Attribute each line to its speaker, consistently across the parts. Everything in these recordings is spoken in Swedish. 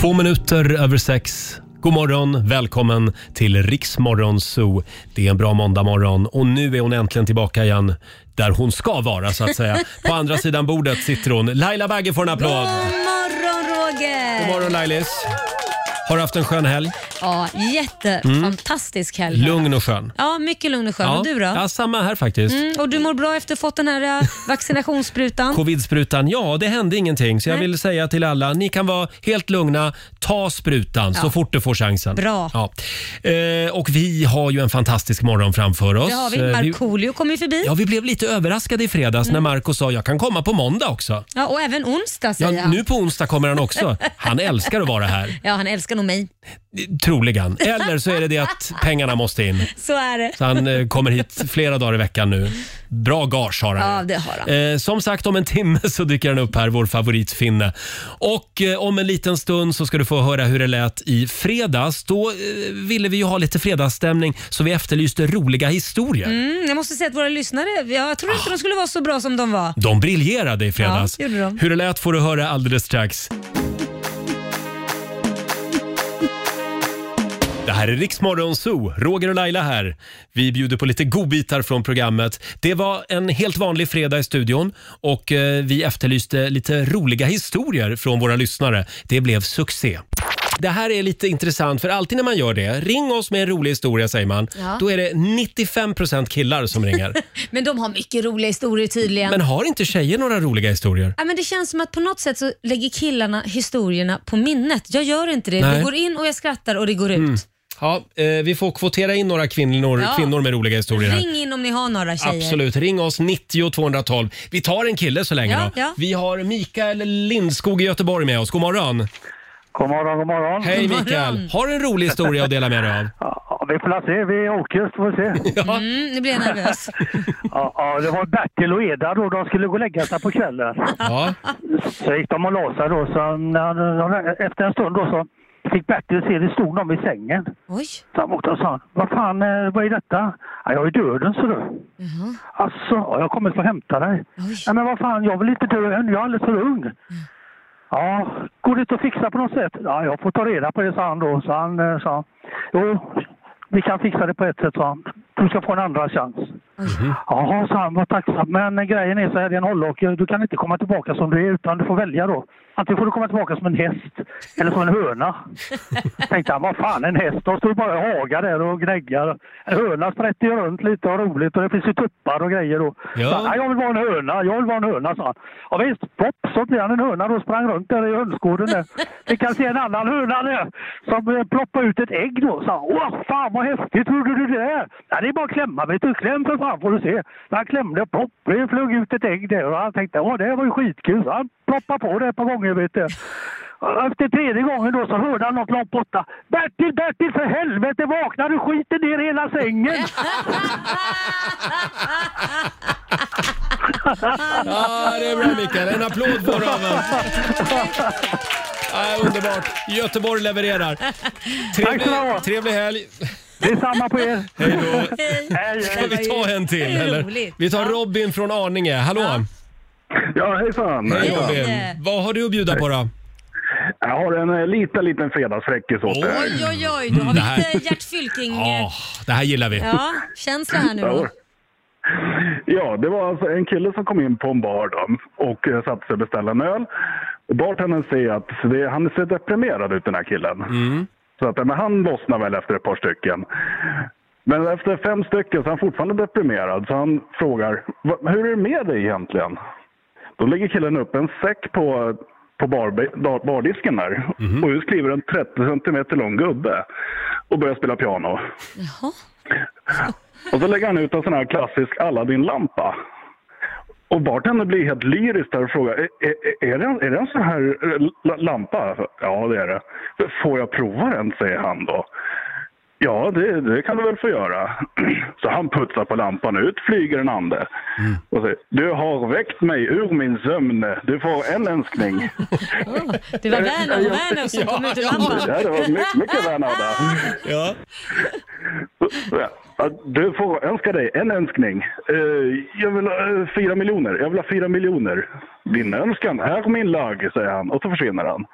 Speaker 1: Två minuter över sex. God morgon, välkommen till Riksmorgon Zoo. Det är en bra måndagmorgon och nu är hon äntligen tillbaka igen där hon ska vara så att säga. På andra sidan bordet sitter hon. Laila Bagge får en applåd.
Speaker 2: God morgon Roger!
Speaker 1: God morgon Lailis. Har du haft en skön helg?
Speaker 2: Ja, jättefantastisk helg.
Speaker 1: Mm. Lugn och skön.
Speaker 2: Ja, mycket lugn och skön. Och du då?
Speaker 1: Ja, samma här faktiskt.
Speaker 2: Mm, och du mår bra efter fått den här eh, vaccinationssprutan?
Speaker 1: Covidsprutan, ja det hände ingenting. Så jag
Speaker 2: Nej.
Speaker 1: vill säga till alla, ni kan vara helt lugna. Ta sprutan så
Speaker 2: Ja.
Speaker 1: fort du får chansen.
Speaker 2: Bra.
Speaker 1: Ja. Eh, och vi har ju en fantastisk morgon framför oss.
Speaker 2: Det har vi.
Speaker 1: Eh,
Speaker 2: Markoolio kom ju förbi.
Speaker 1: Ja, vi blev lite överraskade i fredags
Speaker 2: Mm.
Speaker 1: när Marco sa jag kan komma på måndag också.
Speaker 2: Ja, och även onsdag
Speaker 1: Ja,
Speaker 2: säger han.
Speaker 1: Nu på onsdag kommer han också. Han älskar att vara här,
Speaker 2: Ja, han älskar nog mig.
Speaker 1: troligen. Eller så är det det att pengarna måste in.
Speaker 2: Så är det.
Speaker 1: Så han eh, kommer hit flera dagar i veckan nu. Bra gage har han.
Speaker 2: Ja, det har han.
Speaker 1: Eh, som sagt, om en timme så dyker han upp här, vår favorit Finne. Och eh, om en liten stund så ska du få höra hur det lät i fredags. Då eh, ville vi ju ha lite fredagsstämning så vi efterlyste roliga historier.
Speaker 2: Mm, jag måste säga att våra lyssnare, ja, jag tror
Speaker 1: Ah.
Speaker 2: inte de skulle vara så bra som de var.
Speaker 1: De briljerade i fredags.
Speaker 2: Ja, gjorde de.
Speaker 1: Hur det lät får du höra alldeles strax. Det här är Riksmorgon Zoo. Roger och Laila här. Vi bjuder på lite godbitar från programmet. Det var en helt vanlig fredag i studion och eh, vi efterlyste lite roliga historier från våra lyssnare. Det blev succé. Det här är lite intressant för alltid när man gör det, ring oss med en rolig historia säger man,
Speaker 2: Ja.
Speaker 1: då är det 95% killar som ringer.
Speaker 2: Men de har mycket roliga historier tydligen.
Speaker 1: Men har inte tjejer några roliga historier?
Speaker 2: Ja, men det känns som att på något sätt så lägger killarna historierna på minnet. Jag gör inte det.
Speaker 1: Nej.
Speaker 2: Det går in och jag skrattar och det går ut.
Speaker 1: Ja, eh, vi får kvotera in några kvinnor,
Speaker 2: Ja.
Speaker 1: kvinnor med roliga historier här.
Speaker 2: Ring in om ni har några tjejer.
Speaker 1: Absolut, ring oss 90 212. Vi tar en kille så länge
Speaker 2: Ja,
Speaker 1: då.
Speaker 2: ja.
Speaker 1: Vi har Mikael Lindskog i Göteborg med oss. God morgon!
Speaker 3: God morgon, god morgon.
Speaker 1: Hej
Speaker 2: God morgon.
Speaker 1: Mikael! Har du en rolig historia att dela med dig av?
Speaker 3: Ja, vi får se, vi åker just får se.
Speaker 2: Mm, nu blir jag nervös.
Speaker 3: Ja, ja, det var Bertil och Eda då, de skulle gå och lägga sig på kvällen.
Speaker 1: Ja.
Speaker 3: Så gick de och la sig då, så när, när- efter en stund då så fick Bertil se, det stod någon vid sängen.
Speaker 2: Oj.
Speaker 3: Så han åkte och sa, vad fan, eh, vad är detta? Ja, jag är döden, så du.
Speaker 2: Jaha.
Speaker 3: Alltså, ja, jag kommer för att hämta dig.
Speaker 2: Oj.
Speaker 3: Nej men vad fan, jag vill inte dö än, jag är alldeles för ung. Ja, går det inte att fixa på något sätt? Ja, jag får ta reda på det, sa han då. Så han eh, sa, jo, vi kan fixa det på ett sätt, sa han. Du ska få en andra chans. Jaha, sa han, vad tacksam. Men grejen är så här, det är en hållhake. Du kan inte komma tillbaka som du är, utan du får välja då. Antingen får du komma tillbaka som en häst eller som en höna. Tänkte han, vad fan, en häst? De står ju bara och hagar där och gnäggar. En höna sprätter ju runt lite och roligt och det finns ju tuppar och grejer då.
Speaker 1: Ja.
Speaker 3: Så han, "Nej, jag vill vara en höna, jag vill vara en höna, sa han. Ja, visst, plopp, så blev han en höna och sprang runt där i hönsgården där. Vi kan se en annan höna där som eh, ploppade ut ett ägg då. Så han, åh fan vad häftigt, hur gjorde du det där? Ja, det är bara att klämma, vet du. Kläm för fan får du se. Så han klämde, plopp, det flög ut ett ägg där och han tänkte, åh det här var ju skitkul. Så han ploppade på det ett par gånger, vet du. Efter tredje gången då så hörde han något långt borta. Bertil, Bertil för helvete vakna, du skiter ner hela sängen!
Speaker 1: Ja, det är bra Mikael. En applåd får du av oss. Ja, Underbart. Göteborg levererar.
Speaker 3: Tack ska
Speaker 1: Trevlig,
Speaker 3: du ha.
Speaker 1: trevlig helg.
Speaker 3: Det är samma på er.
Speaker 1: Hej då.
Speaker 3: Hej,
Speaker 1: Ska vi ta en till?
Speaker 2: Det är
Speaker 1: Eller?
Speaker 2: roligt.
Speaker 1: Vi tar Robin från Arninge. Hallå!
Speaker 4: Ja, hejsan.
Speaker 1: Hej
Speaker 2: Ja.
Speaker 1: Robin! Vad har du att bjuda på då?
Speaker 4: Jag har en eh, liten, liten fredagsfräckis åt dig.
Speaker 2: Oj, oj, oj. Då har vi
Speaker 1: Mm. Det här-
Speaker 2: lite Gert Fylking...
Speaker 1: Ja,
Speaker 2: eh,
Speaker 1: det här gillar vi.
Speaker 2: Ja, känsla här nu då.
Speaker 4: Ja. Ja, det var alltså en kille som kom in på en bar då, och eh, satte sig och beställde en öl. Och bartendern säger att det, han ser deprimerad ut den här killen. Så att, eh, men han lossnar väl efter ett par stycken. Men efter fem stycken så är han fortfarande deprimerad. Så han frågar, "Va- hur är det med dig egentligen? Då lägger killen upp en säck på, på bar, bar, bardisken där. Och ut kliver en 30 centimeter lång gubbe och börjar spela piano.
Speaker 2: Jaha.
Speaker 4: Och så lägger han ut en sån här klassisk Aladdin-lampa. Och bartendern blir helt lyrisk där och frågar, "Är- är, är, det en, är det en sån här eh, la- lampa? Ja, det är det. Får jag prova den, säger han då. Ja, det, det kan du väl få göra. Så han putsar på lampan, ut flyger en ande. Och säger, du har väckt mig ur min sömn. Du får en önskning.
Speaker 2: Åh, Det var Werner och Werner som kom ut ur lampan.
Speaker 4: Ja, det var mycket, mycket värnade.
Speaker 1: Ja.
Speaker 4: Så- så- Ja, Du får önska dig en önskning. Eh, Jag vill ha eh, fyra miljoner. Jag vill ha fyra miljoner. Din önskan. Här kommer min lag, säger han. Och så försvinner han.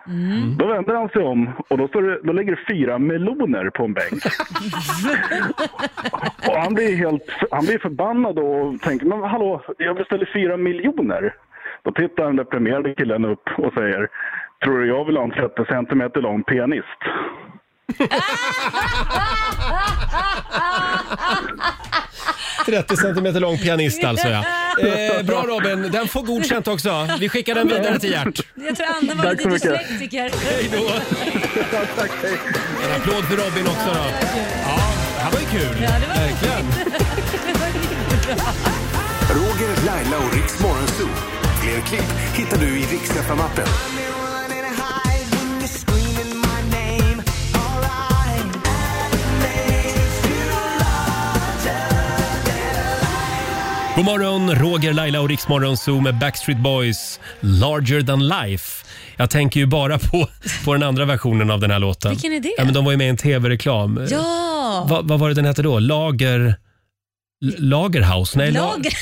Speaker 4: Då vänder han sig om och då, står det, då ligger det fyra meloner på en bänk. och han blir, helt, han blir förbannad och tänker, men hallå, jag beställde fyra miljoner. Då tittar den där premierade killen upp och säger, tror du jag vill ha en 30 centimeter lång pianist?
Speaker 1: Ja. 30 centimeter lång pianist alltså ja. Eh, bra Robin, den får godkänt också. Vi skickar den vidare till Gert.
Speaker 2: Jag tror Anna var
Speaker 4: Tack så
Speaker 2: lite
Speaker 4: mycket.
Speaker 2: dyslektiker.
Speaker 1: Hej då!
Speaker 4: Tack, hej.
Speaker 1: En applåd för Robin också då. Ja, det här var ju kul.
Speaker 2: Ja, det var
Speaker 1: Verkligen.
Speaker 5: Roger, Laila och Riks Morgonzoo. Fler klipp hittar du i Riks FM-appen.
Speaker 1: God morgon, Roger, Laila och Riksmorgon Zoo med Backstreet Boys Larger than life. Jag tänker ju bara på, på den andra versionen av den här låten.
Speaker 2: Vilken är det?
Speaker 1: Ja, men de var ju med i en tv-reklam.
Speaker 2: Ja!
Speaker 1: Va, vad var det den hette då? Lager... L- Lagerhaus? Nej, la-
Speaker 2: Lager.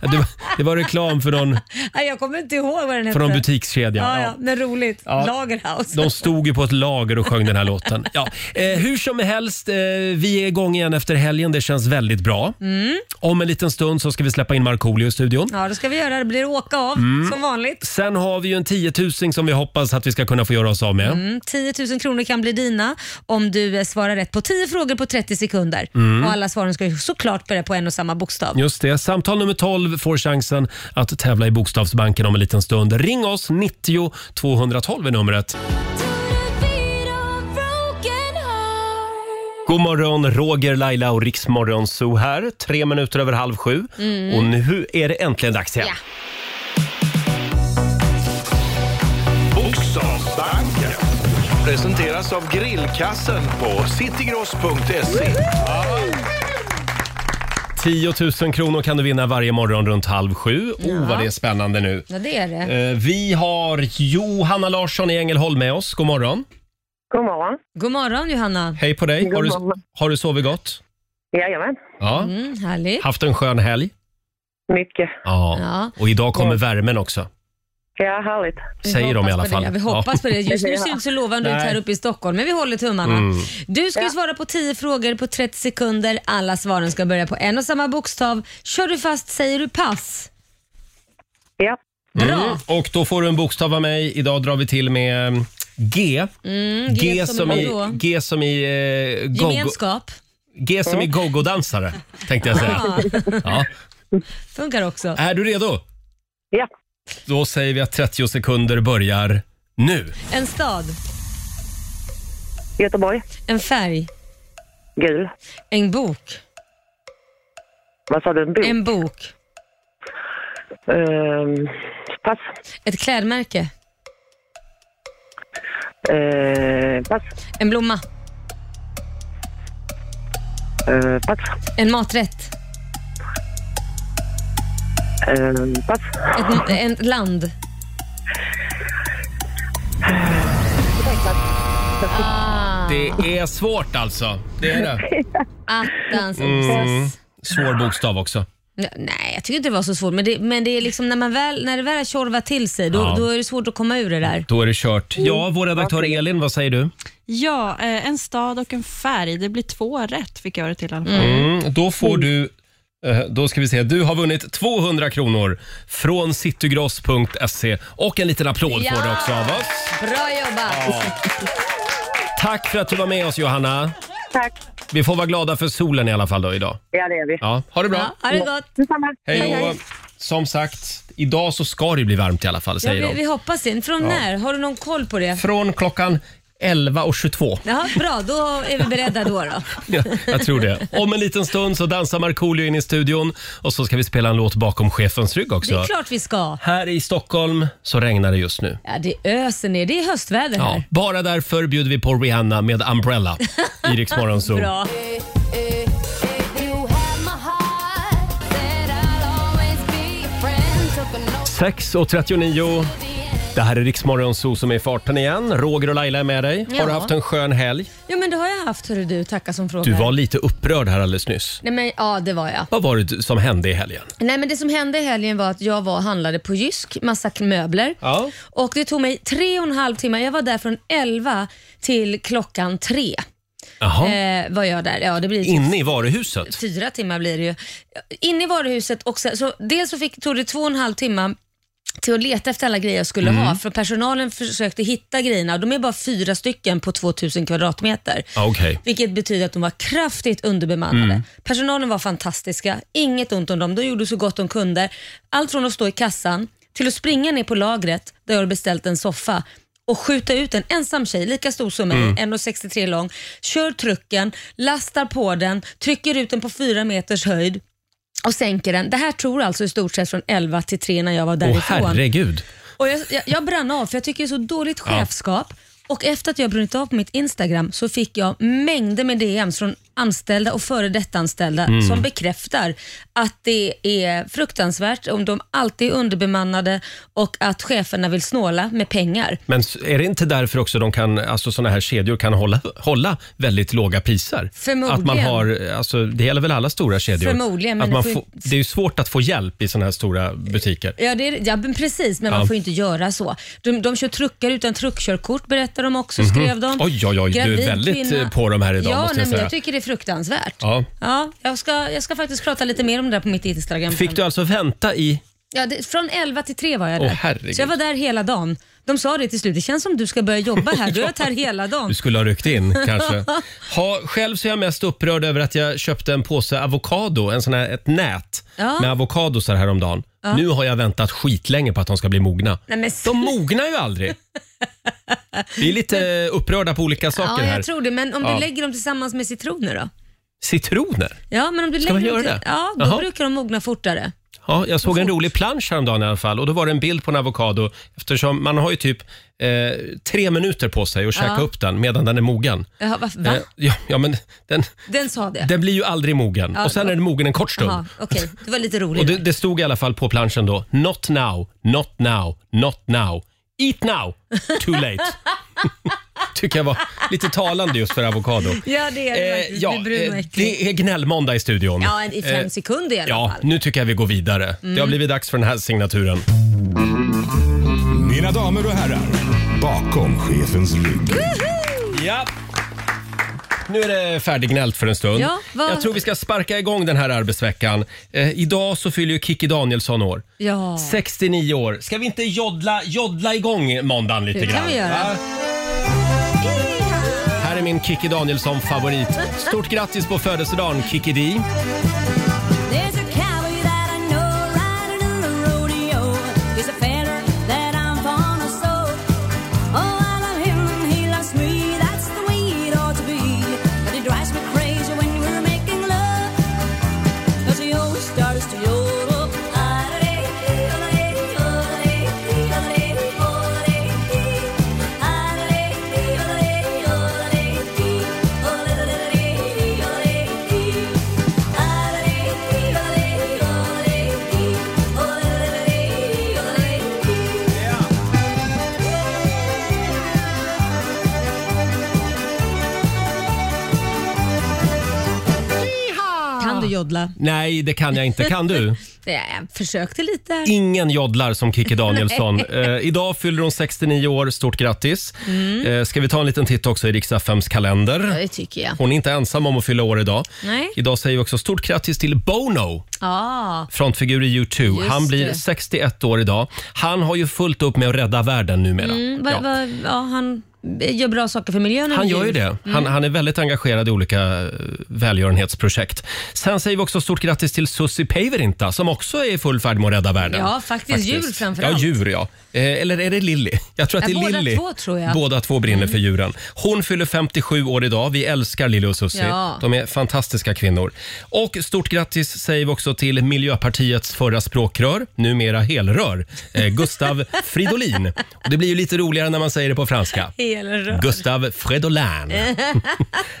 Speaker 1: det, var, det var reklam för någon,
Speaker 2: Nej, jag kommer inte ihåg vad den
Speaker 1: för
Speaker 2: hette.
Speaker 1: någon butikskedja.
Speaker 2: Ja,
Speaker 1: Ja.
Speaker 2: ja, men roligt. Lagerhaus.
Speaker 1: De stod ju på ett lager och sjöng den här låten. Ja. Eh, hur som helst, eh, vi är igång igen efter helgen. Det känns väldigt bra. Om en liten stund så ska vi släppa in Markoolio i studion.
Speaker 2: Mm. Ja, då ska vi göra det. blir åka av
Speaker 1: Mm.
Speaker 2: som vanligt.
Speaker 1: Sen har vi ju en tiotusing som vi hoppas att vi ska kunna få göra oss av med.
Speaker 2: Mm, 10 000 kronor kan bli dina om du eh, svarar rätt på 10 frågor på 30 sekunder.
Speaker 1: Mm.
Speaker 2: Och Alla svaren ska ju såklart börja på en och samma bokstav.
Speaker 1: Just det. Samtal nummer 12 får chansen att tävla i Bokstavsbanken om en liten stund. Ring oss! 90 212 är numret. God morgon, Roger, Laila och Riksmorgon Zoo här. Tre minuter över halv sju. Och nu är det äntligen dags igen.
Speaker 6: Bokstavsbanken presenteras av grillkassen på citygross.se.
Speaker 1: 10 000 kronor kan du vinna varje morgon runt halv sju. Oh, vad det är spännande nu.
Speaker 2: Ja, det är det.
Speaker 1: Eh, Vi har Johanna Larsson i Ängelholm med oss. God morgon.
Speaker 7: God morgon.
Speaker 2: God morgon Johanna.
Speaker 1: Hej på dig.
Speaker 7: God
Speaker 1: Har du,
Speaker 7: morgon.
Speaker 1: har du sovit gott?
Speaker 7: Jajamän.
Speaker 1: Ja.
Speaker 2: Mm, härligt.
Speaker 1: Haft en skön helg?
Speaker 7: Mycket.
Speaker 1: Ja.
Speaker 2: Ja.
Speaker 1: Och idag kommer värmen också.
Speaker 7: Ja, härligt.
Speaker 2: Vi
Speaker 1: Säger de i
Speaker 2: hoppas
Speaker 1: alla
Speaker 2: på det.
Speaker 1: fall.
Speaker 2: Ja, vi hoppas på det. Just nu
Speaker 7: Ja.
Speaker 2: ser det inte så lovande ut
Speaker 1: Nej.
Speaker 2: här uppe i Stockholm, men vi håller tummarna.
Speaker 1: Mm.
Speaker 2: Du ska ju svara på 10 frågor på 30 sekunder. Alla svaren ska börja på en och samma bokstav. Kör du fast säger du pass.
Speaker 7: Ja.
Speaker 2: Bra.
Speaker 1: Mm. Och då får du en bokstav av mig. Idag drar vi till med mm, G.
Speaker 2: Mm, G, som, i...
Speaker 1: i,
Speaker 2: Då.
Speaker 1: G som i eh, gogo,
Speaker 2: Gemenskap
Speaker 1: G som i gogo-dansare, tänkte jag säga.
Speaker 2: ja,
Speaker 1: Ja.
Speaker 2: funkar också.
Speaker 1: Är du redo?
Speaker 7: Ja.
Speaker 1: Då säger vi att 30 sekunder börjar nu.
Speaker 2: En stad,
Speaker 7: Göteborg.
Speaker 2: en färg,
Speaker 7: Gul.
Speaker 2: en bok,
Speaker 7: Vad sa du? En bok?
Speaker 2: en bok,
Speaker 7: Ehm, pass.
Speaker 2: ett klädmärke,
Speaker 7: Ehm, pass.
Speaker 2: en blomma,
Speaker 7: Ehm, pass.
Speaker 2: en maträtt,
Speaker 7: Ehm, pass.
Speaker 2: ett, ett land. Ah,
Speaker 1: Det är svårt alltså. Det är det.
Speaker 2: attans
Speaker 1: Mm.
Speaker 2: mm.
Speaker 1: Svår bokstav också.
Speaker 2: Nej, jag tycker inte det var så svårt. Men det, men det är liksom när, man väl, när det väl har tjorvat till sig, då,
Speaker 1: Ja.
Speaker 2: då är det svårt att komma ur det där.
Speaker 1: Då är det kört. Ja, vår redaktör Elin, vad säger du?
Speaker 8: Ja, eh, en stad och en färg. Det blir två rätt fick jag det till i alla fall.
Speaker 1: Mm, då får du eh, då ska vi se. Du har vunnit 200 kronor från citygross.se och en liten applåd
Speaker 2: Ja!
Speaker 1: får du också av oss.
Speaker 2: Bra jobbat!
Speaker 1: Tack för att du var med oss Johanna.
Speaker 7: Tack.
Speaker 1: Vi får vara glada för solen i alla fall då idag.
Speaker 7: Ja, det är vi.
Speaker 1: Ja, ha det bra.
Speaker 2: Ja, ha det gott.
Speaker 7: Detsamma.
Speaker 1: Hej då. Som sagt, idag så ska det bli varmt i alla fall
Speaker 2: Ja,
Speaker 1: säger
Speaker 2: vi, vi
Speaker 1: de.
Speaker 2: hoppas det. Från när? Har du någon koll på det?
Speaker 1: Från klockan 11.22.
Speaker 2: Ja, bra, då är vi beredda då. då.
Speaker 1: Ja, jag tror det. Om en liten stund så dansar Markoolio in i studion och så ska vi spela en låt bakom chefens rygg
Speaker 2: Det är
Speaker 1: också.
Speaker 2: klart vi ska.
Speaker 1: Här i Stockholm så regnar det just nu.
Speaker 2: Ja, det öser ner. Det är höstväder
Speaker 1: Ja,
Speaker 2: här.
Speaker 1: bara därför bjuder vi på Rihanna med Umbrella i Rix Morgon Zoo.
Speaker 2: Bra.
Speaker 9: Sex.
Speaker 1: 6.39, Det här är Riksmorgon Zoo som är i farten igen. Roger och Laila är med dig. Har
Speaker 2: Ja.
Speaker 1: du haft en skön helg?
Speaker 2: Jo men det har jag haft hörru du, tacka som frågar.
Speaker 1: Du var lite upprörd här alldeles nyss.
Speaker 2: Nej men ja det var jag.
Speaker 1: Vad var det som hände i helgen?
Speaker 2: Nej men det som hände i helgen var att jag var och handlade på Jysk, massa möbler.
Speaker 1: Ja.
Speaker 2: Och det tog mig tre och en halv timme. Jag var där från 11 till klockan tre.
Speaker 1: Jaha.
Speaker 2: Eh, var jag där. Ja det blir typ
Speaker 1: Inne i varuhuset?
Speaker 2: fyra timmar blir det ju. Inne i varuhuset och sen, så dels så fick, tog det två och en halv timme till att leta efter alla grejer jag skulle
Speaker 1: Mm.
Speaker 2: ha. För personalen försökte hitta grejerna och de är bara fyra stycken på 2000 kvadratmeter.
Speaker 1: Ja, Okej. Mm.
Speaker 2: Vilket betyder att de var kraftigt underbemannade. Personalen var fantastiska, inget ont om dem. De gjorde så gott de kunde. Allt från att stå i kassan till att springa ner på lagret där jag hade beställt en soffa och skjuta ut en ensam tjej, lika stor som mig,
Speaker 1: Mm.
Speaker 2: 1,63 lång. Kör trucken, lastar på den, trycker ut den på fyra meters höjd och sänker den. Det här tror alltså i stort sett från 11 till 3 när jag var
Speaker 1: Åh
Speaker 2: därifrån.
Speaker 1: herregud.
Speaker 2: Och jag, jag, jag brann av för jag tycker det är så dåligt chefskap. Och efter att jag brunnit av på mitt Instagram så fick jag mängder med DMs från anställda och före detta anställda
Speaker 1: Mm.
Speaker 2: som bekräftar att det är fruktansvärt om de alltid är underbemannade och att cheferna vill snåla med pengar.
Speaker 1: Men s- är det inte därför också de kan, alltså sådana här kedjor kan hålla, hålla väldigt låga priser?
Speaker 2: Förmodligen.
Speaker 1: Att man har, alltså, det gäller väl alla stora kedjor?
Speaker 2: Förmodligen, men
Speaker 1: Att man
Speaker 2: det får ju-
Speaker 1: får, det är ju svårt att få hjälp i sådana här stora butiker.
Speaker 2: Ja, det är, ja men precis, men
Speaker 1: Ja.
Speaker 2: man får ju inte göra så. De, de kör truckar utan truckkörkort berättar de också, skrev de.
Speaker 1: Mhm. Oj, oj, oj, du är väldigt, eh, på dem här idag,
Speaker 2: ja,
Speaker 1: måste jag
Speaker 2: nej,
Speaker 1: säga.
Speaker 2: Men jag tycker det är fruktansvärt.
Speaker 1: Ja.
Speaker 2: Ja, jag, ska, jag ska faktiskt prata lite mer om det där på mitt Instagram.
Speaker 1: Fick du alltså vänta i...
Speaker 2: Ja, det, från 11 till 3 var jag där.
Speaker 1: Åh, herregud.
Speaker 2: så jag var där hela dagen. De sa det till slut, det känns som du ska börja jobba här. Du har varit här hela dagen.
Speaker 1: Du skulle ha ryckt in kanske. Ha, själv så är jag mest upprörd över att jag köpte en påse avokado, en sån här, ett nät
Speaker 2: Ja.
Speaker 1: med avokadosar häromdagen. Nu har jag väntat skitlänge på att de ska bli mogna.
Speaker 2: Nej, men
Speaker 1: De mognar ju aldrig. Vi är lite upprörda på olika saker
Speaker 2: ja,
Speaker 1: här.
Speaker 2: jag tror det. Men om
Speaker 1: Ja.
Speaker 2: du lägger dem tillsammans med citroner då?
Speaker 1: Citroner?
Speaker 2: Ja, men om du
Speaker 1: Ska
Speaker 2: lägger
Speaker 1: man
Speaker 2: dem
Speaker 1: göra
Speaker 2: till-
Speaker 1: det?
Speaker 2: Ja, då
Speaker 1: Jaha.
Speaker 2: brukar de mogna fortare.
Speaker 1: Ja, jag såg en rolig plansch häromdagen i alla fall och då var det en bild på en avokado eftersom man har ju typ eh, tre minuter på sig att käka upp den medan den är mogen.
Speaker 2: Jaha, va? va?
Speaker 1: Eh, ja, ja, men den,
Speaker 2: Den sa det?
Speaker 1: den blir ju aldrig mogen
Speaker 2: Ja,
Speaker 1: och sen
Speaker 2: då-
Speaker 1: är den mogen en kort stund.
Speaker 2: Jaha, Okej, det var lite roligt.
Speaker 1: Och det, det stod i alla fall på planschen då, not now, not now, not now, eat now, too late. Tycker jag var lite talande just för avokado.
Speaker 2: Ja, det är det
Speaker 1: Eh,
Speaker 2: faktiskt.
Speaker 1: ja,
Speaker 2: det blir brun och
Speaker 1: eh,
Speaker 2: äcklig.
Speaker 1: det är gnällmåndag i studion.
Speaker 2: Ja, en- i fem
Speaker 1: Eh,
Speaker 2: sekunder i alla
Speaker 1: Ja,
Speaker 2: fall. Mm.
Speaker 1: nu tycker jag vi går vidare. Det har blivit dags för den här signaturen.
Speaker 9: Mina damer och herrar, bakom chefens rygg.
Speaker 1: Ja. Nu är det färdiggnällt för en stund.
Speaker 2: Ja, vad-
Speaker 1: Jag tror vi ska sparka igång den här arbetsveckan. Eh, idag så fyller ju Kikki Danielsson år.
Speaker 2: Ja.
Speaker 1: 69 år. Ska vi inte joddla, joddla igång måndagen lite
Speaker 2: Det kan
Speaker 1: grann?
Speaker 2: vi göra.
Speaker 1: va? Här är min Kikki Danielsson-favorit. Stort grattis på födelsedagen, Kikki Di.
Speaker 10: There's a cowboy that I know riding in the rodeo. He's a feller that I'm fond of so. Oh, I love him and he loves me. That's the way it ought to be. But it drives me crazy when we're making love. 'Cause he always starts to yodel. Ah-da-dee, dee-da-dee, oh-da-dee, dee-da-dee, oh-da-dee, dee. Ah-da-dee, dee-da-dee, oh-da-dee, dee. Oh-da-da-da-dee, dee-da-dee, dee. Ah-da-dee, dee-da-dee, oh-da-dee, dee. Oh-da-da-da-dee, dee-da-dee, dee.
Speaker 2: Kan du joddla?
Speaker 1: Nej, det kan jag inte. Kan du?
Speaker 2: Nej, jag
Speaker 1: Eh,
Speaker 2: försökte lite. här.
Speaker 1: Ingen joddlar som Kikki Danielsson. eh, idag fyller hon 69 år. Stort grattis. Eh, ska vi ta en liten titt också i riks
Speaker 2: Ja,
Speaker 1: kalender?
Speaker 2: det Mm, tycker jag.
Speaker 1: Hon är inte ensam om att fylla år idag.
Speaker 2: Nej.
Speaker 1: Idag säger vi också stort grattis till Bono,
Speaker 2: Ja,
Speaker 1: frontfigur i U2.
Speaker 2: Just
Speaker 1: han blir
Speaker 2: det.
Speaker 1: 61 år idag. Han har ju fullt upp med att rädda världen numera.
Speaker 2: va,
Speaker 1: Ja.
Speaker 2: va, Mm, ja, han gör bra saker för miljön. Mm. och
Speaker 1: Han gör ju
Speaker 2: djur.
Speaker 1: det. Han, han är väldigt engagerad i olika eh, välgörenhetsprojekt. Sen säger vi också stort grattis till Susi Päivärinta som också är i full färd med att rädda världen.
Speaker 2: Ja, faktiskt. Djur framför
Speaker 1: Ja,
Speaker 2: allt.
Speaker 1: djur ja. Eh, Eller är det Lilly? Jag tror att
Speaker 2: Ja,
Speaker 1: det är
Speaker 2: båda
Speaker 1: Lilly.
Speaker 2: två tror jag.
Speaker 1: Båda två brinner
Speaker 2: Mm.
Speaker 1: för djuren. Hon fyller 57 år idag. Vi älskar Lilly och Susi.
Speaker 2: Ja.
Speaker 1: De är fantastiska kvinnor. Och stort grattis säger vi också till Miljöpartiets förra språkrör, numera helrör, eh, Gustav Fridolin. Och det blir ju lite roligare när man säger det på franska.
Speaker 2: eller rör.
Speaker 1: Gustav Fredolin.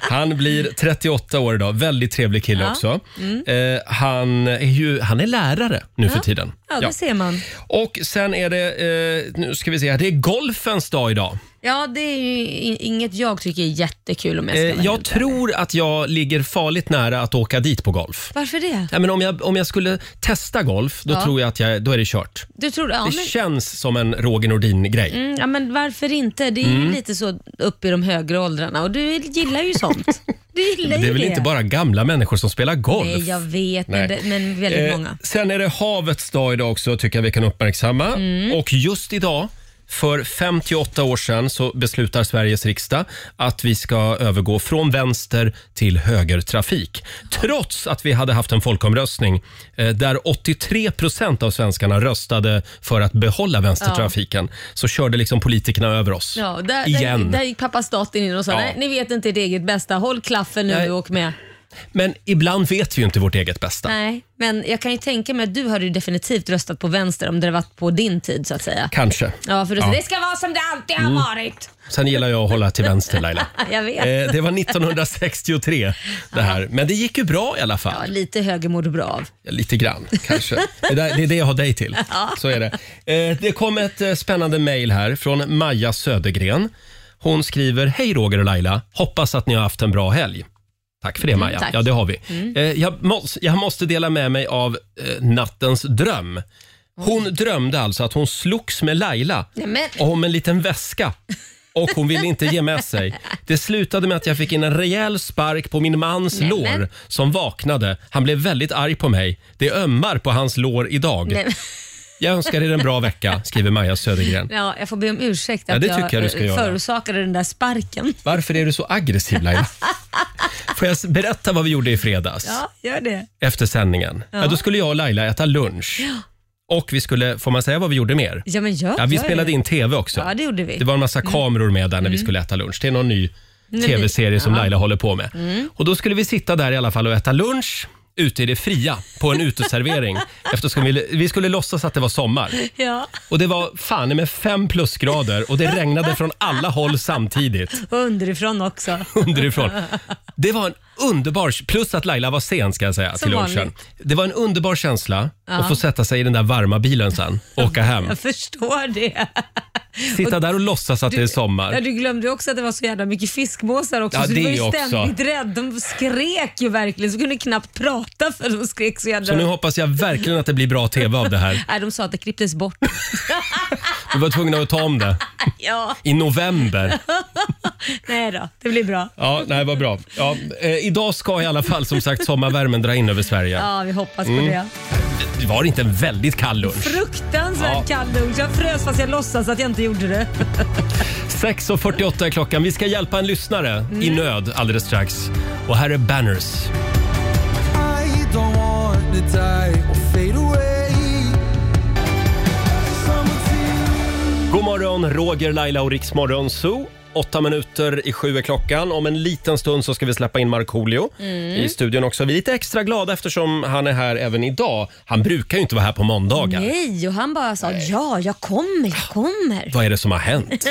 Speaker 1: Han blir 38 år idag. Väldigt trevlig kille
Speaker 2: Ja.
Speaker 1: också.
Speaker 2: Mm.
Speaker 1: Eh, han, är ju, han är lärare nu för
Speaker 2: Ja.
Speaker 1: tiden.
Speaker 2: Ja, det
Speaker 1: Ja.
Speaker 2: ser man.
Speaker 1: Och sen är det, eh, nu ska vi se här, det är golfens dag idag.
Speaker 2: Ja, det är ju i- inget jag tycker är jättekul om jag ska
Speaker 1: Jag,
Speaker 2: vara
Speaker 1: eh, jag
Speaker 2: helt ärlig.
Speaker 1: tror att jag ligger farligt nära att åka dit på golf.
Speaker 2: Varför det?
Speaker 1: Ja, men om, jag, om jag skulle testa golf, då
Speaker 2: Ja.
Speaker 1: tror jag att jag, då är det kört.
Speaker 2: Du tror ja,
Speaker 1: det
Speaker 2: men...
Speaker 1: känns som en Roger Nordin-grej.
Speaker 2: Mm, ja, men varför inte? Det är ju
Speaker 1: Mm.
Speaker 2: lite så upp i de högre åldrarna och du gillar ju sånt. Du gillar
Speaker 1: Men
Speaker 2: ju
Speaker 1: det är väl inte bara gamla människor som spelar golf?
Speaker 2: Nej, jag vet,
Speaker 1: Nej.
Speaker 2: men, det, men väldigt
Speaker 1: Eh,
Speaker 2: många.
Speaker 1: Sen är det havets dag idag också, tycker jag vi kan uppmärksamma.
Speaker 2: Mm.
Speaker 1: Och just idag, för 58 år sedan, så beslutar Sveriges riksdag att vi ska övergå från vänster till högertrafik. Trots att vi hade haft en folkomröstning eh, där 83 procent av svenskarna röstade för att behålla vänstertrafiken, så körde liksom politikerna över oss.
Speaker 2: Ja, där,
Speaker 1: Igen.
Speaker 2: Där, där gick pappa staten in och sa
Speaker 1: Ja.
Speaker 2: nej, ni vet inte ert eget bästa. Håll klaffen nu
Speaker 1: Nej.
Speaker 2: och åk med.
Speaker 1: Men ibland vet vi ju inte vårt eget bästa.
Speaker 2: Nej, men jag kan ju tänka mig att du hade ju definitivt röstat på vänster om det hade varit på din tid så att säga.
Speaker 1: Kanske.
Speaker 2: Ja, för du sa
Speaker 1: Ja.
Speaker 2: det ska vara som det alltid har
Speaker 1: Mm.
Speaker 2: varit.
Speaker 1: Sen gillar jag att hålla till vänster, Laila.
Speaker 2: Jag vet.
Speaker 1: Eh, det var 1963 det här. Men det gick ju bra i alla
Speaker 2: Ja,
Speaker 1: fall.
Speaker 2: lite höger mår du bra av.
Speaker 1: Lite grann kanske. Det, där, det är det jag har dig till.
Speaker 2: Ja.
Speaker 1: Så är det. Eh, det kom ett eh, spännande mejl här från Maja Södergren. Hon skriver, hej Roger och Laila. Hoppas att ni har haft en bra helg. Tack för det
Speaker 6: Mm,
Speaker 1: Maja.
Speaker 6: tack.
Speaker 1: ja, det har vi.
Speaker 6: Mm.
Speaker 1: Eh, jag, måste, jag måste dela med mig av eh, nattens dröm. Hon
Speaker 6: Mm.
Speaker 1: drömde alltså att hon slogs med Laila
Speaker 2: Nämen.
Speaker 1: om en liten väska. Och hon ville inte ge med sig. Det slutade med att jag fick in en rejäl spark på min mans
Speaker 2: Nämen.
Speaker 1: lår som vaknade. Han blev väldigt arg på mig. Det ömmar på hans lår idag.
Speaker 2: Nej.
Speaker 1: Jag önskar er en bra vecka, skriver Maja Södergren.
Speaker 2: Ja, jag får be om ursäkt
Speaker 1: Ja,
Speaker 2: att
Speaker 1: det tycker jag du
Speaker 2: eh,
Speaker 1: ska göra.
Speaker 2: förorsakade den där sparken.
Speaker 1: Varför är du så aggressiv Laila? Får jag s- berätta vad vi gjorde i fredags
Speaker 2: Ja, gör det.
Speaker 1: efter sändningen? Ja.
Speaker 2: Ja.
Speaker 1: då skulle jag och Laila äta lunch.
Speaker 2: Ja,
Speaker 1: Och vi skulle, får man säga vad vi gjorde mer?
Speaker 2: ja men gör
Speaker 1: Ja, vi
Speaker 2: gör
Speaker 1: spelade
Speaker 2: det.
Speaker 1: in tv också.
Speaker 2: Ja, det gjorde vi. Mm.
Speaker 1: Det var en massa kameror med där när vi skulle äta lunch. Det är någon ny tv-serie som
Speaker 2: Ja.
Speaker 1: Laila håller på med.
Speaker 2: Mm.
Speaker 1: Och då skulle vi sitta där i alla fall och äta lunch ute i det fria på en uteservering. Eftersom vi, vi skulle låtsas att det var sommar.
Speaker 2: Ja,
Speaker 1: Och det var fan med fem plusgrader och det regnade från alla håll samtidigt.
Speaker 2: och underifrån också.
Speaker 1: Underifrån. Det var en underbar, plus att Laila var sen ska jag säga
Speaker 2: Som
Speaker 1: till lunchen.
Speaker 2: vanligt.
Speaker 1: Det var en underbar känsla
Speaker 2: Ja.
Speaker 1: att få sätta sig i den där varma bilen sen och åka hem.
Speaker 2: Jag förstår det.
Speaker 1: Sitta där och låtsas att det är sommar.
Speaker 2: Ja, du glömde ju också att det var så jävla mycket fiskmåsar också,
Speaker 1: Ja,
Speaker 2: så du
Speaker 1: det
Speaker 2: var ju
Speaker 1: också.
Speaker 2: ständigt rädd. De skrek ju verkligen, så kunde knappt prata för de skrek så jävla...
Speaker 1: Så nu hoppas jag verkligen att det blir bra TV av det här.
Speaker 2: Nej, de sa att det klipptes bort.
Speaker 1: Vi var tvungna att ta om det
Speaker 2: ja.
Speaker 1: i november.
Speaker 2: Nej då, det blir bra.
Speaker 1: Ja, nej, vad bra. Ja, eh, idag ska i alla fall som sagt sommarvärmen dra in över Sverige.
Speaker 2: Ja, vi hoppas på
Speaker 1: Mm.
Speaker 2: det.
Speaker 1: Det var inte en väldigt kall lunch.
Speaker 2: Fruktansvärt
Speaker 1: Ja.
Speaker 2: kall lunch. Jag frös fast jag låtsas att jag inte gjorde det.
Speaker 1: 6.48 är klockan. Vi ska hjälpa en lyssnare i
Speaker 2: Mm.
Speaker 1: nöd alldeles strax. Och här är Banners.
Speaker 10: I don't want to die or fade away.
Speaker 1: God morgon, Roger, Laila och Riksmorgon Zoo. Åtta minuter i sju är klockan. Om en liten stund så ska vi släppa in Markoolio
Speaker 6: Mm.
Speaker 1: i studion också. Vi är lite extra glada eftersom han är här även idag. Han brukar ju inte vara här på måndagar.
Speaker 2: Nej, och han bara sa ja, jag kommer, jag kommer.
Speaker 1: Vad är det som har hänt?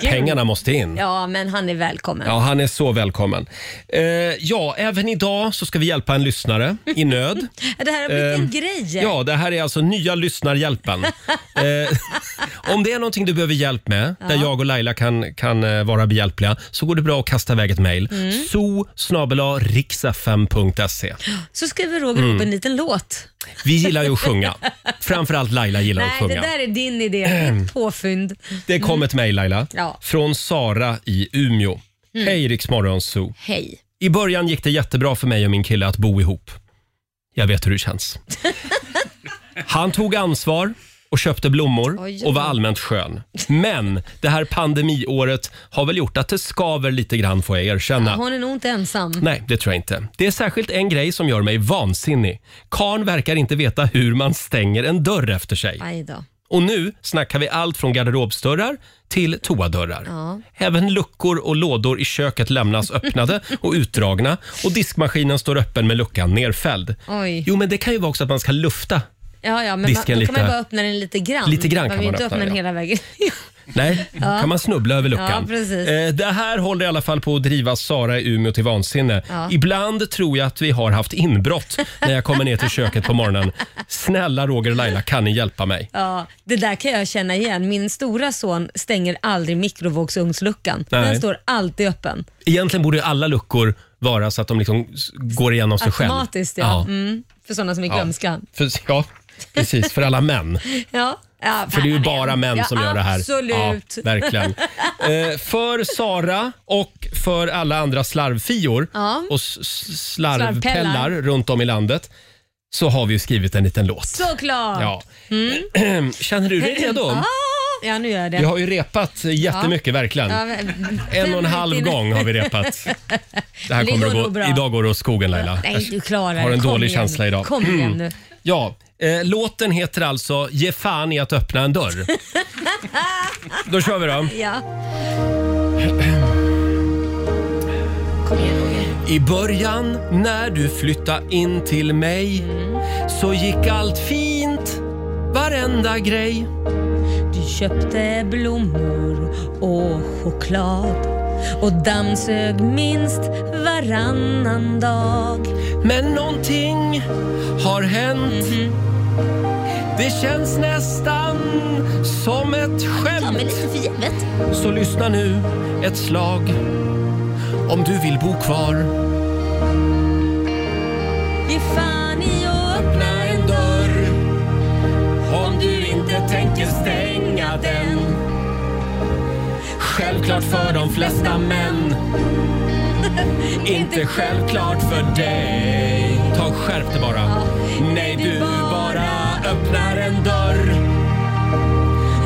Speaker 2: Kul.
Speaker 1: Pengarna måste in.
Speaker 2: Ja, men han är välkommen.
Speaker 1: Ja, han är så välkommen. Eh, ja, även idag så ska vi hjälpa en lyssnare i nöd.
Speaker 2: Det här har blivit en
Speaker 1: Eh,
Speaker 2: grej.
Speaker 1: Ja, det här är alltså nya lyssnarhjälpen. eh, om det är någonting du behöver hjälp med, där
Speaker 2: Ja.
Speaker 1: jag och Laila kan, kan eh, vara behjälpliga, så går det bra att kasta iväg ett mejl. Mm.
Speaker 2: Mm.
Speaker 1: riksfm.se
Speaker 2: Så skriver Roger
Speaker 1: Mm.
Speaker 2: upp en liten låt.
Speaker 1: Vi gillar ju att sjunga. Framförallt Laila gillar att
Speaker 2: Nej, det
Speaker 1: sjunga. Ehm.
Speaker 2: där är din idé. Ditt påfynd. Mm.
Speaker 1: Det kom ett mejl Laila,
Speaker 2: Ja.
Speaker 1: från Sara i Umeå.
Speaker 2: Mm.
Speaker 1: Hej Riksmorgon Zoo.
Speaker 2: Hej.
Speaker 1: I början gick det jättebra för mig och min kille att bo ihop. Jag vet hur det känns. Han tog ansvar och köpte blommor
Speaker 6: Oj, oj.
Speaker 1: och var allmänt skön. Men det här pandemiåret har väl gjort att det skaver lite grann får jag erkänna.
Speaker 2: Hon är nog inte ensam.
Speaker 1: Nej, det tror jag inte. Det är särskilt en grej som gör mig vansinnig. Karn verkar inte veta hur man stänger en dörr efter sig.
Speaker 2: Aj då.
Speaker 1: Och nu snackar vi allt från garderobsdörrar till toadörrar.
Speaker 2: Ja.
Speaker 1: Även luckor och lådor i köket lämnas öppnade och utdragna och diskmaskinen står öppen med luckan nerfälld.
Speaker 2: Oj.
Speaker 1: Jo, men det kan ju vara också att man ska lufta.
Speaker 2: Ja, ja, men man,
Speaker 1: Disken
Speaker 2: då kan man
Speaker 1: lite-
Speaker 2: bara öppna den lite grann.
Speaker 1: Lite grann
Speaker 2: man
Speaker 1: kan
Speaker 2: vill
Speaker 1: man
Speaker 2: inte
Speaker 1: öppna
Speaker 2: öppna den
Speaker 1: den,
Speaker 2: hela vägen.
Speaker 1: Nej,
Speaker 2: Ja.
Speaker 1: kan man snubbla över luckan.
Speaker 2: Ja, precis.
Speaker 1: Eh, Det här håller i alla fall på att driva Sara i Umeå till vansinne.
Speaker 2: Ja.
Speaker 1: Ibland tror jag att vi har haft inbrott när jag kommer ner till köket på morgonen. Snälla Roger och Laila, kan ni hjälpa mig?
Speaker 2: Ja, det där kan jag känna igen. Min stora son stänger aldrig mikrovågsugnsluckan. Den
Speaker 1: Nej.
Speaker 2: står alltid öppen.
Speaker 1: Egentligen borde ju alla luckor vara så att de liksom s- går igenom sig själv.
Speaker 2: Automatiskt ja. Mm, för sådana som är
Speaker 1: Ja.
Speaker 2: glömska.
Speaker 1: För, ja, precis. För alla män.
Speaker 2: Ja. Ja,
Speaker 1: För det är ju
Speaker 2: fan,
Speaker 1: bara män
Speaker 2: ja,
Speaker 1: som gör det här.
Speaker 2: Absolut.
Speaker 1: Ja, verkligen. Eh, för Sara och för alla andra slarvfior
Speaker 2: Ja.
Speaker 1: och s- s- slarvpellar
Speaker 2: Slarvpellar.
Speaker 1: runt om i landet så har vi ju skrivit en liten låt.
Speaker 2: Såklart.
Speaker 1: Ja.
Speaker 2: Mm.
Speaker 1: Känner du dig redo?
Speaker 2: Ah, ja, nu gör jag det.
Speaker 1: Vi har ju repat jättemycket, verkligen.
Speaker 2: Ja, men-
Speaker 1: En och en halv
Speaker 2: Martina.
Speaker 1: gång har vi repat. Det här
Speaker 2: Det
Speaker 1: kommer att
Speaker 2: går
Speaker 1: gå,
Speaker 2: nog bra.
Speaker 1: idag går det åt skogen Laila.
Speaker 2: Nej, du klarar det.
Speaker 1: har en
Speaker 2: Kom
Speaker 1: dålig
Speaker 2: igen.
Speaker 1: känsla idag.
Speaker 2: Kom igen
Speaker 1: Mm.
Speaker 2: nu.
Speaker 1: Ja, eh, låten heter alltså Ge fan i att öppna en dörr. Då kör vi då.
Speaker 2: Ja.
Speaker 1: I början när du flyttade in till mig så gick allt fint, varenda grej.
Speaker 2: Du köpte blommor och choklad och dammsög minst varannan dag.
Speaker 1: Men någonting har hänt. Det känns nästan som ett skämt. Så lyssna nu ett slag om du vill bo kvar.
Speaker 10: Ge fan i att
Speaker 1: öppna en dörr om du inte tänker stänga den. Självklart för de flesta män. Inte självklart för dig. Ta och skärp dig bara. Nej, du bara öppnar en dörr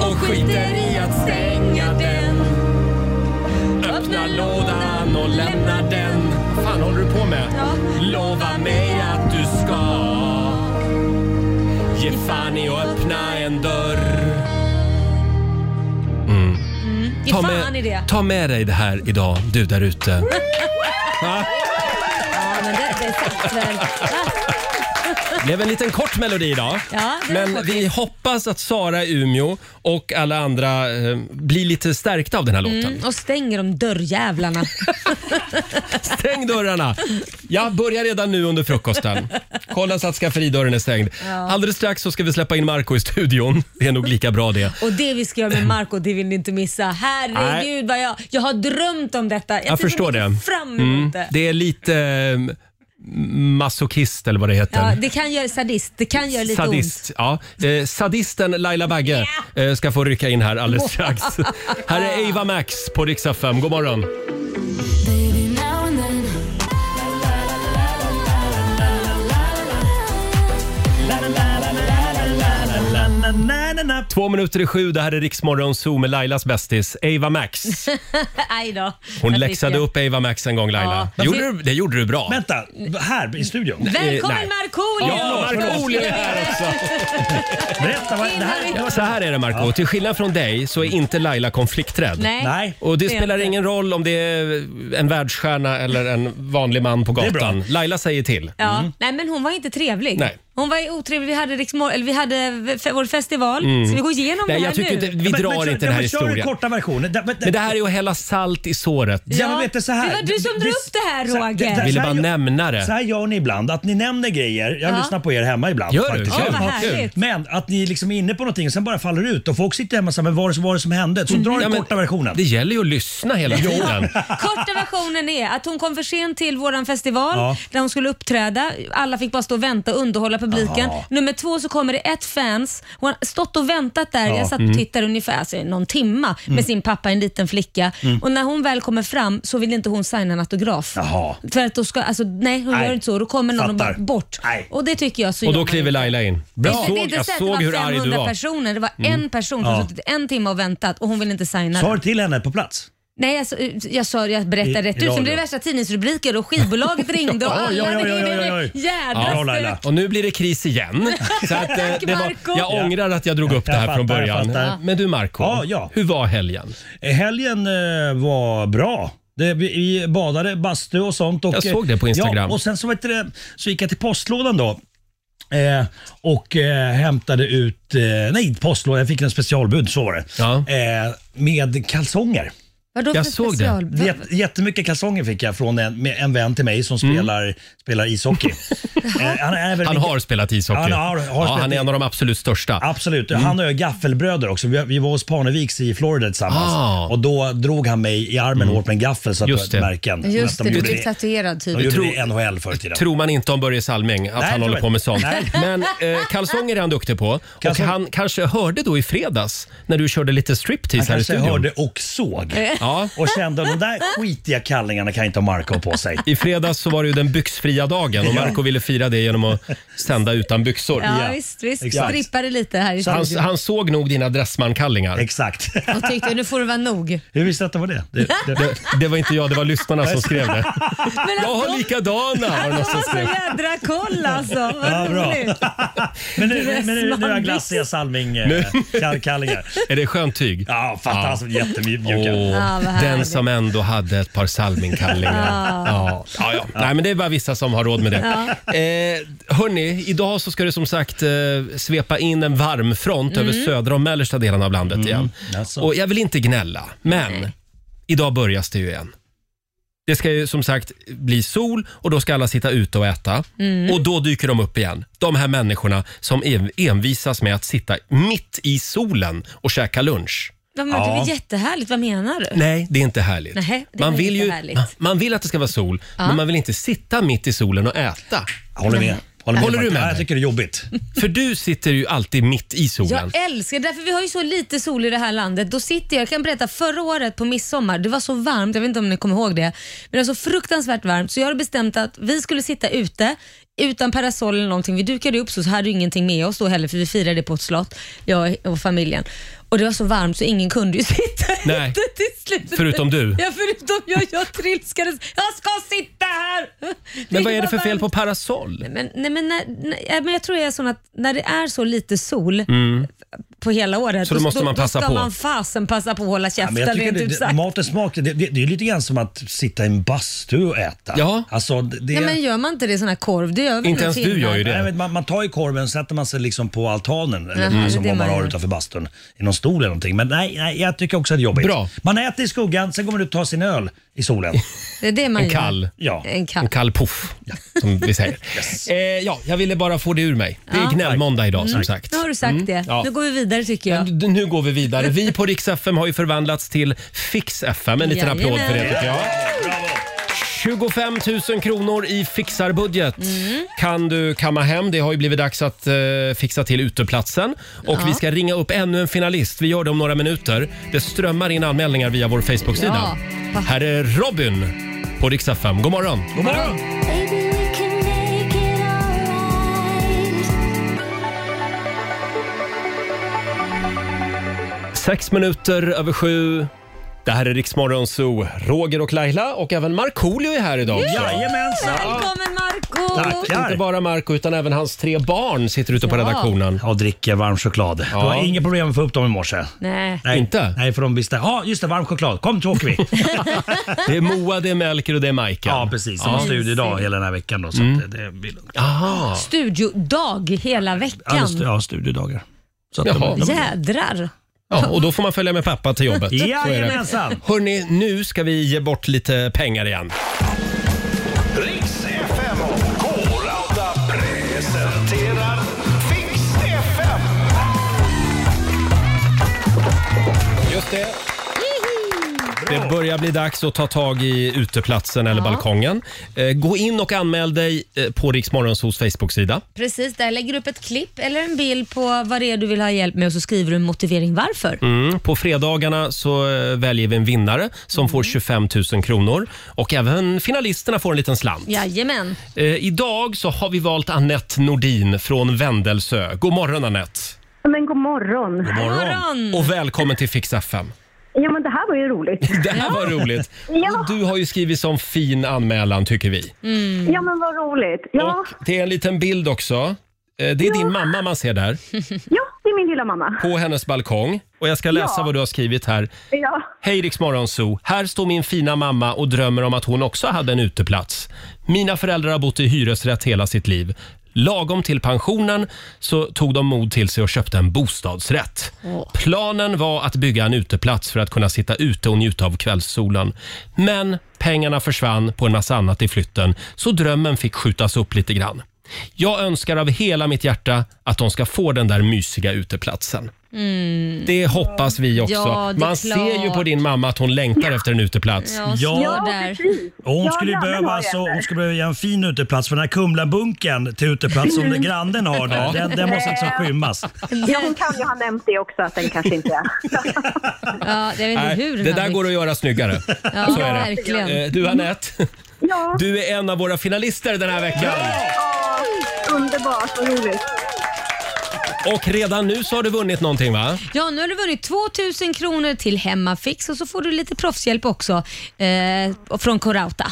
Speaker 1: och skiter i att stänga den. Öppna lådan och lämna den. Vad fan håller du på med? Lova mig att du ska ge fan i att öppna en dörr. Mm.
Speaker 2: Ge
Speaker 1: Ta
Speaker 2: fan i det.
Speaker 1: med, ta med dig det här idag, du där ute.
Speaker 2: Ja,
Speaker 1: Va?
Speaker 2: men det, det satt väl.
Speaker 1: Det blev en liten kort melodi idag.
Speaker 2: Ja, det var
Speaker 1: Men
Speaker 2: kort.
Speaker 1: vi hoppas att Sara i Umeå och alla andra eh, blir lite stärkta av den här låten.
Speaker 2: Mm, och stänger de dörrjävlarna.
Speaker 1: Stäng dörrarna! Jag börjar redan nu under frukosten. Kolla så att skafferidörren är stängd.
Speaker 2: Ja.
Speaker 1: Alldeles strax så ska vi släppa in Marco i studion. Det är nog lika bra det.
Speaker 2: Och det vi ska göra med Marco, det vill ni inte missa. Herregud vad jag, jag har drömt om detta. Jag,
Speaker 1: Jag,
Speaker 2: ser så
Speaker 1: förstår
Speaker 2: mycket
Speaker 1: det. Mm.
Speaker 2: fram emot det.
Speaker 1: Det är lite eh, masochist eller vad det heter.
Speaker 2: Ja, det kan göra sadist. Det kan göra lite ont.
Speaker 1: Sadist, ja. eh, sadisten Laila Bagge eh, ska få rycka in här alldeles strax. här är Ava Max på Rix FM. God morgon! Två minuter i sju, det här är Riksmorgon Zoo med Lailas bästis Ava Max.
Speaker 2: Aj då.
Speaker 1: Hon
Speaker 2: Jag
Speaker 1: läxade
Speaker 2: fick det.
Speaker 1: upp Ava Max en gång Laila.
Speaker 2: Ja.
Speaker 1: Gjorde du, det gjorde du bra. Eh,
Speaker 11: Vänta, här i studion?
Speaker 2: Välkommen Markoolio!
Speaker 1: Ja, Markoolio är här också.
Speaker 11: Berätta, vad, det här,
Speaker 1: Ja, Så här är det Marco. till skillnad från dig så är inte Laila konflikträdd.
Speaker 11: Nej. Nej.
Speaker 1: Och det
Speaker 11: Det är
Speaker 1: spelar ingen roll om det är en världsstjärna eller en vanlig man på
Speaker 11: Det är bra.
Speaker 1: gatan. Laila säger till.
Speaker 2: Ja. Nej, men hon var inte trevlig.
Speaker 1: Mm. Nej.
Speaker 2: Hon var ju otrevlig. Vi hade, riksmor- eller vi hade fe- vår festival.
Speaker 1: Mm.
Speaker 2: Ska vi gå igenom
Speaker 1: Nej,
Speaker 2: det här
Speaker 1: jag tycker
Speaker 2: nu?
Speaker 1: inte- vi drar
Speaker 11: kör-
Speaker 1: inte den
Speaker 11: ja,
Speaker 1: här
Speaker 11: men kör den
Speaker 1: historien.
Speaker 11: korta versionen. Det-
Speaker 1: Men det här är ju att hälla salt i såret.
Speaker 11: Ja, men vet du, så här,
Speaker 2: det var du som drog upp det här,
Speaker 11: så-
Speaker 2: Roger.
Speaker 11: så här
Speaker 1: Ville bara
Speaker 11: gör-
Speaker 1: nämna det.
Speaker 11: Så här gör ni ibland, att ni nämner grejer. Jag
Speaker 2: Ja.
Speaker 11: lyssnar på er hemma ibland.
Speaker 1: Gör du?
Speaker 11: faktiskt.
Speaker 1: Kul.
Speaker 11: Ja.
Speaker 1: Åh, vad härligt.
Speaker 11: Men att ni liksom är inne på någonting och sen bara faller ut och folk sitter hemma och säger “men vad var det som, var det som hände?” Så
Speaker 2: Mm.
Speaker 11: dra den
Speaker 1: Ja, men
Speaker 11: korta versionen.
Speaker 1: Det gäller ju att lyssna hela
Speaker 11: Jo.
Speaker 1: tiden.
Speaker 2: Korta versionen är att hon kom för sent till våran festival
Speaker 1: Ja.
Speaker 2: där hon skulle uppträda. Alla fick bara stå och vänta och underhålla publiken.
Speaker 1: Ja.
Speaker 2: Nummer två så kommer det ett fans. Hon har stått och väntat där.
Speaker 10: Ja.
Speaker 2: Jag satt
Speaker 10: Mm.
Speaker 2: och tittade ungefär alltså, någon timma
Speaker 10: Mm.
Speaker 2: med sin pappa, en liten flicka.
Speaker 10: Mm.
Speaker 2: Och när hon väl kommer fram så vill inte hon signa en autograf.
Speaker 1: Jaha.
Speaker 2: För att då ska, alltså, nej, hon
Speaker 1: Nej.
Speaker 2: gör inte så. Då kommer någon och bara
Speaker 1: Fattar.
Speaker 2: bort. Och det tycker jag så gör
Speaker 1: Och då
Speaker 2: man
Speaker 1: kliver
Speaker 2: inte.
Speaker 1: Laila in.
Speaker 2: Det är
Speaker 1: Jag
Speaker 2: inte- det är
Speaker 1: såg,
Speaker 2: inte
Speaker 1: jag
Speaker 2: säkert att det
Speaker 1: såg
Speaker 2: var
Speaker 1: hur arg du
Speaker 2: 500
Speaker 1: var.
Speaker 2: personer. Det var
Speaker 1: Mm.
Speaker 2: en person som
Speaker 1: Ja.
Speaker 2: suttit en timme och väntat och hon ville inte signa
Speaker 11: Sa
Speaker 2: den.
Speaker 11: du till henne på plats?
Speaker 2: Nej, alltså, jag sa jag
Speaker 11: I-
Speaker 2: berättade
Speaker 11: i
Speaker 2: rätt ut. Sen
Speaker 11: radio.
Speaker 2: blev det värsta tidningsrubriker och skivbolaget ringde och
Speaker 1: Ja,
Speaker 2: alla
Speaker 1: ja, ja, ja, ja, ja.
Speaker 2: jädra stök.
Speaker 1: Och nu blir det kris igen. Så att, eh,
Speaker 2: Tack,
Speaker 1: det var,
Speaker 2: Marco.
Speaker 1: jag ångrar att jag drog upp det
Speaker 11: Jag
Speaker 1: här från
Speaker 11: fattar, jag
Speaker 1: början.
Speaker 11: fattar.
Speaker 1: Men du Marco,
Speaker 11: Ja, ja.
Speaker 1: hur var helgen?
Speaker 11: Helgen eh, var bra. Det, vi, vi badade, bastu och eh, sånt. Och,
Speaker 1: Jag såg det på Instagram.
Speaker 11: Ja, och sen så, vet du, det, så gick jag till postlådan då. Eh, och eh, hämtade ut, eh, nej postlåda, jag fick en specialbud, så var det. Eh, med kalsonger.
Speaker 2: Vadå för Jag såg det. special-
Speaker 11: Jät- jättemycket kalsonger fick jag från en, med en vän till mig som
Speaker 1: Mm.
Speaker 11: spelar, spelar ishockey. Eh, han, är väl
Speaker 1: Han
Speaker 11: mycket-
Speaker 1: har spelat ishockey.
Speaker 11: Han, har, har
Speaker 1: ja,
Speaker 11: spelat
Speaker 1: han är en av de absolut största.
Speaker 11: Absolut.
Speaker 1: Mm.
Speaker 11: Han och jag är gaffelbröder också. Vi, vi var hos Parneviks i Florida tillsammans.
Speaker 1: Ah. Mm.
Speaker 11: Och då drog han mig i armen hårt med en gaffel så att
Speaker 1: Just
Speaker 11: det
Speaker 1: det.
Speaker 11: var märken.
Speaker 2: Just
Speaker 11: Så
Speaker 2: det,
Speaker 11: att de
Speaker 2: du
Speaker 11: gjorde
Speaker 2: blev tatuerad
Speaker 11: De
Speaker 2: tydligen.
Speaker 11: gjorde det i NHL förr i tiden.
Speaker 1: Typ. Tror man inte om Börje Salming att
Speaker 11: Nej,
Speaker 1: han
Speaker 11: tror
Speaker 1: håller
Speaker 11: jag
Speaker 1: på med
Speaker 11: inte.
Speaker 1: sånt.
Speaker 11: Nej.
Speaker 1: Men eh, kalsonger är han duktig på. Och
Speaker 11: Kalsonger.
Speaker 1: han kanske hörde då i fredags när du körde lite
Speaker 11: Han
Speaker 1: striptease här i
Speaker 11: kanske
Speaker 1: studion.
Speaker 11: hörde och såg
Speaker 1: Ja.
Speaker 11: och kände de där skitiga kallingarna kan inte ha Marco på sig.
Speaker 1: I fredags så var det ju den byxfria dagen och
Speaker 11: Ja.
Speaker 1: Marco ville fira det genom att sända utan byxor.
Speaker 2: Ja, visst, visst. Strippade lite här i
Speaker 1: Så han,
Speaker 2: studion.
Speaker 1: han såg nog dina dressmankallingar.
Speaker 11: Exakt.
Speaker 2: Och tyckte nu får det vara nog.
Speaker 11: Hur visste du att det var det?
Speaker 1: Det, det, det var inte jag, det var lyssnarna som skrev det.
Speaker 2: Men
Speaker 1: Jag har likadana var det
Speaker 2: Han
Speaker 1: någon
Speaker 2: har
Speaker 1: som
Speaker 2: så
Speaker 1: skrev.
Speaker 2: jädra koll alltså.
Speaker 11: Ja,
Speaker 2: Vad
Speaker 11: bra.
Speaker 2: roligt.
Speaker 11: Men nu, men nu, nu har jag
Speaker 2: Dressman.
Speaker 11: glassiga eh, Salming-kallingar.
Speaker 1: Är det skönt tyg?
Speaker 11: Ja, fantastiskt. Jättemjuka.
Speaker 1: Åh,
Speaker 2: Ja, vad härligt.
Speaker 1: den som ändå hade ett par Salmingkallingar.
Speaker 2: Ja.
Speaker 1: Ja. Ja, ja. Nej, men det är bara vissa som har råd med det. Eh, hörni, idag så ska det som sagt eh, svepa in en varm front
Speaker 6: Mm.
Speaker 1: över södra och mellersta delen av landet
Speaker 2: Mm,
Speaker 1: igen.
Speaker 11: alltså.
Speaker 1: Och jag vill inte gnälla, men idag börjas det ju igen. Det ska ju som sagt bli sol och då ska alla sitta ute och äta.
Speaker 6: Mm.
Speaker 1: Och då dyker de upp igen. De här människorna som en- envisas med att sitta mitt i solen och käka lunch.
Speaker 2: Men Det är väl jättehärligt, vad menar du?
Speaker 1: Nej, det är inte härligt.
Speaker 2: Nej, det
Speaker 1: man
Speaker 2: var
Speaker 1: vill
Speaker 2: inte
Speaker 1: ju
Speaker 2: härligt.
Speaker 1: man- man vill att det ska vara sol,
Speaker 2: Ja.
Speaker 1: men man vill inte sitta mitt i solen och äta.
Speaker 11: Håller med. Håller med,
Speaker 1: du
Speaker 11: Martin.
Speaker 1: med?
Speaker 11: Ja, jag tycker det är jobbigt.
Speaker 1: För du sitter ju alltid mitt i solen.
Speaker 2: Jag älskar därför vi har ju så lite sol i det här landet. Då sitter jag, jag kan berätta förra året på midsommar, det var så varmt, jag vet inte om ni kommer ihåg det, men det var så fruktansvärt varmt så jag hade bestämt att vi skulle sitta ute utan parasoll eller någonting. Vi dukade upp så, så hade vi ingenting med oss då heller för vi firade på ett slott, jag och familjen. Och det var så varmt så ingen kunde ju sitta
Speaker 1: Nej.
Speaker 2: ute till slut.
Speaker 1: Förutom du.
Speaker 2: Ja, förutom jag. Jag trilskades. Jag ska sitta här!
Speaker 1: Men vad är det
Speaker 2: var
Speaker 1: för fel
Speaker 2: varmt.
Speaker 1: på parasoll?
Speaker 2: Nej, men, nej, men, när, nej, men jag tror jag är sån att när det är så lite sol
Speaker 1: Mm.
Speaker 2: på hela året,
Speaker 11: Så då måste man passa
Speaker 2: då ska
Speaker 11: på.
Speaker 2: man fasen passa på att hålla
Speaker 11: Ja,
Speaker 2: käften typ
Speaker 11: men jag tycker
Speaker 2: rent
Speaker 11: det,
Speaker 2: ut
Speaker 11: det,
Speaker 2: sagt.
Speaker 11: matens smak, det, det, det är lite grann som att sitta i en bastu och äta. Ja. Alltså, det, det,
Speaker 2: Ja, men gör man inte det i sån här korv, det gör väl finnar?
Speaker 11: Nej, men man, man tar ju korven, sätter man sig liksom på altanen, eller
Speaker 2: Jaha,
Speaker 11: som
Speaker 2: det är
Speaker 11: vad man
Speaker 2: man
Speaker 11: har
Speaker 2: gör.
Speaker 11: utanför bastun, i någon stol eller någonting. Men nej, nej jag tycker också att det är jobbigt. Bra. Man äter i skuggan, sen går man ut och tar sin öl i solen.
Speaker 2: Det är det man
Speaker 11: En
Speaker 2: gör.
Speaker 11: kall. Ja.
Speaker 2: En kall.
Speaker 1: En kall puff, som vi säger. eh, ja, jag ville bara få det ur mig. Det är
Speaker 2: Ja.
Speaker 1: gnällmåndag idag som
Speaker 2: Mm,
Speaker 1: sagt.
Speaker 2: Nu har du sagt
Speaker 1: Mm,
Speaker 2: det.
Speaker 1: ja.
Speaker 2: Nu går vi vidare tycker jag.
Speaker 1: D- Nu går vi vidare. Vi på Rix FM har ju förvandlats till Fix FM. En liten applåd för det
Speaker 6: Jajamän.
Speaker 1: tycker jag. 25 000 kronor i fixarbudget kan du kamma hem. Det har ju blivit dags att eh, fixa till uteplatsen. Och
Speaker 6: Ja.
Speaker 1: vi ska ringa upp ännu en finalist. Vi gör det om några minuter. Det strömmar in anmälningar via vår Facebook-sida. Här är Robin på Rix FM. God morgon!
Speaker 11: God morgon!
Speaker 1: Sex minuter över sju. Det här är Riksmorgon Zoo. Roger och Laila och även Markoolio är här idag. också.
Speaker 2: Välkommen Marco
Speaker 1: Inte bara Marco utan även hans tre barn sitter ute på
Speaker 2: Ja.
Speaker 1: redaktionen.
Speaker 11: Och dricker varm choklad. Det var inga problem att få upp dem i morse.
Speaker 2: Nej.
Speaker 1: Inte?
Speaker 11: Nej, för de visste. Ja, just det, varm choklad. Kom så åker vi.
Speaker 1: det är Moa, det är Melker och det är Majken.
Speaker 11: Ja, precis. De har
Speaker 1: Ja.
Speaker 11: studiedag hela den här veckan då, så
Speaker 1: Mm.
Speaker 11: att det, det blir lugnt.
Speaker 1: Aha.
Speaker 2: Studiodag hela
Speaker 11: Ja,
Speaker 2: veckan.
Speaker 11: just det, ja, studiedagar. Så att
Speaker 1: Jaha.
Speaker 11: de-
Speaker 2: Jädrar.
Speaker 1: Ja, och då får man följa med pappa till jobbet. Så är det.
Speaker 6: Jajamensan.
Speaker 1: Hörni, nu ska vi ge bort lite pengar igen.
Speaker 6: Riks FM och K-Rauta presenterar Fix FM.
Speaker 1: Just det. Det börjar bli dags att ta tag i uteplatsen eller balkongen. Eh, Gå in och anmäl dig eh, på Riksmorgonsos Facebook-sida.
Speaker 2: Precis, där lägger du upp ett klipp eller en bild på vad det är du vill ha hjälp med och så skriver du en motivering varför.
Speaker 1: Mm. På fredagarna så eh, väljer vi en vinnare som får 25 000 kronor och även finalisterna får en liten slant.
Speaker 2: Jajamän.
Speaker 1: Eh, idag så har vi valt Annette Nordin från Vändelsö. God morgon Annette!
Speaker 12: Men god morgon.
Speaker 1: Och välkommen till Fix FM.
Speaker 12: Ja, men det här var ju roligt.
Speaker 1: Det här var roligt.
Speaker 12: Ja.
Speaker 1: Och du har ju skrivit som fin anmälan tycker vi.
Speaker 2: Mm.
Speaker 12: Ja, men vad roligt. Ja.
Speaker 1: Det är en liten bild också. Eh, Det är din mamma man ser där,
Speaker 12: ja, det är min lilla mamma.
Speaker 1: på hennes balkong. Och jag ska läsa
Speaker 12: Ja.
Speaker 1: vad du har skrivit här.
Speaker 12: Ja,
Speaker 1: Hej Rix Morgonzoo. Här står min fina mamma och drömmer om att hon också hade en uteplats. Mina föräldrar har bott i hyresrätt hela sitt liv. Lagom till pensionen så tog de mod till sig och köpte en bostadsrätt.
Speaker 6: Åh.
Speaker 1: Planen var att bygga en uteplats för att kunna sitta ute och njuta av kvällssolen. Men pengarna försvann på en massa annat i flytten, så drömmen fick skjutas upp lite grann. Jag önskar av hela mitt hjärta att de ska få den där mysiga uteplatsen.
Speaker 2: Mm.
Speaker 1: Det hoppas vi också.
Speaker 2: Ja, det är klart.
Speaker 1: Man ser ju på din mamma att hon längtar efter en uteplats.
Speaker 2: Ja, ja där.
Speaker 11: Och hon, skulle ju behöva, alltså, hon skulle behöva ge en fin uteplats för den här Kumlabunken till uteplats som
Speaker 12: Mm.
Speaker 11: grannen har där,
Speaker 12: Ja.
Speaker 11: den, den måste liksom skymmas.
Speaker 12: Ja, hon kan ju ha nämnt det också, att den kanske inte är...
Speaker 2: ja, jag vet inte
Speaker 1: Nej,
Speaker 2: hur
Speaker 1: det där går att göra snyggare.
Speaker 2: Ja,
Speaker 1: Så är det.
Speaker 2: verkligen.
Speaker 1: Eh, Du Anette, du är en av våra finalister den här veckan.
Speaker 12: Underbart, vad roligt.
Speaker 1: Och redan nu så har du vunnit någonting va?
Speaker 2: Ja, nu har du vunnit 2000 kronor till Hemmafix och så får du lite proffshjälp också eh, från Mm. Corauta.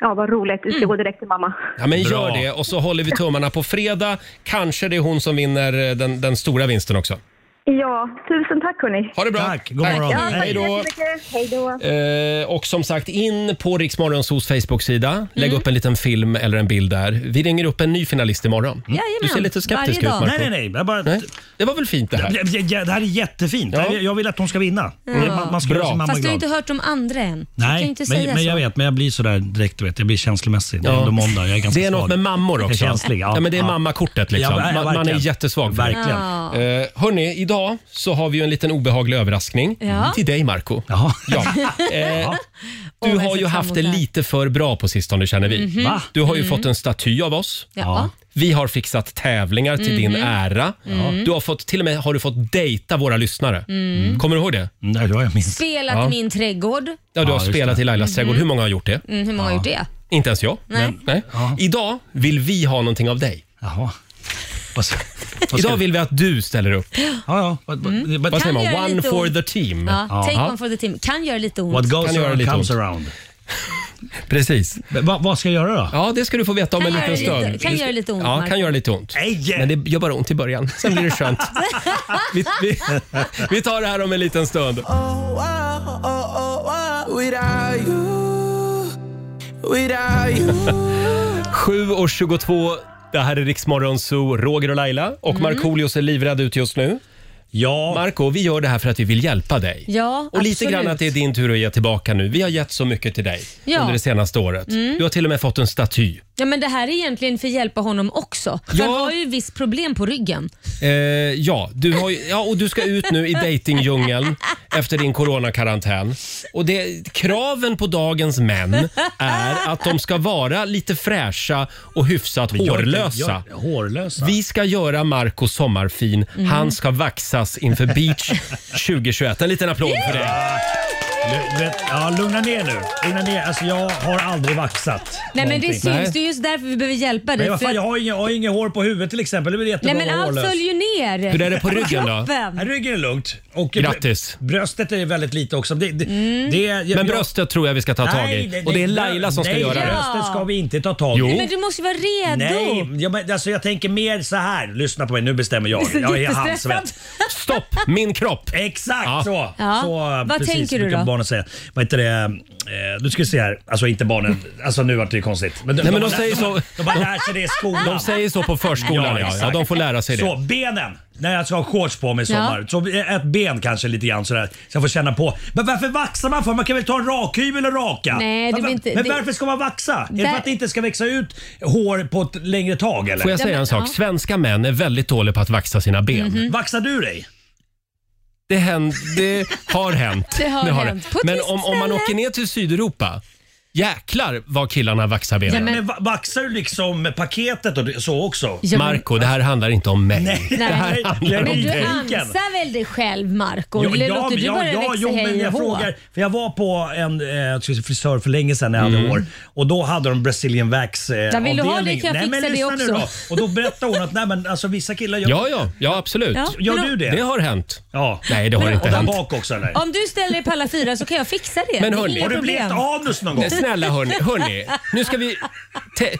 Speaker 12: Ja, vad roligt. Det ska gå direkt till mamma.
Speaker 1: Ja men
Speaker 12: Bra.
Speaker 1: gör det och så håller vi tummarna på fredag. Kanske det är hon som vinner eh, den, den stora vinsten också.
Speaker 12: Ja, tusen tack hörni.
Speaker 1: Ha det bra. Tack, god morgon.
Speaker 12: Ja,
Speaker 1: Hej
Speaker 12: Hej
Speaker 1: då.
Speaker 12: då. Hej då.
Speaker 1: Eh, och som sagt, in på Riksmorgonsos Facebook-sida. Lägg
Speaker 11: Mm.
Speaker 1: upp en liten film eller en bild där. Vi ringer upp en ny finalist imorgon.
Speaker 11: Mm. Jajamän,
Speaker 1: Du ser lite skeptisk ut
Speaker 11: varje dag.
Speaker 1: Marco.
Speaker 11: Nej, nej, nej, jag bara-
Speaker 1: Det var väl fint det här?
Speaker 11: Ja, ja, ja, Det här är jättefint.
Speaker 1: Ja. Mm.
Speaker 11: Jag- Jag vill att hon ska vinna. Man, man ska göra sin mamma
Speaker 2: Fast du har
Speaker 11: glad.
Speaker 2: inte hört de andra än. Du kan ju
Speaker 11: Nej,
Speaker 2: inte
Speaker 11: men,
Speaker 2: säga
Speaker 11: men
Speaker 2: så.
Speaker 11: jag vet, men jag blir sådär direkt. du Vet, jag blir känslomässig. Det är
Speaker 1: Ja.
Speaker 11: ändå måndag. Jag är ganska
Speaker 1: Det är något
Speaker 11: svag.
Speaker 1: med mammor
Speaker 11: Jag är
Speaker 1: också.
Speaker 11: känslig, ja.
Speaker 1: ja, men det är
Speaker 11: Ja.
Speaker 1: mammakortet liksom.
Speaker 11: Ja, ver-
Speaker 1: man, man är
Speaker 11: verkligen.
Speaker 1: jättesvag för det.
Speaker 11: Verkligen.
Speaker 2: Ja.
Speaker 1: Eh, hörni, idag så har vi ju en liten obehaglig överraskning
Speaker 2: Ja.
Speaker 1: till dig Marco. Ja. Eh,
Speaker 2: Åh,
Speaker 1: du
Speaker 2: jag
Speaker 1: har
Speaker 2: ser
Speaker 1: ju
Speaker 2: fram
Speaker 1: haft det
Speaker 2: emot här.
Speaker 1: lite för bra på sistone känner vi.
Speaker 2: Mhm. Va?
Speaker 1: Du har ju
Speaker 2: Mm.
Speaker 1: fått en staty av oss.
Speaker 2: Ja.
Speaker 1: Vi har fixat tävlingar till din
Speaker 2: Mhm.
Speaker 1: ära.
Speaker 2: Mm.
Speaker 1: Du har fått, till och med har du fått dejta våra lyssnare.
Speaker 2: Mm.
Speaker 1: Kommer du ihåg det?
Speaker 11: Nej, det har jag minst.
Speaker 2: Spelat
Speaker 1: Ja.
Speaker 2: i min trädgård.
Speaker 1: Ja, du har spelat i Lailas
Speaker 2: Mhm.
Speaker 1: trädgård. Hur många har gjort det?
Speaker 2: Mm, hur många har gjort det?
Speaker 1: Inte ens jag.
Speaker 2: Nej.
Speaker 1: Nej. Idag vill vi ha någonting av dig. Idag vill vi att du ställer upp.
Speaker 2: Mm.
Speaker 1: Vad säger
Speaker 2: Kan
Speaker 1: man?
Speaker 2: göra
Speaker 1: One
Speaker 2: lite
Speaker 1: for
Speaker 2: ont.
Speaker 1: the team.
Speaker 2: Ja, take one for the team. Kan göra lite ont.
Speaker 1: What goes
Speaker 2: Kan göra
Speaker 1: around
Speaker 2: lite
Speaker 1: comes
Speaker 2: ont.
Speaker 11: around.
Speaker 1: Precis.
Speaker 11: vad ska jag göra då?
Speaker 1: Ja, det ska du få veta om
Speaker 2: Kan
Speaker 1: en liten
Speaker 2: göra lite-
Speaker 1: stund.
Speaker 2: kan göra lite ont,
Speaker 1: Ja,
Speaker 2: Marco.
Speaker 1: kan göra lite ont.
Speaker 11: Nej.
Speaker 1: Men det gör bara ont i början. Sen blir det skönt. vi, vi, vi tar det här om en liten stund.
Speaker 6: Without you, without you
Speaker 1: 7 och 22. Det här är Riksmorgon Zoo, Roger och Laila. Och
Speaker 2: Mm.
Speaker 1: Markoolios är livrädd ut just nu.
Speaker 11: Ja.
Speaker 1: Marco, vi gör det här för att vi vill hjälpa dig.
Speaker 2: Ja,
Speaker 1: Och
Speaker 2: absolut.
Speaker 1: lite grann att det är din tur att ge tillbaka nu. Vi har gett så mycket till dig
Speaker 2: Ja.
Speaker 1: under det senaste året.
Speaker 2: Mm.
Speaker 1: Du har till och med fått en staty.
Speaker 2: Ja, men det här är egentligen för att hjälpa honom också. Han har ju visst problem på ryggen.
Speaker 1: Eh, ja, du har, ju- ja, och du ska ut nu i datingdjungeln efter din coronakarantän. Och det, kraven på dagens män är att de ska vara lite fräscha och hyfsat
Speaker 11: Men jag-
Speaker 1: hårlösa.
Speaker 11: jag- Hårlösa?
Speaker 1: Vi ska göra Marco sommarfin.
Speaker 11: Mm.
Speaker 1: Han ska vaxas inför beach 2021. En liten applåd för det.
Speaker 11: Lu- vet- Ja, lugna ner nu. Lugna ner. Alltså, jag har aldrig vaxat.
Speaker 2: Nej, men det
Speaker 11: någonting.
Speaker 2: syns. Det är just därför vi behöver hjälpa dig.
Speaker 11: Men vad
Speaker 2: för
Speaker 11: fan,
Speaker 2: att-
Speaker 11: jag har inget, jag har inget hår på huvudet till exempel. Det är väl jättebra
Speaker 2: Nej, men
Speaker 11: att vara
Speaker 2: allt
Speaker 11: hårlös.
Speaker 2: följer ner. kroppen.
Speaker 11: Ja, Ryggen är lugnt. Och
Speaker 1: Grattis.
Speaker 11: Bröstet är väldigt lite också. Det, det,
Speaker 2: Mm.
Speaker 11: det, jag,
Speaker 1: Men
Speaker 11: jag-
Speaker 1: bröstet tror jag vi ska ta tag
Speaker 11: Nej,
Speaker 1: i. Och det är Laila som ska
Speaker 11: nej,
Speaker 1: göra
Speaker 11: Nej,
Speaker 1: det.
Speaker 11: bröstet ska vi inte ta tag i.
Speaker 1: Jo.
Speaker 2: Nej, men du måste ju vara redo.
Speaker 11: Nej, jag, men, alltså, jag tänker mer så här. Lyssna på mig, nu bestämmer jag. Jag är
Speaker 2: Jättestressad.
Speaker 11: handsvett.
Speaker 1: Stopp, min kropp!
Speaker 11: Exakt
Speaker 2: Ja.
Speaker 11: så!
Speaker 2: Ja.
Speaker 11: så
Speaker 2: Vad tänker du
Speaker 11: brukar
Speaker 2: då?
Speaker 11: Barnen säga. Vad heter det? Eh, nu ska vi se här. Alltså inte barnen. Alltså nu vart det ju konstigt. Men
Speaker 1: Nej, men de säger
Speaker 11: de,
Speaker 1: så-
Speaker 11: De, de bara lär sig det i skolan.
Speaker 1: De säger så på förskolan, ja. ja
Speaker 11: exakt.
Speaker 1: de får lära sig det.
Speaker 11: liksom. Så benen. När jag ska ha shorts på mig i
Speaker 1: Ja.
Speaker 11: sommar. Så eh, ett ben kanske lite grann sådär. Så jag får känna på. Men varför vaxar man för? Man kan väl ta en rakhyvel och raka?
Speaker 2: Nej, det
Speaker 11: varför,
Speaker 2: blir inte-
Speaker 11: men
Speaker 2: det-
Speaker 11: varför ska man vaxa? Är det
Speaker 2: Där-
Speaker 11: för att det inte ska växa ut hår på ett längre tag eller?
Speaker 1: Får jag säga en sak? Svenska män är väldigt dåliga på att vaxa sina ben.
Speaker 11: Vaxar du dig?
Speaker 1: Det, händ, det har hänt.
Speaker 11: Det har hänt. På ett
Speaker 1: Men
Speaker 11: visst
Speaker 1: om, om man
Speaker 11: ställe.
Speaker 1: åker ner till Sydeuropa, jäklar vad killarna vaxar
Speaker 11: Ja,
Speaker 1: benen.
Speaker 11: men... va- vaxar du liksom paketet och det- så också?
Speaker 2: Ja, men-
Speaker 1: Marco, det här handlar inte om mig.
Speaker 11: Nej.
Speaker 1: Det här
Speaker 11: Nej.
Speaker 1: handlar
Speaker 11: Men
Speaker 1: om
Speaker 11: du
Speaker 1: dig.
Speaker 2: Ansar väl dig själv, Marco? Eller låter du bara växa
Speaker 11: jo, men
Speaker 2: hej
Speaker 11: jag
Speaker 2: och hå?
Speaker 11: frågar. För jag var på en eh, ska vi se, frisör för länge sedan när jag
Speaker 1: Mm.
Speaker 11: hade hår och då hade de Brazilian wax eh,
Speaker 2: Där vill du ha det,
Speaker 11: avdelning.
Speaker 2: kan jag
Speaker 11: Nej, men
Speaker 2: fixa det
Speaker 11: lyssna nu
Speaker 2: också.
Speaker 11: Då. Och då berättade hon att nej, men, alltså, vissa killar gör
Speaker 1: Ja, ja, ja absolut.
Speaker 2: Ja,
Speaker 11: Gör
Speaker 2: men
Speaker 11: du det?
Speaker 1: Det har hänt.
Speaker 11: Ja.
Speaker 1: Nej, det har
Speaker 11: Men-
Speaker 1: inte
Speaker 11: och där
Speaker 1: hänt.
Speaker 11: bak också eller?
Speaker 2: Om du ställer dig på alla fyra så kan jag fixa det.
Speaker 1: Men
Speaker 2: Det är
Speaker 1: hörni-
Speaker 2: inga
Speaker 1: Har du
Speaker 2: problem.
Speaker 1: blekt
Speaker 11: anus någon
Speaker 1: Nej, snälla hörni, hörni, nu ska vi... Te-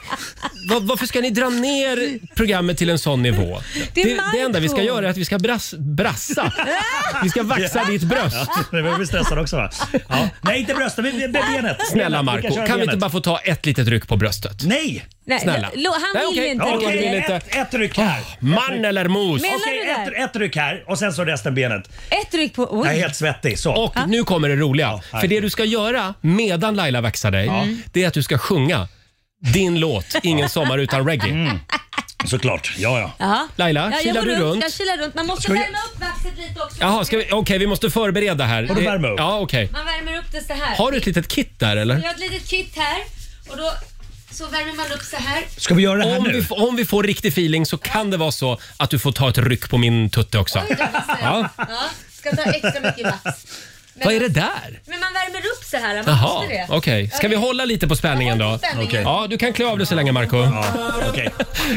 Speaker 1: va- varför ska ni dra ner programmet till en sån nivå?
Speaker 6: Det är
Speaker 1: det, det enda vi ska
Speaker 6: Marco.
Speaker 1: göra är att vi ska bras, brassa. Vi ska vaxa ditt bröst.
Speaker 11: Ja, det blir vi stressade också va? Ja. Nej, inte bröstet, men benet.
Speaker 1: Snälla
Speaker 11: Benet, vi
Speaker 1: Marco,
Speaker 11: köra
Speaker 1: kan vi
Speaker 11: benet.
Speaker 1: inte bara få ta ett litet ryck på bröstet?
Speaker 11: Nej!
Speaker 2: Nej,
Speaker 1: Snälla.
Speaker 2: lo- han vill ju inte,
Speaker 11: Okej,
Speaker 2: Roger.
Speaker 11: Ett, ett ryck här.
Speaker 1: Man eller mos?
Speaker 2: Menar
Speaker 11: Okej,
Speaker 2: du det?
Speaker 11: ett, ett ryck här och sen så resten benet.
Speaker 2: Ett ryck på... Oj.
Speaker 11: Jag är helt svettig. Så.
Speaker 1: Och nu kommer det roliga. För det du ska göra medan Laila vaxar dig,
Speaker 11: Mm.
Speaker 1: det är att du ska sjunga din låt Ingen sommar utan reggae.
Speaker 11: Mm. Såklart, ja ja.
Speaker 2: Ja.
Speaker 1: Laila,
Speaker 2: Ja, jag
Speaker 1: kilar
Speaker 2: går
Speaker 1: du runt?
Speaker 2: Jag kilar runt. Man måste
Speaker 1: Ska vi-
Speaker 2: värma upp vaxet lite också.
Speaker 1: Jaha, ska vi, okej vi måste förbereda här.
Speaker 11: Har du
Speaker 1: Eh,
Speaker 11: värme upp?
Speaker 1: Ja, okej.
Speaker 2: Man värmer upp det så här.
Speaker 1: Har du ett litet kit där
Speaker 2: Jag
Speaker 1: eller?
Speaker 2: har ett litet kit här och då så värmer man upp så här.
Speaker 11: Ska vi göra det här
Speaker 1: om
Speaker 11: nu?
Speaker 1: Vi, f- om vi får riktig feeling så kan det vara så att du får ta ett ryck på min tutte också. Ja.
Speaker 2: Ja, ska ta extra mycket vax. Men-
Speaker 1: Vad är det där?
Speaker 2: Men man värmer upp så här. Man
Speaker 1: Jaha,
Speaker 2: måste det.
Speaker 1: okej. Ska vi hålla lite på spänningen då?
Speaker 2: spänningen. Okej.
Speaker 1: Ja, du kan klä av dig så länge Marco. Ja,
Speaker 11: okej.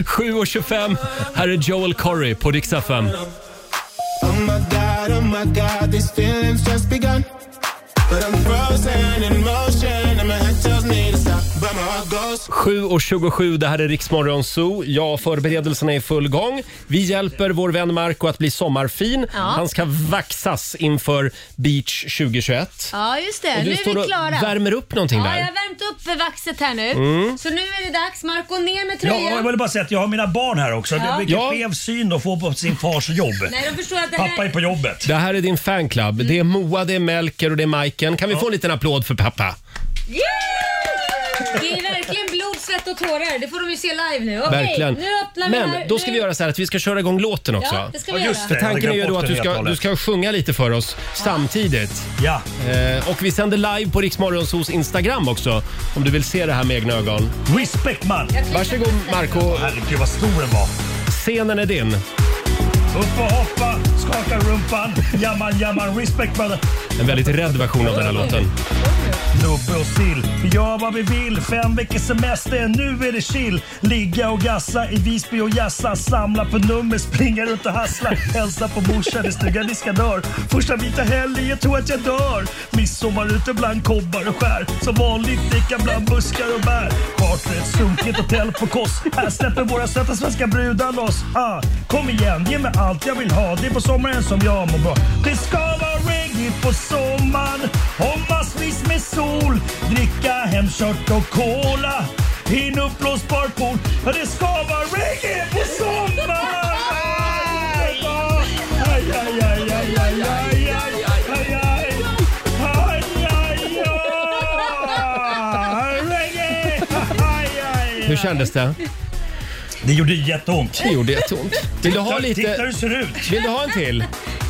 Speaker 1: 7.25, här är Joel Corry på Rix FM.
Speaker 6: Oh my god, oh my god, these feelings just begun. But I'm frozen in motion, and my head tells me to stop, but my heart goes.
Speaker 1: 7.27, det här är Riksmorgon Zoo. Ja, förberedelserna är i full gång. Vi hjälper vår vän Marco att bli sommarfin.
Speaker 2: Ja.
Speaker 1: Han ska vaxas inför Beach 2021.
Speaker 2: Ja, just det.
Speaker 1: Och
Speaker 2: nu
Speaker 1: du
Speaker 2: är
Speaker 1: står
Speaker 2: vi
Speaker 1: och
Speaker 2: klara.
Speaker 1: värmer upp någonting
Speaker 2: ja,
Speaker 1: där.
Speaker 2: jag har värmt upp för vaxet här nu.
Speaker 11: Mm.
Speaker 2: Så nu är det dags. Marco, ner med
Speaker 11: Ja,
Speaker 2: tröjan.
Speaker 11: jag vill bara säga att jag har mina barn här också.
Speaker 2: Ja.
Speaker 11: Vilken
Speaker 2: Ja.
Speaker 11: skev syn de får på sin fars jobb.
Speaker 2: Nej, de förstår att det här... Mm.
Speaker 11: Pappa är på jobbet.
Speaker 1: Det här är din fanclub. Det är Moa, det är Melker och det är Majken. Kan vi få en liten applåd för pappa?
Speaker 2: Yeah! Det är verkligen blod, svett och tårar. Det får de ju se live nu. Okej,
Speaker 1: Verkligen.
Speaker 2: nu öppnar vi
Speaker 1: Men
Speaker 2: här.
Speaker 1: då ska
Speaker 2: Nu-
Speaker 1: vi göra så här att vi ska köra igång låten också.
Speaker 2: Ja, det ska vi Ja, just göra.
Speaker 1: För
Speaker 2: det.
Speaker 1: tanken är
Speaker 11: Jag
Speaker 1: ju
Speaker 11: glömde
Speaker 1: då
Speaker 11: bort
Speaker 1: att du
Speaker 11: den helt
Speaker 1: ska,
Speaker 11: och
Speaker 1: du
Speaker 11: hållet.
Speaker 1: ska sjunga lite för oss samtidigt.
Speaker 11: Ja.
Speaker 1: Eh, och vi sänder live på Riksmorgonsos Instagram också om du vill se det här med egna ögon.
Speaker 11: Respect man!
Speaker 1: Varsågod Marco
Speaker 11: Herregud vad stor den var.
Speaker 1: Scenen är din.
Speaker 11: Upp och hoppa, skaka rumpan, jamman jamman, respect man.
Speaker 1: En väldigt rädd version av den här låten.
Speaker 11: Nubbe och sill, vi gör vad vi vill. Fem veckors semester, nu är det chill. Ligga och gassa i Visby och jassa. Samla på nummer, springa runt och hassla. Hälsa på morsan i stugan diskadör. Första vita helgen, jag tror att jag dör. Midsommar ute bland kobbar och skär. Som vanligt dricka bland buskar och bär. Charter ett sunkigt hotell på Kos. Här släpper våra söta svenska brudar loss. Ah, kom igen, ge mig allt jag vill ha. Det är på sommaren som jag mår bra. Det ska vara reggae på sommaren och massvis med sol. Dricka hemkört och cola i en uppblåsbar pool. Ja, Det ska vara reggae på sommaren! Aj, aj, aj, aj, aj, aj, aj, aj, aj, aj. Aj, aj,
Speaker 13: Ah!
Speaker 11: aj. Reggae! Aj, aj,
Speaker 1: Hur kändes det?
Speaker 11: Det gjorde jätteont.
Speaker 1: Det gjorde jätteont. Vill du ha
Speaker 11: Titta-
Speaker 1: lite...
Speaker 11: titta hur det ser ut.
Speaker 1: Vill du ha en till?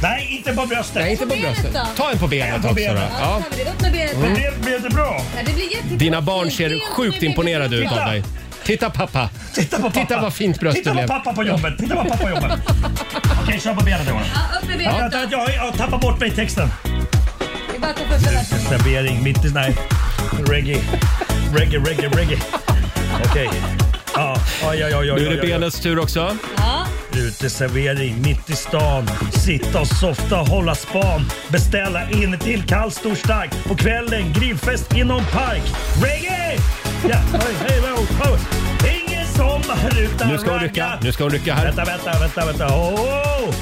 Speaker 11: Nej, inte på bröstet.
Speaker 1: Nej, inte på bröstet. Ta en på benet också då. Ja.
Speaker 2: Ja, då tar vi det. Öppna benet
Speaker 1: Mm.
Speaker 2: här.
Speaker 11: Blev, blev det bra?
Speaker 2: Ja, det blir jättegott.
Speaker 1: Dina barn ser
Speaker 2: Helt
Speaker 1: sjukt
Speaker 2: nyligen.
Speaker 1: imponerade ut av
Speaker 2: Titta.
Speaker 1: dig. Titta pappa!
Speaker 11: Titta på pappa!
Speaker 1: Titta vad fint bröst
Speaker 11: Titta
Speaker 1: det
Speaker 11: på
Speaker 1: blev.
Speaker 11: pappa på jobbet! Titta på pappa på jobbet! Okej, kör på benet Jonas.
Speaker 2: Ja, upp med
Speaker 11: Ja,
Speaker 2: benet
Speaker 11: jag,
Speaker 2: då.
Speaker 11: jag, jag tappar bort mig i texten.
Speaker 2: Det är bara att ta upp benet.
Speaker 11: Servering mitt i... Nej. Reggae. Reggae, reggae, reggae. Okej. Ja, oj, oj, oj, oj,
Speaker 1: Nu är
Speaker 11: oj,
Speaker 1: det
Speaker 11: oj, oj.
Speaker 1: benets tur också.
Speaker 2: Ja.
Speaker 11: Uteservering mitt i stan. Sitta och softa, hålla span. Beställa in till kall stor stark. På kvällen grillfest inom park. Reggae! Ja, hej, hej, hej, hej. Ingen sommar utan
Speaker 1: Nu ska hon rycka. Nu ska hon rycka här.
Speaker 11: Vänta, vänta, vänta, vänta. Oh!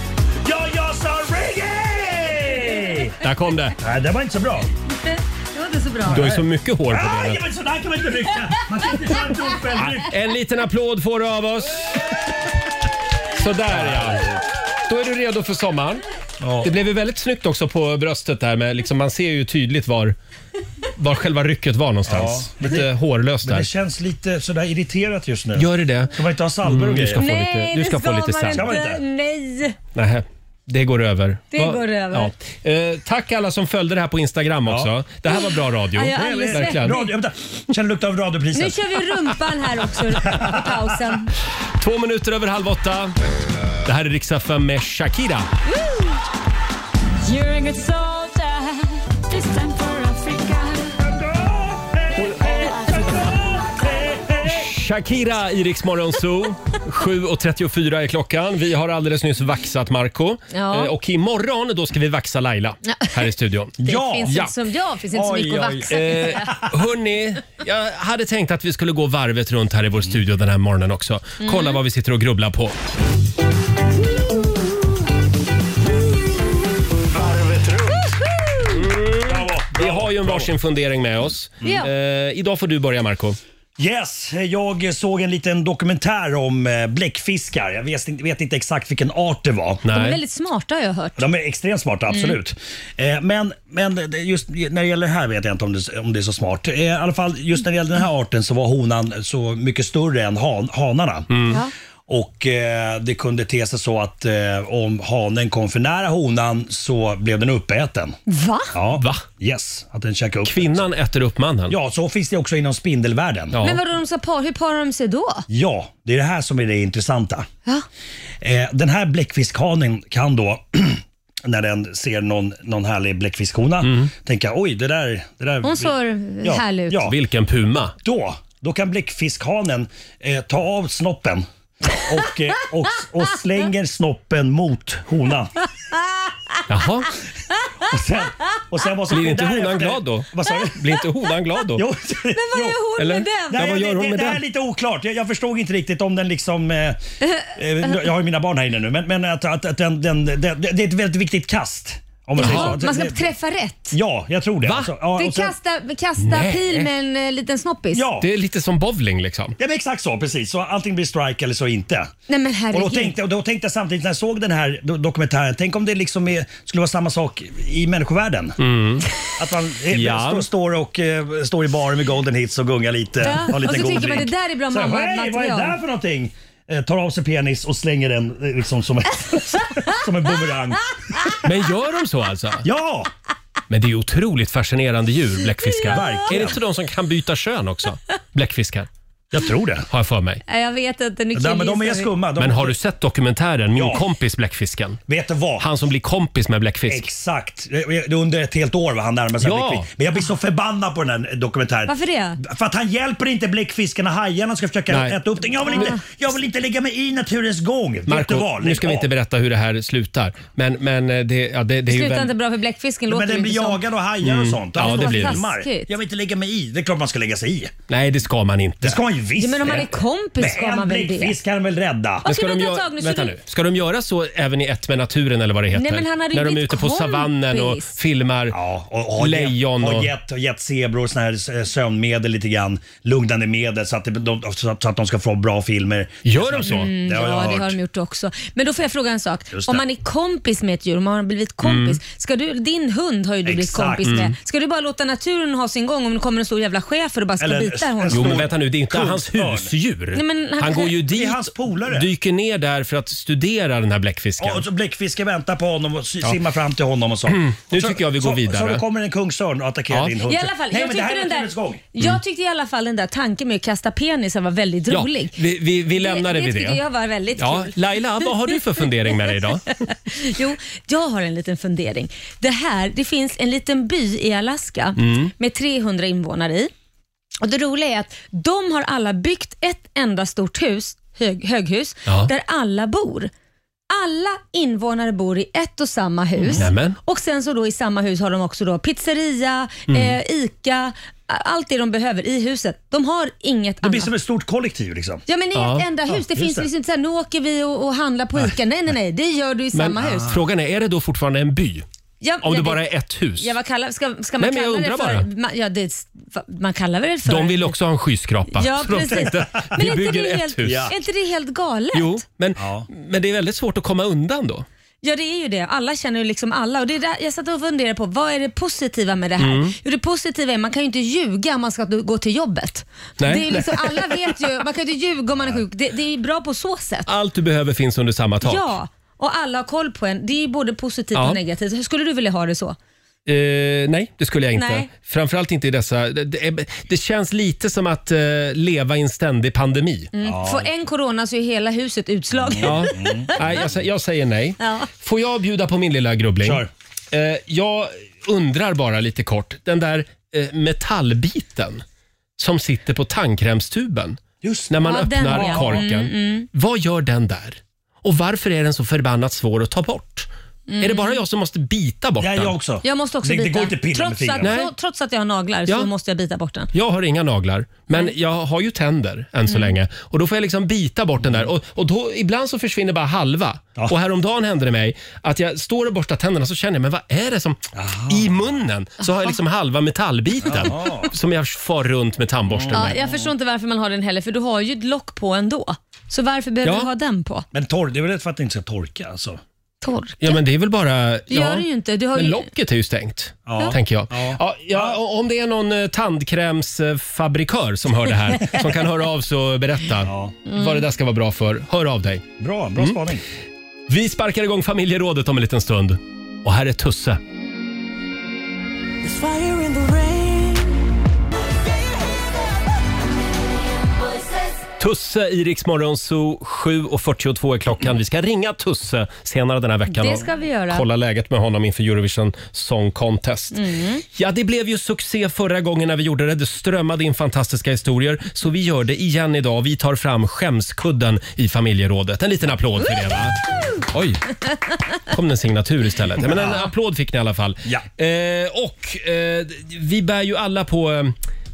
Speaker 11: Ja, jag sa reggae!
Speaker 1: Där kom det.
Speaker 11: Nej, det var inte så bra.
Speaker 2: Det var inte så bra.
Speaker 1: Du har ju så mycket hår på
Speaker 11: Aj,
Speaker 1: benet.
Speaker 11: Ah, men sådär kan man inte rycka. Man kan inte köra
Speaker 1: Ah,
Speaker 11: dubbelryck.
Speaker 1: En liten applåd får du av oss. Sådär ja. Då är du redo för sommaren. Det blev ju väldigt snyggt också på bröstet där. Med, liksom, man ser ju tydligt var, var själva rycket var någonstans.
Speaker 11: Ja.
Speaker 1: Lite hårlöst
Speaker 11: Men det
Speaker 1: där.
Speaker 11: känns lite sådär irriterat just nu.
Speaker 1: Gör det det?
Speaker 11: Ska man inte ha salvor
Speaker 1: Mm,
Speaker 11: och
Speaker 1: du
Speaker 11: grejer?
Speaker 1: ska få lite-
Speaker 2: Nej,
Speaker 1: du ska
Speaker 2: det
Speaker 1: få lite
Speaker 2: man
Speaker 1: sand.
Speaker 11: Ska man
Speaker 2: inte.
Speaker 11: inte?
Speaker 2: Nej.
Speaker 1: Nej, det går över.
Speaker 2: Det går över.
Speaker 1: Ja. Eh, tack alla som följde det här på Instagram också. Det här var bra radio.
Speaker 2: Ja, jag är alldeles
Speaker 1: Verkligen.
Speaker 2: svettig.
Speaker 11: Radio, vänta. Känner lukt av radiopriset.
Speaker 2: Nu kör vi rumpan här också i pausen.
Speaker 1: Två minuter över halv åtta. Det här är Rix FM med Shakira.
Speaker 10: You're a good soldier. This time for Africa.
Speaker 1: Shakira i Rix Morgon Zoo. 7.34 är klockan. Vi har alldeles nyss vaxat Marco
Speaker 2: Ja.
Speaker 1: Eh, Och imorgon då ska vi vaxa Laila här i studion.
Speaker 2: Det finns inte så, ja, finns inte så
Speaker 1: Oj,
Speaker 2: mycket att
Speaker 1: oj.
Speaker 2: vaxa.
Speaker 1: Eh, hörni, jag hade tänkt att vi skulle gå varvet runt här i vår studio den här morgonen också.
Speaker 2: Mm.
Speaker 1: Kolla vad vi sitter och grubblar på.
Speaker 5: Varvet runt.
Speaker 11: Bravo.
Speaker 1: Vi har ju en varsin fundering med oss.
Speaker 2: Mm. Ja.
Speaker 1: Eh, idag får du börja Marco
Speaker 11: Yes, jag såg en liten dokumentär om eh, bläckfiskar. Jag vet inte, vet inte exakt vilken art det var.
Speaker 2: De är väldigt smarta har jag hört.
Speaker 11: De är extremt smarta, absolut. Eh, Men, men det- just när det gäller det här vet jag inte om det, om det är så smart. Eh, I alla fall just när det gäller den här arten så var honan så mycket större än han, hanarna.
Speaker 1: Mm.
Speaker 10: Ja.
Speaker 11: Och eh, det kunde te sig så att eh, om hanen kom för nära honan så blev den uppäten.
Speaker 2: Va?
Speaker 11: Ja. Va? Yes, att den käkade upp
Speaker 1: Kvinnan äter upp mannen?
Speaker 11: Ja, så finns det också inom spindelvärlden.
Speaker 2: Men vadå, de sa par, hur parar de sig då?
Speaker 11: Ja, det är det här som är det intressanta.
Speaker 2: Ja.
Speaker 11: Eh, den här bläckfiskhanen kan då när den ser någon, någon härlig bläckfiskhona
Speaker 1: Mm.
Speaker 11: tänka oj det där... Det där
Speaker 2: Hon ser härlig ut.
Speaker 1: Vilken puma.
Speaker 11: Då, då kan bläckfiskhanen eh, ta av snoppen och, eh, och, och slänger snoppen mot honan.
Speaker 1: Jaha.
Speaker 11: Och sen, och sen vad som
Speaker 1: Blir inte
Speaker 11: sker
Speaker 1: honan
Speaker 11: därefter-
Speaker 1: glad då?
Speaker 11: Vad sa du?
Speaker 1: Blir inte honan glad då?
Speaker 11: Jo,
Speaker 1: Men vad gör hon Eller? med den? Ja,
Speaker 11: Nej,
Speaker 1: vad gör
Speaker 11: det,
Speaker 1: hon
Speaker 11: det,
Speaker 1: med
Speaker 11: det
Speaker 1: den?
Speaker 11: här är lite oklart. Jag, jag förstod inte riktigt om den liksom... Eh, eh, jag har ju mina barn här inne nu, men, men att, att, att den, den, den, det, det är ett väldigt viktigt kast. Om man,
Speaker 2: Jaha,
Speaker 11: säger så.
Speaker 2: man ska
Speaker 11: Det-
Speaker 2: träffa rätt.
Speaker 11: Ja, jag tror det.
Speaker 2: Va?
Speaker 11: Alltså, ja,
Speaker 2: det
Speaker 11: och sen-
Speaker 2: kasta, kasta
Speaker 11: Nej.
Speaker 2: pil med en eh, liten snoppis?
Speaker 11: Ja. Det
Speaker 1: är lite som bowling liksom.
Speaker 11: Ja, men exakt så, precis. Så antingen blir strike eller så inte.
Speaker 2: Nej men
Speaker 11: Och då,
Speaker 2: herregud.
Speaker 11: tänkte, och då tänkte jag samtidigt när jag såg den här do- dokumentären, tänk om det liksom är, skulle vara samma sak i människovärlden.
Speaker 1: Mm.
Speaker 11: Att man eh,
Speaker 1: Ja.
Speaker 11: står, står, och, eh, står i baren med golden hits och gungar lite.
Speaker 2: Ja,
Speaker 11: har lite
Speaker 2: och så
Speaker 11: god
Speaker 2: tycker man,
Speaker 11: drink.
Speaker 2: det där är bra
Speaker 11: Så här,
Speaker 2: mammamaterial.
Speaker 11: "Hej, Vad är det där för någonting? Eh, Tar av sig penis och slänger den eh, liksom som, en- som en bumerang.
Speaker 1: Men gör de så alltså?
Speaker 11: Ja!
Speaker 1: Men det är otroligt fascinerande djur, bläckfiskar.
Speaker 2: Ja.
Speaker 1: Är
Speaker 2: Verkligen.
Speaker 1: det inte de som kan byta kön också? Bläckfiskar.
Speaker 11: Jag tror det.
Speaker 1: Har jag för mig.
Speaker 2: Nej, jag vet inte. Nu killgissar vi.
Speaker 1: Men har du sett dokumentären Min kompis bläckfisken?
Speaker 11: Vet du vad?
Speaker 1: Han som blir kompis med bläckfisk.
Speaker 11: Exakt. Eh, eh, Under ett helt år var han närmare sig
Speaker 1: Ja.
Speaker 11: bläckfisk. Men jag blir så förbannad på den här dokumentären.
Speaker 2: Varför det?
Speaker 11: För att han hjälper inte bläckfisken och hajarna som ska försöka
Speaker 1: Nej.
Speaker 11: äta upp den. Jag vill, inte, jag vill inte lägga mig i naturens gång. Vet du
Speaker 1: Marco,
Speaker 11: vad?
Speaker 1: nu ska vi
Speaker 11: Lägg
Speaker 1: inte
Speaker 11: av.
Speaker 1: berätta hur det här slutar. Men, men eh, det, ja, det, det
Speaker 2: Det
Speaker 1: är ju...
Speaker 2: slutar
Speaker 1: väl-
Speaker 2: inte bra för bläckfisken låter
Speaker 11: Men den
Speaker 2: ju
Speaker 11: blir
Speaker 2: inte som.
Speaker 11: jagad och hajar och
Speaker 1: Mm.
Speaker 11: sånt.
Speaker 1: Ja,
Speaker 11: Alltså,
Speaker 1: det
Speaker 11: de
Speaker 1: blir det.
Speaker 11: filmar.
Speaker 2: Taskigt.
Speaker 11: Jag vill inte lägga mig i. Det är klart man ska lägga sig i.
Speaker 1: Nej, det ska man inte.
Speaker 11: Det ska man ju visst.
Speaker 2: Ja, men om man
Speaker 11: det.
Speaker 2: är kompis
Speaker 11: Nej,
Speaker 2: ska man väl
Speaker 11: En
Speaker 2: det.
Speaker 11: bläckfisk kan väl rädda.
Speaker 1: Men ska, de
Speaker 2: vänta ett
Speaker 1: göra-
Speaker 2: tag nu, så
Speaker 1: vänta
Speaker 2: du-
Speaker 1: nu. ska de göra så även i Ett med naturen eller vad det heter?
Speaker 2: Nej, men han hade ju
Speaker 1: När de är
Speaker 2: blivit
Speaker 1: ute på savannen och
Speaker 2: kompis.
Speaker 1: filmar
Speaker 11: och, och
Speaker 1: lejon
Speaker 11: Och
Speaker 1: och...
Speaker 11: gett, och gett zebror såna här eh, sömnmedel lite grann. Lugnande medel så att, det- de, så att så att de ska få bra filmer.
Speaker 1: Gör de så?
Speaker 2: Mm,
Speaker 11: det har jag
Speaker 2: ja, det
Speaker 11: hört.
Speaker 2: har de gjort också. Men då får jag fråga en sak.
Speaker 11: Just
Speaker 2: Om
Speaker 11: det.
Speaker 2: man
Speaker 11: Mm.
Speaker 2: är kompis med ett djur, om man har blivit kompis. Ska du, din hund har ju du blivit
Speaker 1: Exakt.
Speaker 2: kompis
Speaker 1: Mm.
Speaker 2: med. Ska du bara låta naturen ha sin gång om det kommer en stor jävla schäfer och bara ska bita honom?
Speaker 1: Jo men vänta nu, det är inte hans husdjur.
Speaker 2: Nej, men
Speaker 1: han,
Speaker 2: han-
Speaker 1: går ju
Speaker 2: Det är
Speaker 1: dit,
Speaker 11: hans polare.
Speaker 1: dyker ner där för att studera den här bläckfisken.
Speaker 11: Ja, och så bläckfisken väntar på honom och si-
Speaker 1: Ja.
Speaker 11: simmar fram till honom och så.
Speaker 1: Mm, nu
Speaker 11: Och så,
Speaker 1: tycker jag vi går
Speaker 11: så,
Speaker 1: vidare.
Speaker 11: Så då kommer en kungsörn och attackerar
Speaker 1: Ja.
Speaker 11: din hund.
Speaker 2: I alla fall,
Speaker 11: Nej,
Speaker 2: jag,
Speaker 11: men det
Speaker 2: tyckte
Speaker 11: här är
Speaker 2: den
Speaker 11: naturens
Speaker 2: där,
Speaker 11: gång. Mm.
Speaker 2: jag tyckte i alla fall den där tanken med att kasta penisar var väldigt
Speaker 1: Ja,
Speaker 2: rolig.
Speaker 1: vi, vi, vi lämnar det,
Speaker 2: det
Speaker 1: vid det.
Speaker 2: tycker jag var väldigt
Speaker 1: ja,
Speaker 2: kul.
Speaker 1: Laila, vad har du för fundering med dig idag?
Speaker 2: Jo, jag har en liten fundering. Det här, det finns en liten by i Alaska
Speaker 1: Mm.
Speaker 2: med 300 invånare i. Och Det roliga är att de har alla byggt ett enda stort hus, hög, höghus,
Speaker 10: Ja.
Speaker 2: där alla bor. Alla invånare bor i ett och samma hus.
Speaker 10: Mm. Nämen.
Speaker 2: Och sen så då i samma hus har de också då pizzeria,
Speaker 11: Mm.
Speaker 2: eh, ICA, a- allt det de behöver i huset. De har inget
Speaker 11: Det blir
Speaker 2: annat.
Speaker 11: som ett stort kollektiv liksom.
Speaker 2: Ja men i ett enda hus. Det
Speaker 11: just
Speaker 2: finns liksom inte såhär, nu åker vi och, och handlar på ICA. Nej, nej, nej. Det gör du i samma
Speaker 1: men
Speaker 2: hus.
Speaker 1: frågan är, är det då fortfarande en by?
Speaker 2: Ja,
Speaker 1: Om
Speaker 2: ja,
Speaker 1: det
Speaker 2: det-
Speaker 1: bara är ett hus?
Speaker 2: Ja, vad kallar, ska, ska man
Speaker 1: Nej, men jag
Speaker 2: kalla det
Speaker 1: undrar
Speaker 2: för...
Speaker 1: bara.
Speaker 2: Man, ja, det, man kallar väl det för...
Speaker 1: De vill också ha en skyskrapa.
Speaker 2: Ja,
Speaker 1: så de
Speaker 2: precis.
Speaker 1: tänkte,
Speaker 2: Men
Speaker 1: vi
Speaker 2: är inte
Speaker 1: bygger
Speaker 2: det
Speaker 1: ett
Speaker 2: helt,
Speaker 1: hus.
Speaker 2: Är inte det helt galet?
Speaker 1: Jo, men, men det är väldigt svårt att komma undan då.
Speaker 2: Ja, det är ju det. Alla känner ju liksom alla. Och det är där, jag satt och funderade på, vad är det positiva med det här?
Speaker 1: Mm.
Speaker 2: Jo, det positiva är man kan ju inte ljuga om man ska gå till jobbet.
Speaker 1: Nej.
Speaker 2: Det är ju liksom, alla vet ju, man kan ju inte ljuga om man är sjuk. Det, det är bra på så sätt.
Speaker 1: Allt du behöver finns under samma tak.
Speaker 2: Ja, och alla har koll på en. Det är ju både positivt
Speaker 1: Ja.
Speaker 2: och negativt. Hur skulle du vilja ha det så?
Speaker 1: Eh, nej, det skulle jag inte.
Speaker 2: Nej.
Speaker 1: Framförallt inte i dessa... Det, det, är- det känns lite som att eh, leva i en ständig pandemi.
Speaker 2: Mm. Får en corona så är hela huset utslaget.
Speaker 1: Ja. Nej, jag, sä- jag säger nej.
Speaker 2: Mm. Ja.
Speaker 1: Får jag bjuda på min lilla grubbling?
Speaker 11: Kör.
Speaker 1: Eh, jag undrar bara lite kort, den där eh, metallbiten som sitter på tandkrämstuben när man
Speaker 2: Ja, den
Speaker 1: öppnar
Speaker 2: var jag.
Speaker 1: korken.
Speaker 2: Mm, mm.
Speaker 1: Vad gör den där? Och varför är den så förbannat svår att ta bort?
Speaker 2: Mm.
Speaker 1: Är det bara jag som måste bita bort
Speaker 11: Ja,
Speaker 1: den?
Speaker 11: jag också.
Speaker 2: Jag måste också bita. trots, att,
Speaker 1: Nej,
Speaker 2: tro- trots att jag har naglar
Speaker 1: Ja.
Speaker 2: så måste jag bita bort den.
Speaker 1: jag har inga naglar, men jag har ju tänder än så
Speaker 2: Mm.
Speaker 1: länge. Och Då får jag liksom bita bort den där. Och, och då, Ibland så försvinner bara halva. Och Häromdagen hände det mig att jag står och borstar tänderna så känner jag, men vad är det som... I munnen så har jag liksom halva metallbiten som jag far runt med tandborsten
Speaker 2: Ja,
Speaker 1: med.
Speaker 2: jag förstår inte varför man har den heller, för du har ju ett lock på ändå. Så varför behöver
Speaker 1: Ja.
Speaker 2: du ha den på?
Speaker 11: Men torr, det är väl för att det inte ska torka alltså?
Speaker 2: Torr.
Speaker 1: Ja, men det är väl bara...
Speaker 2: Det gör det ju inte. Du har
Speaker 1: men
Speaker 2: ju-
Speaker 1: locket är ju stängt,
Speaker 11: Ja.
Speaker 1: tänker jag. Ja. Ja, o- om det är någon eh, tandkrämsfabrikör som hör det här, som kan höra av sig och berätta
Speaker 11: Mm.
Speaker 1: vad det där ska vara bra för, hör av dig. Mm.
Speaker 11: Bra, bra spaning.
Speaker 1: Vi sparkar igång familjerådet om en liten stund. Och här är Tusse.
Speaker 10: There's fire in the rain.
Speaker 1: Tusse i Rix Morgon Zoo, 7.42 är klockan. Vi ska ringa Tusse senare den här veckan
Speaker 2: Det
Speaker 1: och
Speaker 2: ska vi göra.
Speaker 1: kolla läget med honom inför Eurovision Song Contest.
Speaker 2: Mm.
Speaker 1: Ja, det blev ju succé förra gången när vi gjorde det. Det strömmade in fantastiska historier. Så vi gör det igen idag. Vi tar fram skämskudden i familjerådet. En liten applåd till det va? Oj, kom det en signatur istället. Men en
Speaker 11: Ja.
Speaker 1: applåd fick ni i alla fall. Eh, och eh, vi bär ju alla på eh,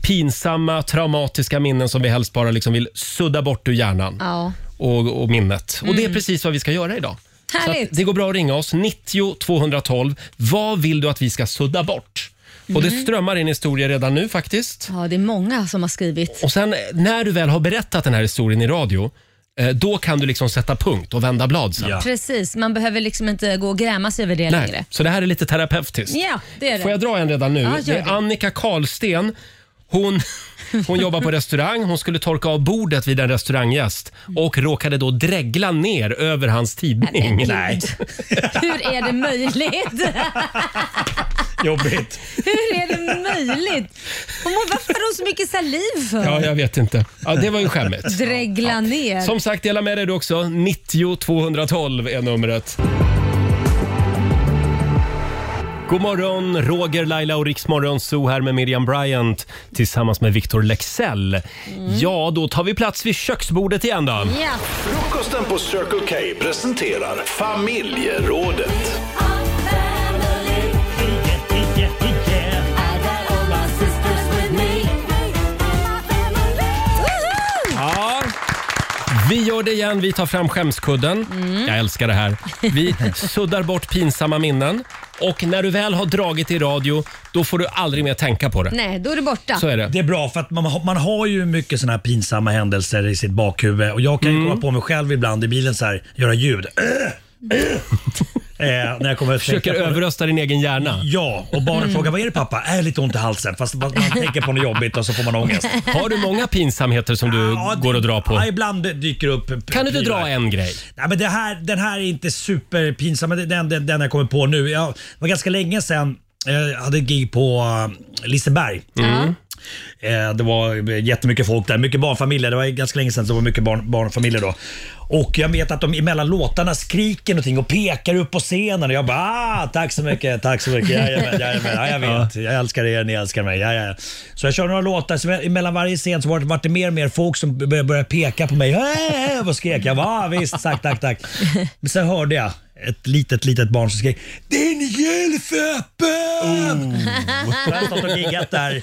Speaker 1: pinsamma, traumatiska minnen som vi helst bara liksom vill sudda bort ur hjärnan
Speaker 2: Ja.
Speaker 1: och, och minnet. Och det är
Speaker 2: Mm.
Speaker 1: precis vad vi ska göra idag. Så att
Speaker 2: Härligt.
Speaker 1: det går bra att ringa oss, 90 212. Vad vill du att vi ska sudda bort? Och det
Speaker 2: Mm.
Speaker 1: strömmar in historier redan nu faktiskt.
Speaker 2: Ja, det är många som har skrivit.
Speaker 1: Och sen eh, när du väl har berättat den här historien i radio, eh, då kan du liksom sätta punkt och vända blad sen.
Speaker 2: Precis, man behöver liksom inte gå och gräma sig över det längre.
Speaker 1: Nej, så det här är lite terapeutiskt.
Speaker 2: Ja, det är det.
Speaker 1: Får jag dra en redan nu?
Speaker 2: Ja, gör
Speaker 1: det är
Speaker 2: det.
Speaker 1: Annika Karlsten. Hon, hon jobbar på restaurang. Hon skulle torka av bordet vid en restauranggäst och råkade då dregla ner över
Speaker 2: Men
Speaker 1: hans tidning.
Speaker 2: gud. Hur är det möjligt?
Speaker 1: Jobbigt.
Speaker 2: Hur är det möjligt? Och må- varför har hon så mycket saliv för?
Speaker 1: Ja, jag vet inte. Ja, det var ju skämmigt.
Speaker 2: Dregla ner.
Speaker 1: Som sagt, dela med dig du också. 90 212 är numret. God morgon, Roger, Laila och Riksmorgon Zoo här med Miriam Bryant tillsammans med Victor Lexell.
Speaker 2: Mm.
Speaker 1: Ja, då tar vi plats vid köksbordet igen då.
Speaker 13: Frukosten på Circle K presenterar familjerådet.
Speaker 1: Ja. Vi gör det igen. Vi tar fram skämskudden. Jag älskar det här. Vi suddar bort pinsamma minnen. Och när du väl har dragit i radio, då får du aldrig mer tänka på det.
Speaker 2: Nej, då är det borta.
Speaker 1: Så är det.
Speaker 11: Det är bra för att man, har- man har ju mycket såna här pinsamma händelser i sitt bakhuvud och jag kan
Speaker 1: Mm.
Speaker 11: ju komma på mig själv ibland i bilen så här, göra ljud. Äh, eh, när jag kommer att
Speaker 1: Försöker
Speaker 11: tänka på det.
Speaker 1: överrösta din egen hjärna.
Speaker 11: Ja, och barnen
Speaker 1: Mm.
Speaker 11: frågar vad är det pappa? Är lite ont i halsen fast man man tänker på något jobbigt och så får man ångest.
Speaker 1: Har du många pinsamheter som du går och drar på?
Speaker 11: Ja, ibland dyker det upp. p-
Speaker 1: Kan du inte
Speaker 11: prylar.
Speaker 1: dra en grej?
Speaker 11: Nej, men det här, den här är inte superpinsam, men den, den, den jag kommer på nu. Jag, det var ganska länge sedan eh, jag hade ett gig på eh, Liseberg. Mm. Eh, Det var jättemycket folk där, mycket barnfamiljer. Det var ganska länge sedan så det var mycket barn, barnfamiljer då. Och jag vet att de emellan låtarna skriker någonting och pekar upp på scenen och jag bara ah, tack så mycket, tack så mycket. Jajamän, jajamän, ja, jag vet. Jag älskar er, ni älskar mig. Ja, ja. Så jag kör några låtar, så mellan varje scen så var det, var det mer och mer folk som började, började peka på mig. Hey! Och skrek jag. Ja visst, tack, tack, tack. Men sen hörde jag ett litet, litet barn som skrek “Din gylf är öppen!” Jag har stått och giggat där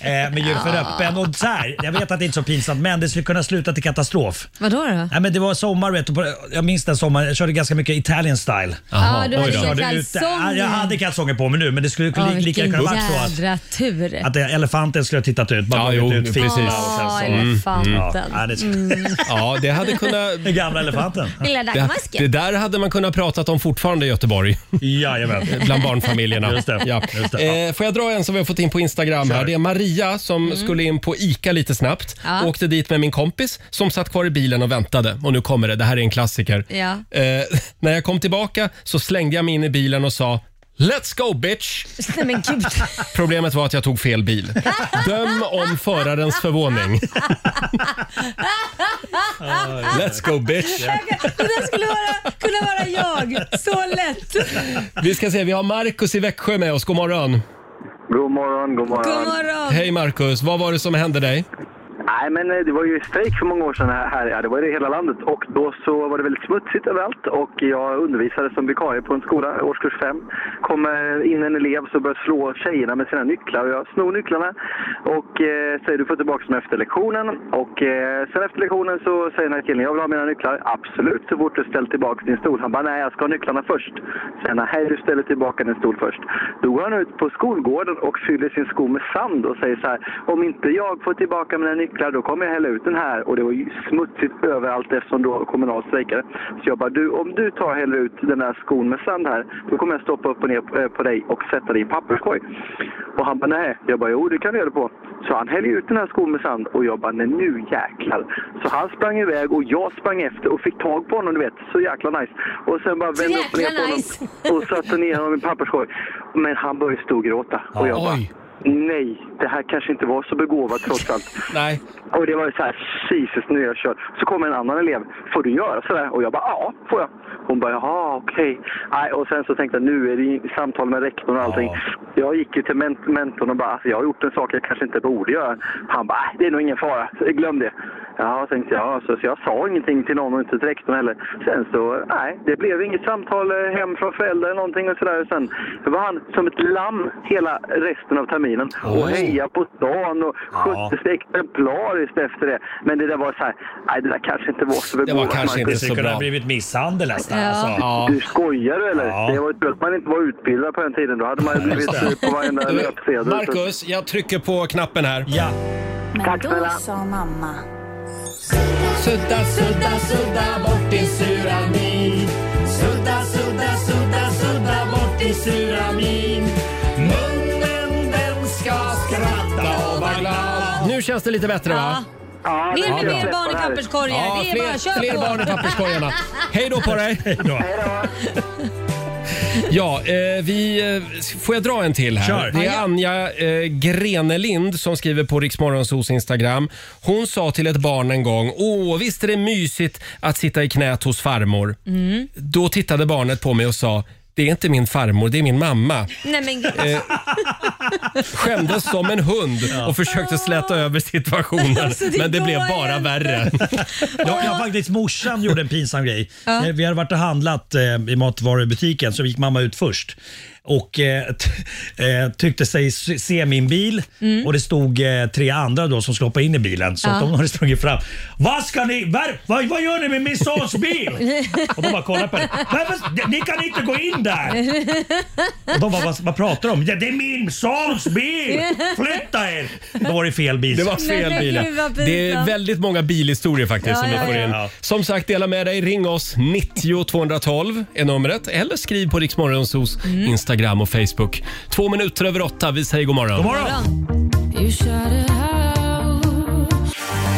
Speaker 11: eh, med gylfen
Speaker 2: Ja.
Speaker 11: öppen. Och så här, jag vet att det inte är så pinsamt men det skulle kunna sluta till katastrof.
Speaker 2: Vadå då?
Speaker 11: Nej, men det var sommar, vet du, på- jag minns den sommaren. Jag körde ganska mycket Italian style.
Speaker 2: Jaha, du hade
Speaker 11: Oj då.
Speaker 2: inga
Speaker 11: Körde ut-
Speaker 2: kalsonger.
Speaker 11: Ja, Jag hade kalsonger på mig nu men det skulle
Speaker 2: Ja,
Speaker 11: li- lika
Speaker 2: vilken
Speaker 11: gärna kunnat vara så att,
Speaker 2: jädra tur.
Speaker 11: att elefanten skulle ha tittat ut. Bara
Speaker 1: jo,
Speaker 11: dragit ut
Speaker 1: precis.
Speaker 11: fickorna och sen
Speaker 2: Ja,
Speaker 11: så.
Speaker 2: elefanten.
Speaker 11: mm. Ja, det,
Speaker 2: Mm.
Speaker 1: Ja, det hade kunnat...
Speaker 11: Den gamla elefanten.
Speaker 2: Lilla
Speaker 1: Det,
Speaker 2: dagmasken.
Speaker 1: det där hade man kunnat pratat om fortfarande i Göteborg.
Speaker 11: Jajamän.
Speaker 1: Bland barnfamiljerna.
Speaker 11: Just det,
Speaker 1: Ja.
Speaker 11: just det.
Speaker 1: Eh, får jag dra en som vi har fått in på Instagram här? Det är Maria som skulle in på ICA lite snabbt.
Speaker 2: Mm. Ja.
Speaker 1: Åkte dit med min kompis som satt kvar i bilen och väntade. Och nu kommer det. Det här är en klassiker.
Speaker 2: Ja.
Speaker 1: Eh, när jag kom tillbaka så slängde jag mig in i bilen och sa Let's go bitch!
Speaker 2: Nej men gud.
Speaker 1: Problemet var att jag tog fel bil. Döm om förarens förvåning. Let's go bitch!
Speaker 2: Det där skulle vara, kunna vara jag. Så lätt.
Speaker 1: Vi ska se, vi har Markus i Växjö med oss. God morgon.
Speaker 14: God morgon, god morgon.
Speaker 2: God morgon.
Speaker 1: Hej Markus, vad var det som hände dig?
Speaker 14: Nej, Nej, men eh, det var ju strejk för många år sedan här- här. Ja, det var det i hela landet. Och då så var det väldigt smutsigt överallt. Och jag undervisade som vikarie på en skola, årskurs 5. Kom eh, in en elev som började slå tjejerna med sina nycklar. Och jag snor nycklarna och eh, säger du får tillbaka dem efter lektionen. Och eh, sen efter lektionen så säger den här killen, jag vill ha mina nycklar. Absolut, så fort du ställer tillbaka din stol. Han bara, nej jag ska ha nycklarna först. Sen, nej du ställer tillbaka din stol först. Då går han ut på skolgården och fyller sin sko med sand och säger så här, om inte jag får tillbaka mina nycklar då kommer jag hälla ut den här. Och det var ju smutsigt överallt eftersom då Kommunal strejkade. Så jag bara, du om du tar och häller ut den här skon med sand här, då kommer jag stoppa upp och ner på- eh, på dig och sätta dig i en papperskorg. Och han bara, nej. Jag bara, jo det kan du göra det på. Så han häller ut den här skon med sand och jag bara, nej nu jäklar. Så han sprang iväg och jag sprang efter och fick tag på honom, du vet. Så jäkla nice. Och sen bara vände upp och ner på honom och satte ner honom i en papperskorg. Men han började storgråta. Och jag bara, nej, det här kanske inte var så begåvat trots allt.
Speaker 1: Nej.
Speaker 14: Och det var ju så här, Jesus nu är jag körd. Så kommer en annan elev, får du göra sådär? Och jag bara, ja, får jag. Hon bara, jaha, okej. Nej, Och sen så tänkte jag, nu är det ju samtal med rektorn och allting. Jag gick ju till ment- mentorn och bara, alltså, jag har gjort en sak jag kanske inte borde göra. Han bara, "Nej, det är nog ingen fara, Så glöm det. Ja, tänkte jag. Så, så jag sa ingenting till någon och inte till rektorn heller. Sen så, nej, det blev inget samtal eh, hem från föräldrar eller någonting och sådär. Sen var han som ett lamm hela resten av terminen och
Speaker 15: Oj.
Speaker 14: hejade på stan och
Speaker 15: Ja.
Speaker 14: sköttes exemplariskt efter det. Men det där var så här, nej det där kanske inte var så
Speaker 16: Det var kanske inte
Speaker 14: Marcus.
Speaker 16: så bra. Det kunde ha blivit misshandel nästan.
Speaker 14: Ja.
Speaker 16: Alltså.
Speaker 14: Du skojar du eller?
Speaker 16: Ja.
Speaker 14: Det var ju tur att man inte var utbildad på den tiden. Då hade man ju blivit sur på varenda
Speaker 1: Du,
Speaker 14: löpsedel.
Speaker 1: Marcus, jag trycker på knappen här.
Speaker 16: Ja.
Speaker 10: Men
Speaker 14: Tack
Speaker 10: då sa mamma.
Speaker 16: Sudda, sudda, sudda bort din sura min.
Speaker 6: Sudda, sudda, sudda, sudda bort din sura min. Munnen den ska skratta och vara glad.
Speaker 1: Nu känns det lite bättre va?
Speaker 14: Ja,
Speaker 2: Ner med mer barn i papperskorgar.
Speaker 1: Ja,
Speaker 2: det är
Speaker 1: fler,
Speaker 2: bara kör
Speaker 1: fler
Speaker 2: på.
Speaker 1: barn i papperskorgarna. Hej då på dig! Hej då. Ja, eh, vi, eh, får jag dra en till här?
Speaker 16: Kör. Ja,
Speaker 1: Det är
Speaker 16: ja.
Speaker 1: Anja eh, Grenelind som skriver på Riksmorgonsos Instagram. Hon sa till ett barn en gång, åh visst är det mysigt att sitta i knät hos farmor.
Speaker 2: Mm.
Speaker 1: Då tittade barnet på mig och sa, det är inte min farmor, det är min mamma.
Speaker 2: Nej men
Speaker 1: Eh,
Speaker 2: gud.
Speaker 1: skämdes som en hund och försökte släta över situationen.
Speaker 11: Alltså, det
Speaker 1: men det
Speaker 11: går
Speaker 1: blev bara värre.
Speaker 11: Jag, jag faktiskt, morsan gjorde en pinsam grej.
Speaker 1: Ja.
Speaker 11: Eh, Vi hade varit och handlat eh, i matvarubutiken så gick mamma ut först och eh, t- eh, tyckte sig se se min bil och det stod eh, tre andra då som skulle hoppa in i bilen. Så
Speaker 16: Ja.
Speaker 11: att de hade sprungit fram. Vad ska ni, var, vad, vad gör ni med min sons bil? och de bara kollade på henne. "Varför- Ni kan inte gå in där! Och de bara, vad, vad pratar de om? Ja, det är min sons bil! Flytta er! Då var det fel bil.
Speaker 1: Det var fel bil. ja. Det är väldigt många bilhistorier faktiskt
Speaker 11: Ja,
Speaker 1: som vi
Speaker 11: ja,
Speaker 1: får
Speaker 11: ja.
Speaker 1: in.
Speaker 11: Ja.
Speaker 1: Som sagt, dela med dig. Ring oss. 90 212 är numret. Eller skriv på Riksmorgonsos
Speaker 11: Mm.
Speaker 1: Instagram och Facebook. Två minuter över åtta. Vi säger god morgon.
Speaker 10: God morgon. You shut it out.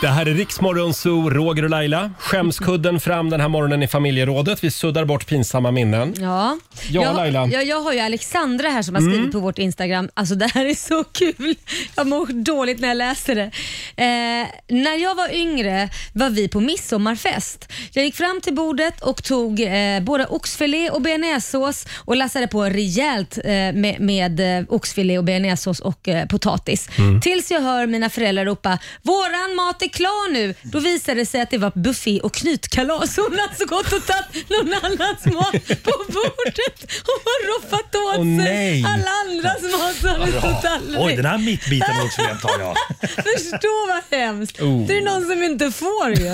Speaker 1: Det här är Riksmorgonso, Roger och Laila. Skämskudden fram den här morgonen i familjerådet. Vi suddar bort pinsamma minnen.
Speaker 2: Ja.
Speaker 1: Mm. Ja,
Speaker 2: jag,
Speaker 1: Laila.
Speaker 2: Jag, jag har ju Alexandra här som har skrivit
Speaker 1: Mm.
Speaker 2: på vårt Instagram. Alltså det här är så kul. Jag mår dåligt när jag läser det. Eh, när jag var yngre var vi på midsommarfest. Jag gick fram till bordet och tog eh, både oxfilé och bearnaisesås och lassade på rejält eh, med, med eh, oxfilé och bearnaisesås och eh, potatis.
Speaker 10: Mm.
Speaker 2: Tills jag hör mina föräldrar ropa “Våran mat är klar nu!” Då visade det sig att det var buffé och knytkalas. Hon hade alltså gått och tagit någon annans mat på bordet och har roffat åt
Speaker 11: Åh,
Speaker 2: sig
Speaker 11: nej.
Speaker 2: alla andras mat som hade på tallrik.
Speaker 11: Oj, den här mittbiten var också tar jag.
Speaker 2: Förstå vad hemskt.
Speaker 11: Oh.
Speaker 2: Det är någon som inte får ju.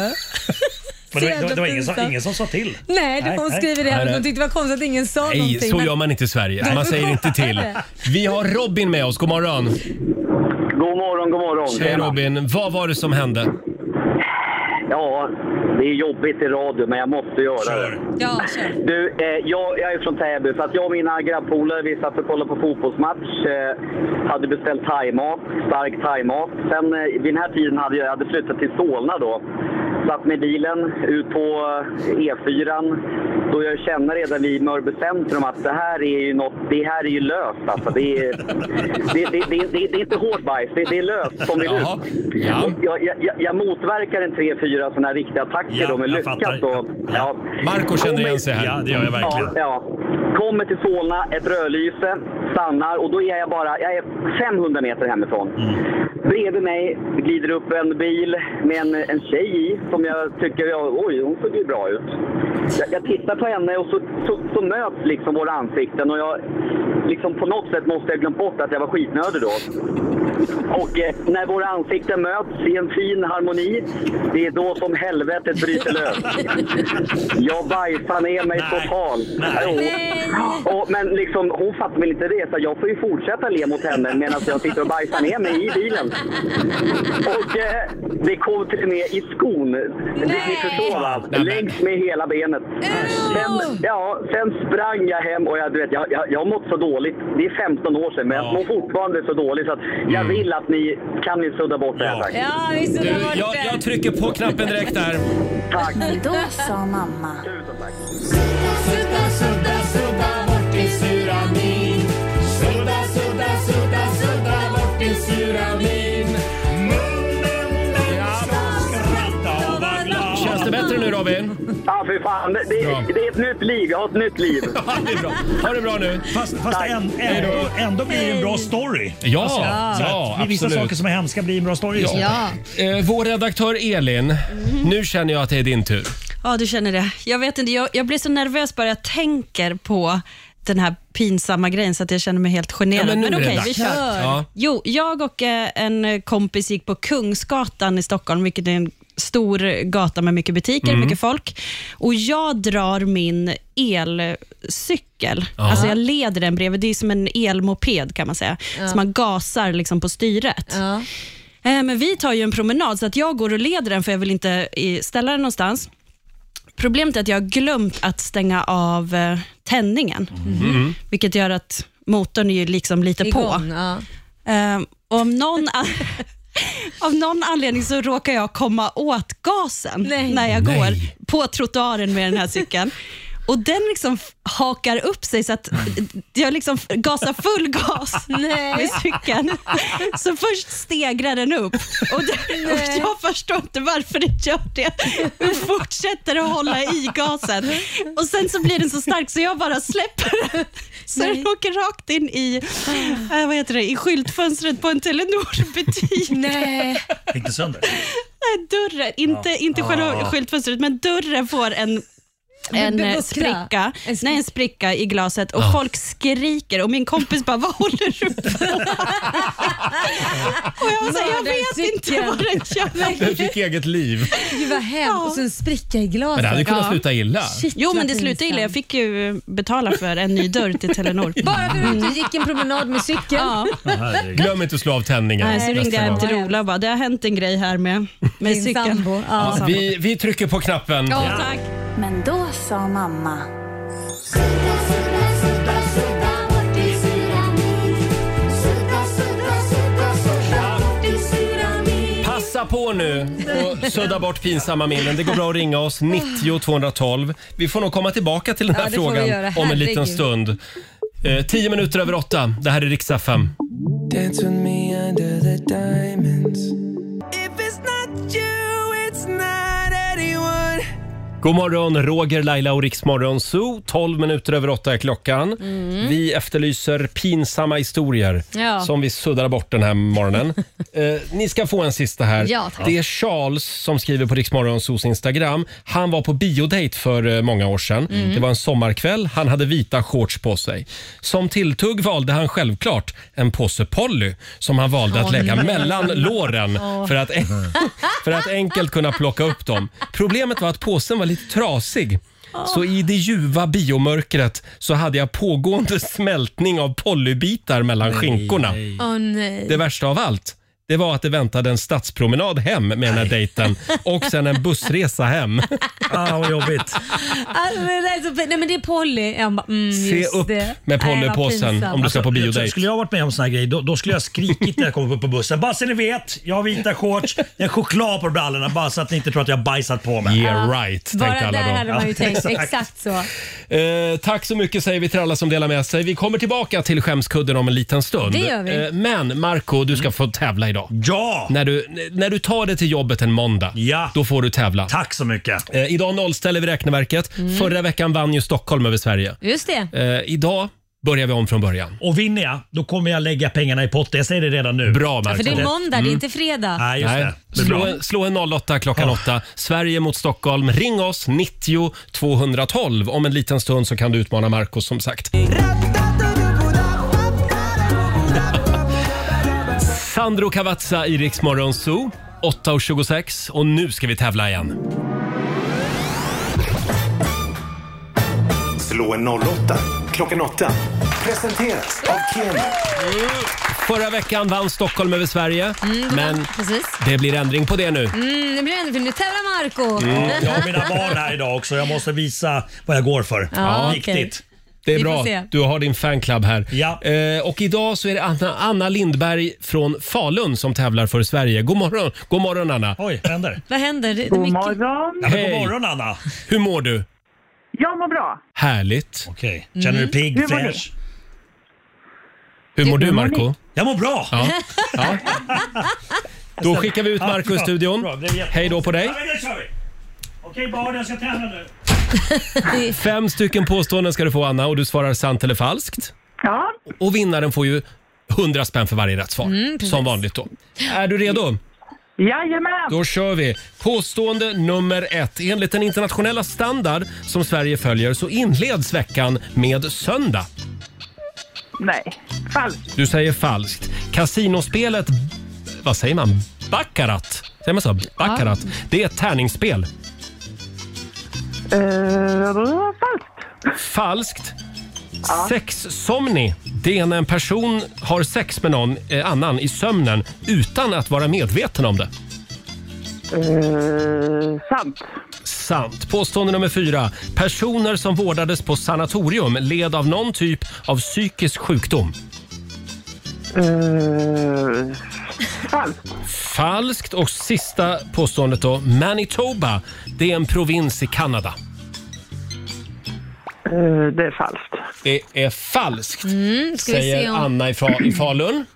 Speaker 11: Men det, var- det var ingen som,
Speaker 2: Pinsamt.
Speaker 11: ingen som sa till.
Speaker 2: Nej, det, hon skriver det här för att hon tyckte det var konstigt att ingen sa
Speaker 1: Nej,
Speaker 2: någonting.
Speaker 1: så
Speaker 2: men-
Speaker 1: gör man inte i Sverige.
Speaker 2: Nej.
Speaker 1: Man säger inte till. Vi har Robin med oss. God morgon.
Speaker 17: God morgon, god morgon.
Speaker 1: Hej
Speaker 17: Tjena.
Speaker 1: Robin. Vad var det som hände?
Speaker 17: Ja, det är jobbigt i radio, men jag måste göra det.
Speaker 2: Ja, kör.
Speaker 17: Du, eh, jag, jag är från Täby, så att jag och mina grabbpolare vi satt och kollade på fotbollsmatch. Eh, hade beställt thaimat, stark thaimat. Sen eh, vid den här tiden hade jag jag hade flyttat till Solna då. Satt med bilen ut på E4. Då jag känner redan vid Mörby centrum att det här är ju något, det här är ju löst alltså. Det är, det, det, det, det, det är inte hårt bajs, det, det är löst som vill
Speaker 16: Jaha.
Speaker 17: ut.
Speaker 16: Ja.
Speaker 17: Och Jag, jag, jag- jag motverkar en tre fyra sådana här riktiga attacker
Speaker 16: Ja,
Speaker 17: då med
Speaker 16: jag
Speaker 17: lycka.
Speaker 16: fattar.
Speaker 17: Så, ja.
Speaker 1: Marco känner igen sig här.
Speaker 17: Kommer-
Speaker 1: Ja, det gör jag verkligen.
Speaker 17: Ja, ja. Kommer till Solna, ett rödlyse, stannar och då är jag bara jag är 500 meter hemifrån. Bredvid mig glider upp en bil med en, en tjej i som jag tycker, ja, oj, hon såg ju bra ut. Jag, jag tittar på henne och så, så, så möts liksom våra ansikten och jag, liksom på något sätt måste jag ha glömt bort att jag var skitnödig då. Och eh, när våra ansikten möts i en fin harmoni, det är då som helvetet bryter lös. Jag bajsar ner mig totalt. Jo. Och, men liksom, hon fattar väl inte det, så jag får ju fortsätta le mot henne medan jag sitter och bajsar ner mig i bilen. Och eh, det kom till och med i skon. Ni, ni förstår va? Längs med hela benet. Sen, ja, sen sprang jag hem och jag, du vet, jag, jag, jag har mått så dåligt. Det är 15 år sedan, men jag mår fortfarande så dåligt. Så att jag vill att ni kan ni sudda bort det här tack.
Speaker 2: Ja, vi
Speaker 1: Mm. Du, jag, jag trycker på knappen direkt där.
Speaker 17: Tack.
Speaker 10: Då sa mamma.
Speaker 16: Sudda, sudda, sudda bort din sura min. Sudda, sudda, sudda, sudda bort din sura min. Munnen den ska skratta och vara glad.
Speaker 1: Känns det bättre nu Robin?
Speaker 17: Ja, fy fan. Det, det, det är ett nytt liv. Jag har ett nytt liv.
Speaker 1: det är bra. Ha det bra nu.
Speaker 11: Fast, fast än, ändå, ändå blir det en bra story. Alltså,
Speaker 1: Ja,
Speaker 11: så
Speaker 1: ja,
Speaker 11: att Vissa
Speaker 1: absolut.
Speaker 11: saker som är hemska blir en bra story. Liksom.
Speaker 1: Ja. Eh, vår redaktör Elin, nu känner jag att det är din tur.
Speaker 8: Mm. Ja, du känner det. Jag vet inte, jag, jag blir så nervös bara jag tänker på den här pinsamma grejen så att jag känner mig helt generad.
Speaker 16: Ja, men
Speaker 8: men
Speaker 16: nu är det
Speaker 8: okej, vi
Speaker 16: dags.
Speaker 8: kör.
Speaker 16: Ja.
Speaker 8: Jo, jag och eh, en kompis gick på Kungsgatan i Stockholm, vilket är en stor gata med mycket butiker,
Speaker 16: Mm.
Speaker 8: mycket folk. Och jag drar min elcykel.
Speaker 16: Ja.
Speaker 8: Alltså jag leder den bredvid. Det är som en elmoped kan man säga.
Speaker 16: Ja.
Speaker 8: Så man gasar liksom på styret. Eh, Men vi tar ju en promenad, så att jag går och leder den, för jag vill inte eh, ställa den någonstans. Problemet är att jag har glömt att stänga av eh, tändningen,
Speaker 10: Mm.
Speaker 16: Mhm.
Speaker 8: vilket gör att motorn är ju liksom lite på.
Speaker 2: Igång, ja.
Speaker 8: Eh, och om någon an- av någon anledning så råkar jag komma åt gasen när jag går på trottoaren med den här cykeln. Och den liksom f- hakar upp sig så att jag liksom f- gasar full gas
Speaker 16: Nej.
Speaker 8: med cykeln. Så först stegrar den upp och, det, och
Speaker 16: Nej.
Speaker 8: jag förstår inte varför den gör det. Den fortsätter att hålla i gasen och sen så blir den så stark så jag bara släpper den. Så den åker rakt in i, eh, vad heter det, i skyltfönstret på en Telenor-butik. Nej.
Speaker 11: Gick det sönder?
Speaker 8: Dörren, inte,
Speaker 11: Ja.
Speaker 8: inte själva
Speaker 11: Ja.
Speaker 8: skyltfönstret, men dörren får en en
Speaker 16: buckla.
Speaker 8: eh, spricka. Nej, en spricka i glaset och
Speaker 16: Ja.
Speaker 8: folk skriker och min kompis bara, vad håller du på Och jag, så, jag vet inte vad den gör.
Speaker 1: Den fick eget liv.
Speaker 8: Gud vad hemskt. Och sen spricka i glaset.
Speaker 1: Men det hade kunnat sluta illa. Shit,
Speaker 8: jo, men
Speaker 1: vad
Speaker 8: det slutade illa. Jag fick ju betala för en ny dörr till Telenor.
Speaker 2: Bara för att du gick en promenad med cykeln.
Speaker 8: Ja.
Speaker 1: Glöm inte att slå av tändningen.
Speaker 8: Nej, så ringde
Speaker 1: nästa
Speaker 8: jag hem
Speaker 1: gång.
Speaker 8: till Ola och bara, det har hänt en grej här med, med
Speaker 2: Din
Speaker 8: cykeln.
Speaker 2: sambo.
Speaker 8: Ja,
Speaker 1: Ja,
Speaker 8: sambo.
Speaker 1: vi, vi trycker på knappen.
Speaker 8: Ja, tack.
Speaker 10: Men då sa mamma.
Speaker 1: Passa på nu och sudda bort pinsamma minnen. Det går bra att ringa oss, 90 212. Vi får nog komma tillbaka till den
Speaker 16: Ja,
Speaker 1: här
Speaker 16: det får vi
Speaker 1: frågan
Speaker 16: göra.
Speaker 1: om en liten
Speaker 16: Herregud.
Speaker 1: stund. Eh, tio minuter över åtta. Det här är riksdag 5.
Speaker 16: Dance with me under the diamonds.
Speaker 1: God morgon, Roger, Laila och Riksmorgon Zoo. 12 minuter över åtta är klockan.
Speaker 2: Mm.
Speaker 1: Vi efterlyser pinsamma historier
Speaker 2: Ja.
Speaker 1: som vi suddar bort den här morgonen. eh, ni ska få en sista här.
Speaker 2: Ja, tack.
Speaker 1: det är Charles som skriver på Riksmorgon Zoos Instagram. Han var på biodate för eh, många år sedan.
Speaker 16: Mm.
Speaker 1: Det var en sommarkväll. Han hade vita shorts på sig. Som tilltugg valde han självklart en påse Polly som han valde att
Speaker 16: Åh,
Speaker 1: lägga
Speaker 16: nej.
Speaker 1: mellan låren
Speaker 16: Åh.
Speaker 1: för att för att enkelt kunna plocka upp dem. Problemet var att påsen var lite trasig. Så i det ljuva biomörkret så hade jag pågående smältning av polybitar mellan skinkorna.
Speaker 2: Åh nej.
Speaker 1: Det värsta av allt, det var att det väntade en stadspromenad hem med den här dejten och sen en bussresa hem.
Speaker 11: Ah, vad jobbigt.
Speaker 2: Alltså, det där är så pin- Nej men det är Polly. Jag bara, mm,
Speaker 1: Se
Speaker 2: just
Speaker 1: upp
Speaker 2: det.
Speaker 1: med
Speaker 2: Nej, vad
Speaker 1: Pollypåsen
Speaker 2: pinsamt.
Speaker 1: om du ska på biodejt.
Speaker 11: Skulle Alltså, jag varit med om sån här grej, då, då skulle jag skrikit när jag kom upp på bussen. Bara så ni vet, jag har vita shorts, jag har choklad på brallorna bara så att ni inte tror att jag har bajsat på mig.
Speaker 1: Yeah right,
Speaker 2: Bara
Speaker 1: tänkte alla
Speaker 2: där
Speaker 1: då.
Speaker 2: hade man ju
Speaker 1: Ja,
Speaker 2: tänkt.
Speaker 1: exakt.
Speaker 2: Exakt så.
Speaker 1: Eh, tack så mycket säger vi till alla som delar med sig. Vi kommer tillbaka till skämskudden om en liten stund.
Speaker 2: Det gör vi.
Speaker 1: Eh, men Marco, du ska få tävla idag.
Speaker 11: Ja!
Speaker 1: När du, n- när du tar dig till jobbet en måndag, ja. då får du tävla.
Speaker 11: Tack så mycket.
Speaker 1: Eh, idag nollställer vi räkneverket.
Speaker 2: Mm.
Speaker 1: Förra veckan vann ju Stockholm över Sverige.
Speaker 2: Just det.
Speaker 1: Eh, idag börjar vi om från början.
Speaker 11: Och vinner jag, då kommer jag lägga pengarna i potten. Jag säger det redan nu.
Speaker 1: Bra
Speaker 2: Ja, för det är måndag, det är inte fredag.
Speaker 11: Nej, just det. Det är
Speaker 1: Slå,
Speaker 11: bra.
Speaker 1: en- slå en 08 klockan 8. Sverige mot Stockholm. Ring oss 90 212. Om en liten stund så kan du utmana Marco som sagt. Sandro Cavazza i Rix Morgon Zoo. 8.26 och nu ska vi tävla igen.
Speaker 5: Slå en 08 klockan 8. Presenteras av Keno.
Speaker 1: Förra veckan vann Stockholm över Sverige,
Speaker 2: Mm,
Speaker 1: men
Speaker 2: Precis.
Speaker 1: det blir ändring på det nu.
Speaker 2: Mm, det blir ändå för nu tävlar Marco.
Speaker 11: Mm. Jag har mina barn här idag också. Jag måste visa vad jag går för.
Speaker 2: Ja,
Speaker 11: Viktigt.
Speaker 2: okej.
Speaker 1: Det är
Speaker 2: Vi får
Speaker 1: bra.
Speaker 2: se.
Speaker 1: Du har din fanclub här.
Speaker 11: Ja.
Speaker 1: Eh, och idag så är det Anna, Anna Lindberg från Falun som tävlar för Sverige. God morgon, God morgon Anna.
Speaker 11: Oj, vad händer?
Speaker 2: Vad händer? Det, det är
Speaker 12: God
Speaker 2: mycket...
Speaker 12: morgon.
Speaker 11: Ja, men god morgon Anna.
Speaker 1: Hur mår du?
Speaker 12: Jag mår bra.
Speaker 1: Härligt.
Speaker 11: Okej. Känner du
Speaker 2: Mm.
Speaker 11: dig
Speaker 12: Hur
Speaker 11: pigg,
Speaker 12: mår ni?
Speaker 11: fräsch?
Speaker 1: Hur mår du Marco?
Speaker 11: Jag mår bra.
Speaker 1: Ja. ja. Då skickar vi ut Marco i
Speaker 11: Ja,
Speaker 1: studion.
Speaker 11: bra. Det är jättebra.
Speaker 1: Hej då på dig.
Speaker 11: Ja, men det kör vi. Okej barn, jag ska tävla nu.
Speaker 1: Fem stycken påståenden ska du få Anna och du svarar sant eller falskt.
Speaker 12: Ja,
Speaker 1: Och vinnaren får ju 100 spänn för varje rätt svar.
Speaker 12: Mm, precis.
Speaker 1: som vanligt då. Är du redo?
Speaker 12: jajamän.
Speaker 1: Då kör vi. Påstående nummer ett. Enligt den internationella standard som Sverige följer så inleds veckan med söndag.
Speaker 12: Nej, falskt.
Speaker 1: Du säger falskt. Kasinospelet, vad säger man? Baccarat? Säger man så? Baccarat. Det är ett tärningsspel.
Speaker 12: Eh, falskt.
Speaker 1: Falskt. Sexsomni, det är när en person har sex med någon eh, annan i sömnen utan att vara medveten om det.
Speaker 12: Eh, sant.
Speaker 1: Sant. Påstående nummer fyra. Personer som vårdades på sanatorium led av någon typ av psykisk sjukdom.
Speaker 12: Eh, falskt.
Speaker 1: Falskt. Och sista påståendet då. Manitoba, det är en provins i Kanada.
Speaker 12: Eh, det är falskt.
Speaker 1: Det är falskt,
Speaker 2: Mm, ska vi se
Speaker 1: säger
Speaker 2: om...
Speaker 1: Anna i, Fa- i Falun.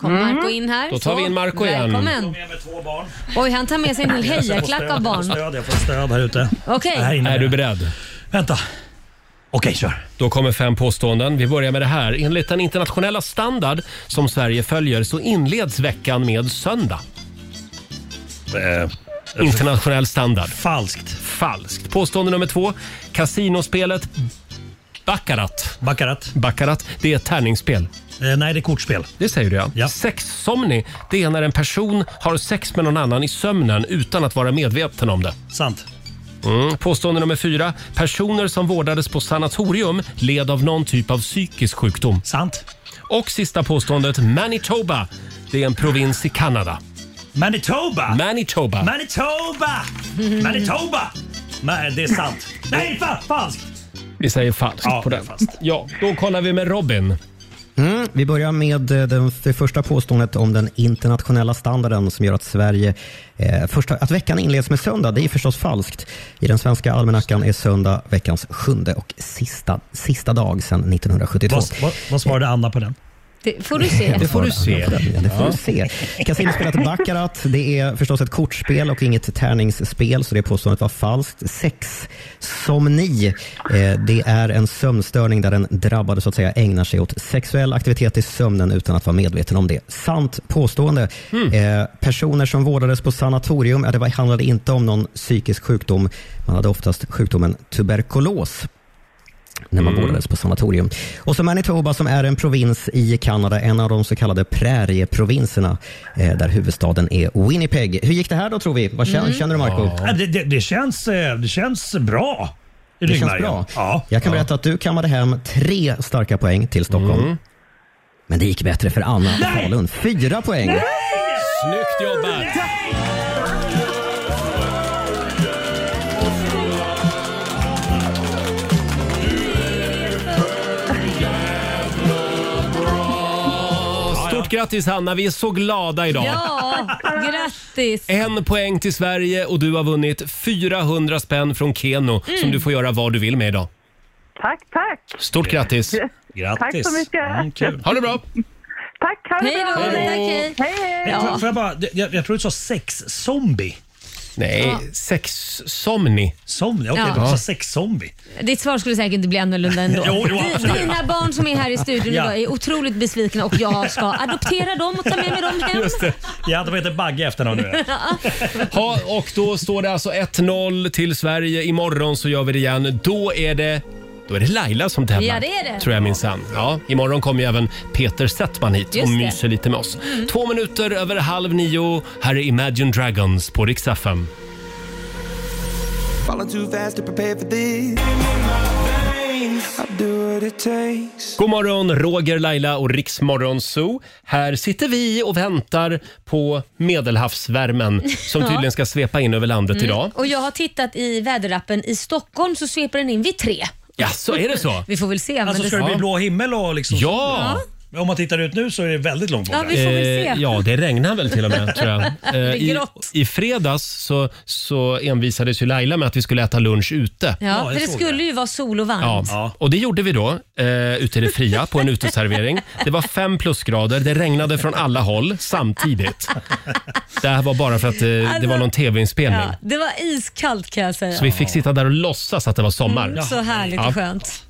Speaker 2: Kom
Speaker 11: Mm.
Speaker 12: Mm.
Speaker 2: Marco in här.
Speaker 1: Då tar vi in Marco igen.
Speaker 2: Välkommen.
Speaker 11: Jag är med två barn.
Speaker 2: Oj, han tar med sig en hel hejarklack av
Speaker 11: Jag får
Speaker 2: barn.
Speaker 11: stöd, jag får stöd här ute.
Speaker 2: Okej.
Speaker 11: Här inne.
Speaker 1: Är du beredd?
Speaker 11: Vänta. Okej, kör.
Speaker 1: Då kommer fem påståenden. Vi börjar med det här. Enligt den internationella standard som Sverige följer så inleds veckan med söndag. Internationell standard.
Speaker 11: Eh, Falskt.
Speaker 1: Falskt. Påstående nummer två. Kasinospelet Baccarat.
Speaker 11: Baccarat.
Speaker 1: Baccarat, det är ett tärningsspel.
Speaker 11: Eh, nej, det är kortspel.
Speaker 1: Det säger du ja.
Speaker 11: Ja.
Speaker 1: Sexsomni, det är när en person har sex med någon annan i sömnen utan att vara medveten om det.
Speaker 11: Sant.
Speaker 1: Mm. Påstående nummer fyra. Personer som vårdades på sanatorium led av någon typ av psykisk sjukdom.
Speaker 11: Sant.
Speaker 1: Och sista påståendet, Manitoba. Det är en provins i Kanada.
Speaker 11: Manitoba.
Speaker 1: Manitoba.
Speaker 11: Manitoba!
Speaker 2: Mm.
Speaker 11: Manitoba! Nej, det är sant. Nej, fa- falskt!
Speaker 1: Vi säger falskt
Speaker 11: Ja,
Speaker 1: på
Speaker 11: det är
Speaker 1: den.
Speaker 11: falskt.
Speaker 1: Ja, då kollar vi med Robin.
Speaker 15: Mm, vi börjar med eh, den, det första påståendet om den internationella standarden som gör att Sverige eh, första, att veckan inleds med söndag. Det är förstås falskt. I den svenska almanackan är söndag veckans sjunde och sista, sista dag sedan 1972.
Speaker 11: Vad, vad, vad svarade Anna på den?
Speaker 2: Det får du se.
Speaker 1: Det får du se.
Speaker 15: Ja, det får du se. Kasinospelet Baccarat, det är förstås ett kortspel och inget tärningsspel, så det påståendet var falskt. Sex somni, eh, det är en sömnstörning där den drabbade så att säga ägnar sig åt sexuell aktivitet i sömnen utan att vara medveten om det. Sant påstående. Eh, personer som vårdades på sanatorium, ja, det var, handlade inte om någon psykisk sjukdom. Man hade oftast sjukdomen tuberkulos när man vårdades på sanatorium. Och så Manitoba som är en provins i Kanada, en av de så kallade prärieprovinserna eh, där huvudstaden är Winnipeg. Hur gick det här då tror vi? Vad
Speaker 11: Mm.
Speaker 2: Mm.
Speaker 15: känner, känner du Marco?
Speaker 11: Nej, Det, det, det, känns, eh, det känns bra. i
Speaker 15: Det känns
Speaker 11: ryggmärgen.
Speaker 15: bra.
Speaker 11: Ja.
Speaker 15: Jag kan berätta att du kammade hem tre starka poäng till Stockholm. Men det gick bättre för Anna i Falun. Fyra poäng.
Speaker 1: Snyggt jobbat! Ja, Stort grattis Hanna, vi är så glada idag.
Speaker 2: Ja, grattis!
Speaker 1: En poäng till Sverige och du har vunnit 400 spänn från Keno
Speaker 2: Mm.
Speaker 1: som du får göra vad du vill med idag.
Speaker 12: Tack, tack.
Speaker 1: Stort grattis! Mm,
Speaker 12: Tack så mycket.
Speaker 1: Ha det bra!
Speaker 12: Tack, ha det
Speaker 2: Hej då,
Speaker 12: bra.
Speaker 2: tack, hej.
Speaker 12: Hej, hej.
Speaker 11: Men Eh, får- Får jag, bara, jag, jag tror du sa sex zombie.
Speaker 1: Nej,
Speaker 2: Ja.
Speaker 1: sex somni.
Speaker 11: Somni, okej.
Speaker 2: Ja.
Speaker 11: Du sa sex zombie.
Speaker 2: Ditt svar skulle säkert bli annorlunda ändå.
Speaker 11: Jo, jo,
Speaker 2: Di-
Speaker 11: absolut.
Speaker 2: Dina barn som är här i studion
Speaker 11: Ja.
Speaker 2: idag är otroligt besvikna och jag ska adoptera dem och ta med mig dem hem.
Speaker 11: Just det. Ja, de heter Bagge efter någon nu.
Speaker 1: Ja, och då står det alltså 1-0 till Sverige. Imorgon så gör vi det igen. Då är det då är det Laila som tävlar.
Speaker 2: Ja, det är det.
Speaker 1: Tror jag minsann. Ja, imorgon kommer ju även Peter Settman hit
Speaker 2: Just
Speaker 1: och
Speaker 2: det. Mm.
Speaker 1: myser lite med oss. Två minuter över halv nio. Här är Imagine Dragons på Rix FM. God morgon, Roger, Laila och Riksmorgon Zoo. Här sitter vi och väntar på medelhavsvärmen som
Speaker 2: Ja.
Speaker 1: tydligen ska svepa in över landet
Speaker 2: Mm.
Speaker 1: idag.
Speaker 2: Och jag har tittat i väderappen. I Stockholm så sveper den in vid tre.
Speaker 1: Ja, så är det så?
Speaker 2: Vi får väl se. men
Speaker 11: Alltså ska det bli blå himmel och liksom...
Speaker 1: Ja!
Speaker 11: Men Om man tittar ut nu så är det väldigt långt bort.
Speaker 2: Ja, vi får väl se.
Speaker 1: Eh, ja, det regnar väl till och med tror jag. Eh,
Speaker 2: Det är
Speaker 1: i,
Speaker 2: grått.
Speaker 1: I fredags så, så envisades ju Laila med att vi skulle äta lunch ute.
Speaker 2: Ja, för det skulle ju vara sol och
Speaker 1: Ja,
Speaker 2: varmt.
Speaker 1: och det gjorde vi då eh, ute i det fria på en uteservering. Det var fem plusgrader, det regnade från alla håll samtidigt. Det här var bara för att eh, det
Speaker 2: Alltså,
Speaker 1: var någon tv-inspelning.
Speaker 2: Ja, det var iskallt kan jag säga.
Speaker 1: Så vi fick sitta där och låtsas att det var sommar.
Speaker 2: Mm, så härligt
Speaker 1: Ja.
Speaker 2: och skönt.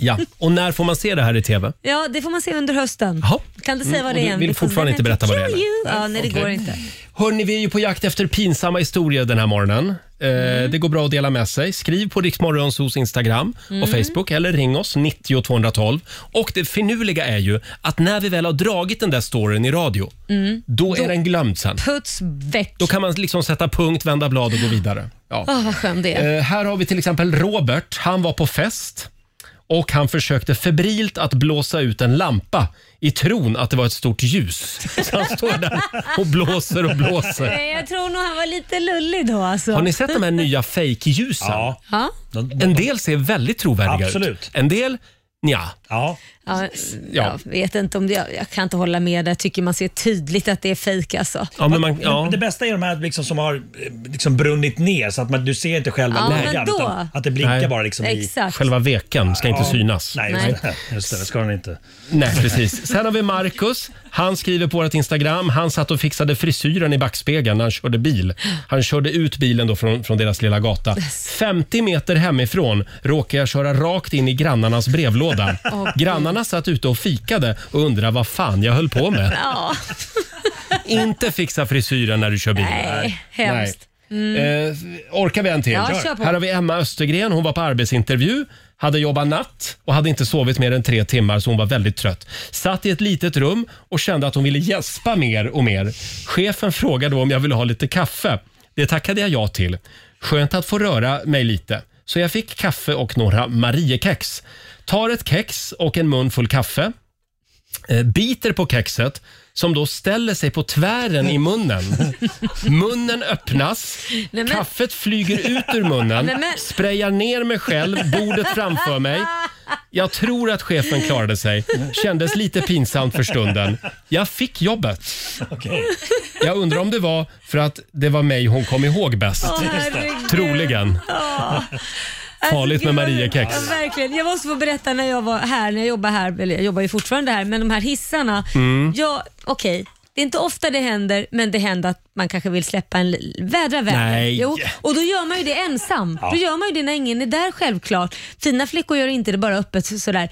Speaker 1: Ja. Och när får man se det här i tv?
Speaker 2: Ja, det får man se under hösten. Kan inte säga
Speaker 1: Mm,
Speaker 2: vad
Speaker 1: och
Speaker 2: det
Speaker 1: du
Speaker 2: är än.
Speaker 1: vill
Speaker 2: Vi får-
Speaker 1: fortfarande inte berätta vad det är.
Speaker 2: Kill you. Ja, nej, det
Speaker 1: Okej.
Speaker 2: går inte.
Speaker 1: Hörni, vi är ju på jakt efter pinsamma historier den här morgonen. Eh,
Speaker 2: Mm.
Speaker 1: Det går bra att dela med sig. Skriv på Riksmorgonsos Instagram och
Speaker 13: Mm.
Speaker 1: Facebook eller ring oss 90 212. Och det finurliga är ju att när vi väl har dragit den där storyn i radio,
Speaker 2: Mm.
Speaker 1: då, är den glömd sen.
Speaker 2: Puts väck.
Speaker 1: Då kan man liksom sätta punkt, vända blad och gå vidare. Ja.
Speaker 2: Åh, vad skön det är.
Speaker 1: Eh, här har vi till exempel Robert. Han var på fest och han försökte febrilt att blåsa ut en lampa i tron att det var ett stort ljus. Så han står där och blåser och blåser.
Speaker 2: Nej, jag tror nog han var lite lullig då alltså.
Speaker 1: Har ni sett de här nya fejkljusen? Ja.
Speaker 2: Ja.
Speaker 1: En del ser väldigt trovärdiga ut.
Speaker 11: Absolut.
Speaker 1: En del, nja.
Speaker 11: Ja.
Speaker 2: Ja,
Speaker 1: Ja.
Speaker 2: Jag vet inte om det, jag, jag kan inte hålla med där. Jag tycker man ser tydligt att det är fejk alltså.
Speaker 11: Men Det bästa är de här liksom som har eh, liksom brunnit ner så att man, du ser inte själva
Speaker 2: Ja, men
Speaker 11: lågan.
Speaker 2: då-
Speaker 11: utan Att det blinkar
Speaker 1: Nej.
Speaker 11: bara liksom
Speaker 2: Exakt.
Speaker 11: i...
Speaker 1: Själva veken ska inte
Speaker 11: Ja.
Speaker 1: synas.
Speaker 11: Nej, just det. Just det, det ska den inte.
Speaker 1: Nej, precis. Sen har vi Marcus. Han skriver på vårt Instagram. Han satt och fixade frisyren i backspegeln när han körde bil. Han körde ut bilen då från, från deras lilla gata. 50 meter hemifrån råkade jag köra rakt in i grannarnas brevlåda.
Speaker 2: Åh, Gud.
Speaker 1: Grannarna satt ute och fikade och undrade vad fan jag höll på med.
Speaker 2: Ja,
Speaker 1: Inte fixa frisyren när du kör bil.
Speaker 2: nej, hemskt. Mm.
Speaker 1: Eh, orkar vi en till?
Speaker 2: Ja, kör på.
Speaker 1: Här har vi Emma Östergren. Hon var på arbetsintervju, hade jobbat natt och hade inte sovit mer än tre timmar så hon var väldigt trött. Satt i ett litet rum och kände att hon ville gäspa mer och mer. Chefen frågade om jag ville ha lite kaffe. Det tackade jag ja till. Skönt att få röra mig lite. Så jag fick kaffe och några Mariekex. Tar ett kex och en mun full kaffe eh, biter på kexet som då ställer sig på tvären i munnen. Munnen öppnas,
Speaker 2: men-
Speaker 1: kaffet flyger ut ur munnen,
Speaker 2: Nej, men-
Speaker 1: sprayar ner mig själv, bordet framför mig. Jag tror att chefen klarade sig. Kändes lite pinsamt för stunden. Jag fick jobbet. Jag undrar om det var för att det var mig hon kom ihåg bäst.
Speaker 2: Åh, herregud.
Speaker 1: Troligen.
Speaker 2: Ja.
Speaker 1: Farligt med Mariekex.
Speaker 2: Alltså, Ja, verkligen. Jag måste få berätta när jag var här, när jag jobbar här, eller jag jobbar ju fortfarande här, men de här hissarna.
Speaker 16: Mm.
Speaker 2: Ja, okej. Det är inte ofta det händer, men det händer att man kanske vill släppa en l- vädra väder.
Speaker 16: Nej.
Speaker 2: Jo, och då gör man ju det ensam.
Speaker 16: Ja.
Speaker 2: Då gör man ju det när ingen är där självklart. Fina flickor gör inte det bara öppet så- sådär.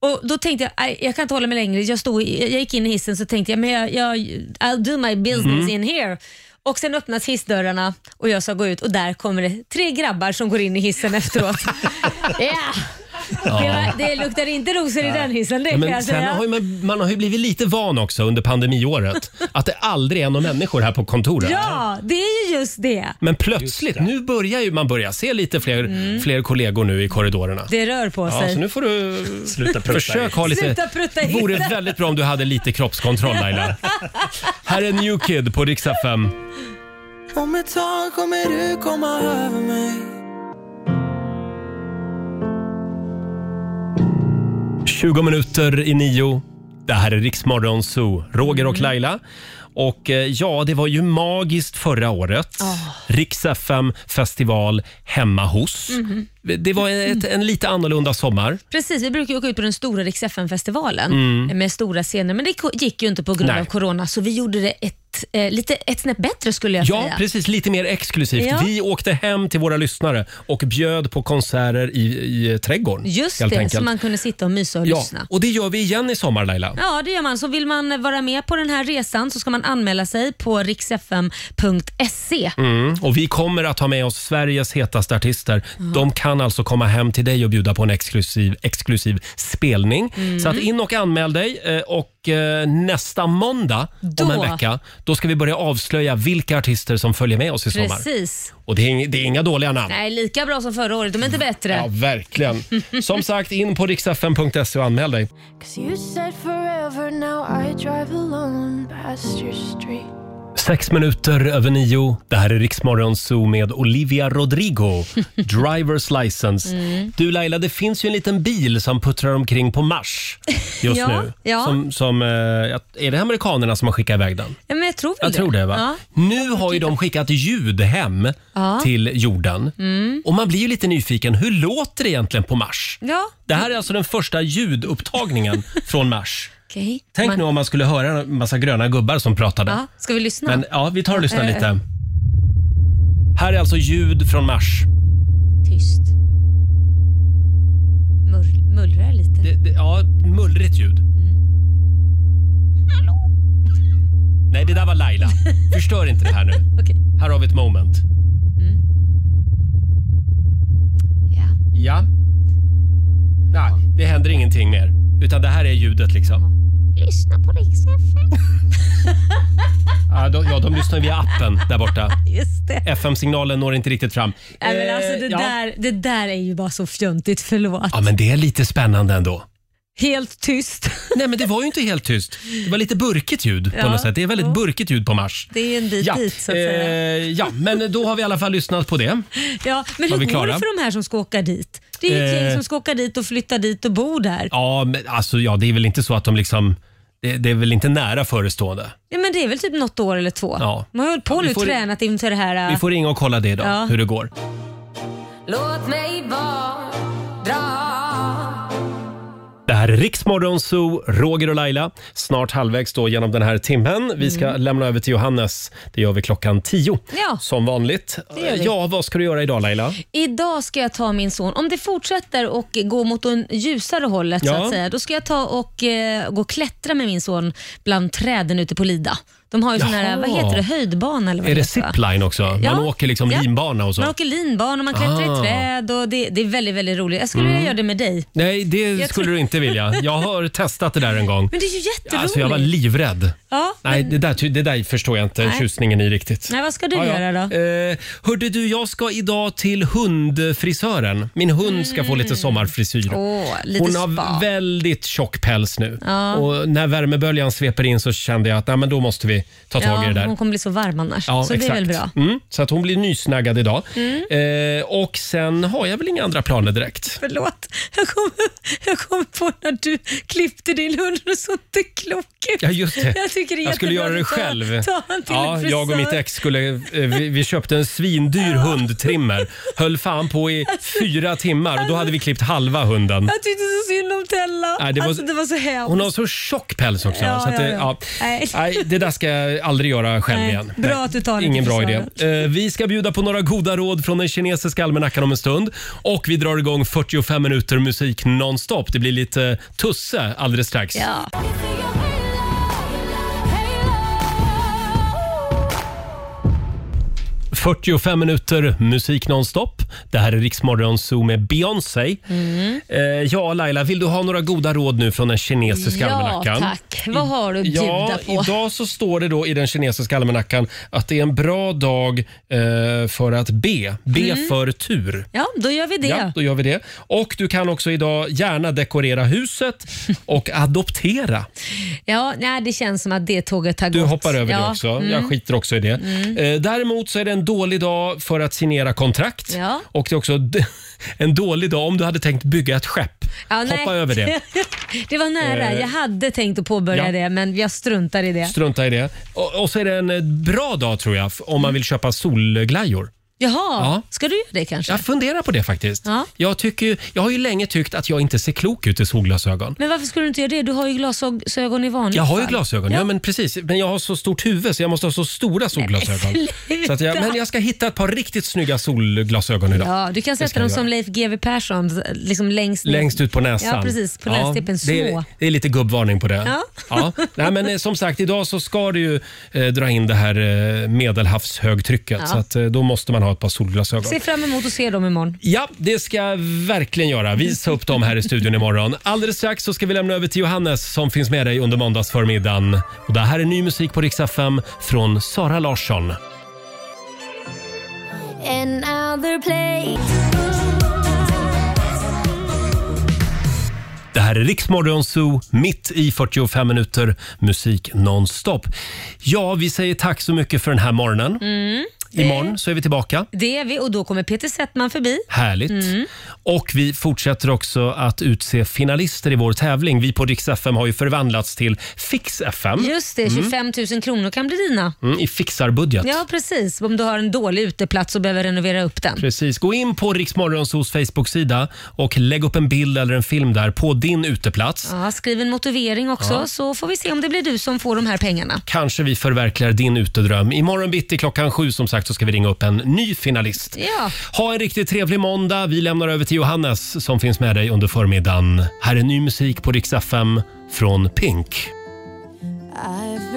Speaker 2: Och Då tänkte jag, "Aj, jag kan inte hålla mig längre. Jag, stod, i- jag gick in i hissen så tänkte jag, men jag, jag I'll do my business
Speaker 16: Mm.
Speaker 2: in here. Och sen öppnas hissdörrarna och jag ska gå ut och där kommer det tre grabbar som går in i hissen efteråt. Ja. Det,
Speaker 1: Ja.
Speaker 2: var, det luktar inte rosor i den hissen, det
Speaker 1: Ja,
Speaker 2: kan jag
Speaker 1: men sen
Speaker 2: säga.
Speaker 1: har ju man, man har ju blivit lite van också under pandemiåret att det aldrig är några människor här på kontoret.
Speaker 2: Ja, det är ju just det.
Speaker 1: Men plötsligt, nu börjar ju man börja se lite fler,
Speaker 2: Mm.
Speaker 1: fler kollegor nu i korridorerna.
Speaker 2: Det rör på
Speaker 1: Ja,
Speaker 2: sig.
Speaker 1: så nu får du
Speaker 11: Sluta prutta
Speaker 1: försök
Speaker 11: i.
Speaker 1: ha lite...
Speaker 2: Sluta prutta i.
Speaker 1: vore väldigt bra om du hade lite kroppskontroll Laila. Här är New Kid på Rix FM.
Speaker 16: Om ett tag kommer du komma över mig
Speaker 1: 20 minuter i nio. Det här är Riksmorgon Zoo, Roger
Speaker 2: Mm.
Speaker 1: och Laila. Och eh, ja, det var ju magiskt förra året.
Speaker 2: Ah.
Speaker 1: Rix FM festival hemma hos.
Speaker 2: Mhm.
Speaker 1: Det var ett, en lite annorlunda sommar.
Speaker 2: Precis, vi brukar ju åka ut på den stora Rix festivalen
Speaker 1: Mm.
Speaker 2: med stora scener, men det ko- gick ju inte på grund
Speaker 1: Nej.
Speaker 2: av corona, så vi gjorde det ett, eh, lite, ett snäpp bättre skulle jag
Speaker 1: Ja,
Speaker 2: säga.
Speaker 1: precis. Lite mer exklusivt.
Speaker 2: Ja.
Speaker 1: Vi åkte hem till våra lyssnare och bjöd på konserter i, i eh, trädgården.
Speaker 2: Just
Speaker 1: helt
Speaker 2: det,
Speaker 1: enkelt.
Speaker 2: så man kunde sitta och mysa och
Speaker 1: ja,
Speaker 2: lyssna.
Speaker 1: och det gör vi igen i sommar, Laila.
Speaker 2: Ja, det gör man. Så vill man vara med på den här resan så ska man anmäla sig på riksfm.se.
Speaker 1: Mm. Och vi kommer att ha med oss Sveriges hetaste artister.
Speaker 2: Ja.
Speaker 1: De kan alltså komma hem till dig och bjuda på en exklusiv, exklusiv spelning.
Speaker 2: Mm.
Speaker 1: Så att in och anmäl dig. eh, Och eh, nästa måndag om
Speaker 2: Då-
Speaker 1: en vecka, då ska vi börja avslöja vilka artister som följer med oss i sommar.
Speaker 2: Precis.
Speaker 1: Och det är, ing- det är inga dåliga namn.
Speaker 2: Nej, lika bra som förra året, de är inte bättre.
Speaker 1: Mm. Ja, verkligen. Som sagt, in på riksfn.se och anmäl dig.
Speaker 18: Cause you said forever, now I drive alone past your street.
Speaker 1: Sex minuter över nio. Det här är Riksmorgon Zoo med Olivia Rodrigo. Driver's license.
Speaker 2: Mm.
Speaker 1: Du Laila, det finns ju en liten bil som puttrar omkring på Mars just
Speaker 2: Ja,
Speaker 1: nu.
Speaker 2: ja.
Speaker 1: Som, som, eh, är det amerikanerna som har skickat iväg den?
Speaker 2: Ja, men jag tror väl
Speaker 1: Jag tror det va?
Speaker 2: Ja.
Speaker 1: Nu har ju de skickat ljud hem
Speaker 2: Ja.
Speaker 1: till jorden.
Speaker 2: Mm.
Speaker 1: Och man blir ju lite nyfiken, hur låter det egentligen på Mars?
Speaker 2: Ja,
Speaker 1: Det här är alltså den första ljudupptagningen från Mars.
Speaker 2: okej.
Speaker 1: Tänk
Speaker 2: Man-
Speaker 1: nu om man skulle höra en massa gröna gubbar som pratade.
Speaker 2: Ja, ska vi lyssna?
Speaker 1: Men ja, vi tar och lyssnar
Speaker 2: Eh, eh.
Speaker 1: lite. Här är alltså ljud från Mars.
Speaker 2: Tyst. Mur- mullrar lite.
Speaker 1: Det, det, ja, mullrigt ljud. Nej, det där var Laila. Förstör inte det här nu. Här har vi ett moment.
Speaker 2: Mm.
Speaker 1: Ja. Nej, det händer ingenting mer. Utan det här är ljudet liksom.
Speaker 18: Lyssna på Rix FM.
Speaker 1: Ja, de, ja, de lyssnar via appen där borta.
Speaker 2: Just det.
Speaker 1: FM-signalen når inte riktigt fram.
Speaker 2: Nej, men alltså, det,
Speaker 1: Eh, ja.
Speaker 2: där, det där är ju bara så fjuntigt, förlåt.
Speaker 1: Ja, men det är lite spännande ändå.
Speaker 2: Helt tyst.
Speaker 1: Nej, men det var ju inte helt tyst. Det var lite burkigt ljud
Speaker 2: Ja.
Speaker 1: på något sätt. Det är väldigt burkigt ljud på Mars.
Speaker 2: Det är ju en bit dit så att säga.
Speaker 1: Eh, ja, men då har vi i alla fall lyssnat på det.
Speaker 2: Ja, men
Speaker 1: Var
Speaker 2: hur
Speaker 1: vi
Speaker 2: går
Speaker 1: klara?
Speaker 2: det för de här som ska åka dit? Det är ju ett
Speaker 1: Eh.
Speaker 2: gäng som ska åka dit och flytta dit och bo där.
Speaker 1: Ja, men alltså ja, det är väl inte så att de liksom... Det, det är väl inte nära förestående.
Speaker 2: Ja, men det är väl typ något år eller två.
Speaker 1: Ja.
Speaker 2: Man har hållit på
Speaker 1: Ja, vi
Speaker 2: nu
Speaker 1: får-
Speaker 2: och tränat inför det här. äh,
Speaker 1: Vi får ringa och kolla det idag,
Speaker 2: Ja.
Speaker 1: hur det går.
Speaker 10: Låt mig vara, dra
Speaker 1: Det här är Riksmorgon Zoo, Roger och Laila. Snart halvvägs då genom den här timmen. Vi ska lämna över till Johannes. Det gör vi klockan tio,
Speaker 2: Mm. Ja.
Speaker 1: som vanligt.
Speaker 2: Det gör vi.
Speaker 1: Ja, vad ska du göra idag Laila?
Speaker 2: Idag ska jag ta min son, om det fortsätter och gå mot en ljusare hållet så
Speaker 1: Ja.
Speaker 2: att säga, då ska jag ta och eh, gå och klättra med min son bland träden ute på Lida. De har ju sån här,
Speaker 1: Jaha.
Speaker 2: vad heter det, höjdbana eller vad
Speaker 1: Är det
Speaker 2: heter, va?
Speaker 1: zipline också? Man
Speaker 2: Ja.
Speaker 1: åker liksom
Speaker 2: Ja.
Speaker 1: linbana och så?
Speaker 2: Man åker linbana och man klättrar
Speaker 1: Ah.
Speaker 2: i träd och det, det är väldigt, väldigt roligt. Jag skulle vilja
Speaker 1: Mm.
Speaker 2: göra det med dig.
Speaker 1: Nej, det
Speaker 2: Jag
Speaker 1: skulle
Speaker 2: tror-
Speaker 1: du inte vilja. Jag har testat det där en gång.
Speaker 2: Men det är ju jätteroligt.
Speaker 1: Alltså jag var livrädd.
Speaker 2: Ja,
Speaker 1: Nej,
Speaker 2: men-
Speaker 1: det där, ty- det där förstår jag inte
Speaker 2: Nej.
Speaker 1: tjusningen i riktigt.
Speaker 2: Nej, vad ska du
Speaker 1: Ja, ja.
Speaker 2: göra då?
Speaker 1: Eh, hörde du, jag ska idag till hundfrisören. Min hund ska få lite sommarfrisyr.
Speaker 2: Mm. Åh, lite
Speaker 1: Hon
Speaker 2: spa.
Speaker 1: har väldigt tjock päls nu.
Speaker 2: Ja.
Speaker 1: Och när värmeböljan sveper in så kände jag att nej, men då måste vi ta tag i det
Speaker 2: ja,
Speaker 1: där.
Speaker 2: hon kommer bli så varm annars.
Speaker 1: Ja,
Speaker 2: så det är väl bra.
Speaker 1: Mm, så att hon blir nysnaggad idag.
Speaker 2: Mm.
Speaker 1: Eh, och sen har jag väl inga andra planer direkt.
Speaker 2: Förlåt, jag kommer, jag kommer på när du klippte din hund och det såg inte klok ut.
Speaker 1: Ja, just det.
Speaker 2: Jag tycker det är
Speaker 1: jag skulle
Speaker 2: jättebra
Speaker 1: göra det
Speaker 2: att ta- Ta
Speaker 1: själv.
Speaker 2: han till
Speaker 1: ja,
Speaker 2: en
Speaker 1: jag och
Speaker 2: frisör.
Speaker 1: mitt ex skulle, eh, vi, vi köpte en svindyr hundtrimmer. Höll fan på i fyra timmar och då hade vi klippt halva hunden.
Speaker 2: Jag tyckte så synd om Tella.
Speaker 1: Nej, det var-
Speaker 2: alltså, det var så hemskt.
Speaker 1: Hon har så tjock päls också.
Speaker 2: Ja,
Speaker 1: så att det,
Speaker 2: ja, ja.
Speaker 1: Nej.
Speaker 2: Nej.
Speaker 1: det där ska jag aldrig göra själv
Speaker 2: Nej,
Speaker 1: igen.
Speaker 2: bra
Speaker 1: Nej,
Speaker 2: att du tar det
Speaker 1: Ingen
Speaker 2: till
Speaker 1: bra idé.
Speaker 2: försvaret.
Speaker 1: Eh, Vi ska bjuda på några goda råd från den kinesiska almanackan om en stund. Och vi drar igång 45 minuter musik nonstop. Det blir lite Tusse alldeles strax.
Speaker 2: Ja.
Speaker 1: 45 minuter musik nonstop. Det här är Riksmorgon Zoo med Beyoncé.
Speaker 2: Mm.
Speaker 1: Eh, ja, Laila, vill du ha några goda råd nu från den kinesiska
Speaker 2: Ja
Speaker 1: almanackan?
Speaker 2: tack. Vad har du att bjuda
Speaker 1: Ja,
Speaker 2: på?
Speaker 1: idag så står det då i den kinesiska almanackan att det är en bra dag eh, för att be. Be
Speaker 2: Mm.
Speaker 1: för tur.
Speaker 2: Ja, då gör vi det.
Speaker 1: Ja, då gör vi det. Och du kan också idag gärna dekorera huset och adoptera.
Speaker 2: Ja, nej, det känns som att det tåget har
Speaker 1: Du
Speaker 2: gått.
Speaker 1: hoppar över det
Speaker 2: Ja,
Speaker 1: också.
Speaker 2: mm.
Speaker 1: Jag skiter också i det.
Speaker 2: Mm.
Speaker 1: Eh, Däremot så är det en dålig dag för att signera kontrakt.
Speaker 2: Ja.
Speaker 1: Och det är också d- en dålig dag om du hade tänkt bygga ett skepp.
Speaker 2: Ja, nej.
Speaker 1: Hoppa över det.
Speaker 2: det var nära.
Speaker 1: Eh,
Speaker 2: Jag hade tänkt att påbörja
Speaker 1: ja.
Speaker 2: det, men jag struntar i det.
Speaker 1: Strunta i det. Och, och så är det en eh, bra dag tror jag f- om
Speaker 2: Mm.
Speaker 1: man vill köpa solglajjor.
Speaker 2: Jaha,
Speaker 1: Ja.
Speaker 2: ska du göra det kanske?
Speaker 1: Jag funderar på det faktiskt.
Speaker 2: Ja.
Speaker 1: Jag, tycker, ju- jag har ju länge tyckt att jag inte ser klok ut i solglasögon.
Speaker 2: Men varför skulle du inte göra det? Du har ju glasögon i vanligt
Speaker 1: Jag har ju
Speaker 2: fall.
Speaker 1: glasögon, ja. men precis. Men jag har så stort huvud så jag måste ha så stora solglasögon.
Speaker 2: sluta.
Speaker 1: så att jag, men jag ska hitta ett par riktigt snygga solglasögon idag.
Speaker 2: Ja, du kan
Speaker 1: Det
Speaker 2: sätta
Speaker 1: ska
Speaker 2: dem
Speaker 1: jag
Speaker 2: som
Speaker 1: göra.
Speaker 2: Leif GW Persson, liksom längst ner.
Speaker 1: Längst ut på näsan.
Speaker 2: Ja, precis. På nästippen. Så.
Speaker 1: det, är, det är lite gubbvarning på det.
Speaker 2: Ja.
Speaker 1: Nej, men eh, som sagt, idag så ska du ju eh, dra in det här eh, medelhavshögtrycket.
Speaker 2: Ja.
Speaker 1: Så att, eh, då måste man ha ett par solglasögon.
Speaker 2: Se fram emot att se dem imorgon.
Speaker 1: Ja, det ska jag verkligen göra. Visa upp dem här i studion imorgon. Alldeles strax så ska vi lämna över till Johannes som finns med dig under måndagsförmiddagen. Och det här är ny musik på riksdag 5 från Sara Larsson.
Speaker 10: Another place.
Speaker 1: Det här är Riksmorgon Zoo, mitt i 45 minuter musik nonstop. Ja, vi säger tack så mycket för den här morgonen.
Speaker 2: Mm.
Speaker 1: Imorgon så är vi tillbaka.
Speaker 2: Det, det är vi och då kommer Peter Settman förbi.
Speaker 1: Härligt.
Speaker 2: Mm.
Speaker 1: Och vi fortsätter också att utse finalister i vår tävling. Vi på Rix FM har ju förvandlats till Fix FM.
Speaker 2: Just det, 25 000 kronor kan bli dina.
Speaker 1: Mm, I fixarbudget.
Speaker 2: Ja, precis. Om du har en dålig uteplats och behöver renovera upp den.
Speaker 1: Precis. Gå in på Riksmorgonsos Facebook-sida och lägg upp en bild eller en film där på din uteplats.
Speaker 2: Ja, skriv en motivering också
Speaker 1: Ja.
Speaker 2: så får vi se om det blir du som får de här pengarna.
Speaker 1: Kanske vi förverkligar din utedröm. Imorgon bitti klockan sju som sagt så ska vi ringa upp en ny finalist.
Speaker 2: Ja.
Speaker 1: Ha en riktigt trevlig måndag. Vi lämnar över till Johannes som finns med dig under förmiddagen. Här är ny musik på Rix FM från Pink.
Speaker 18: I've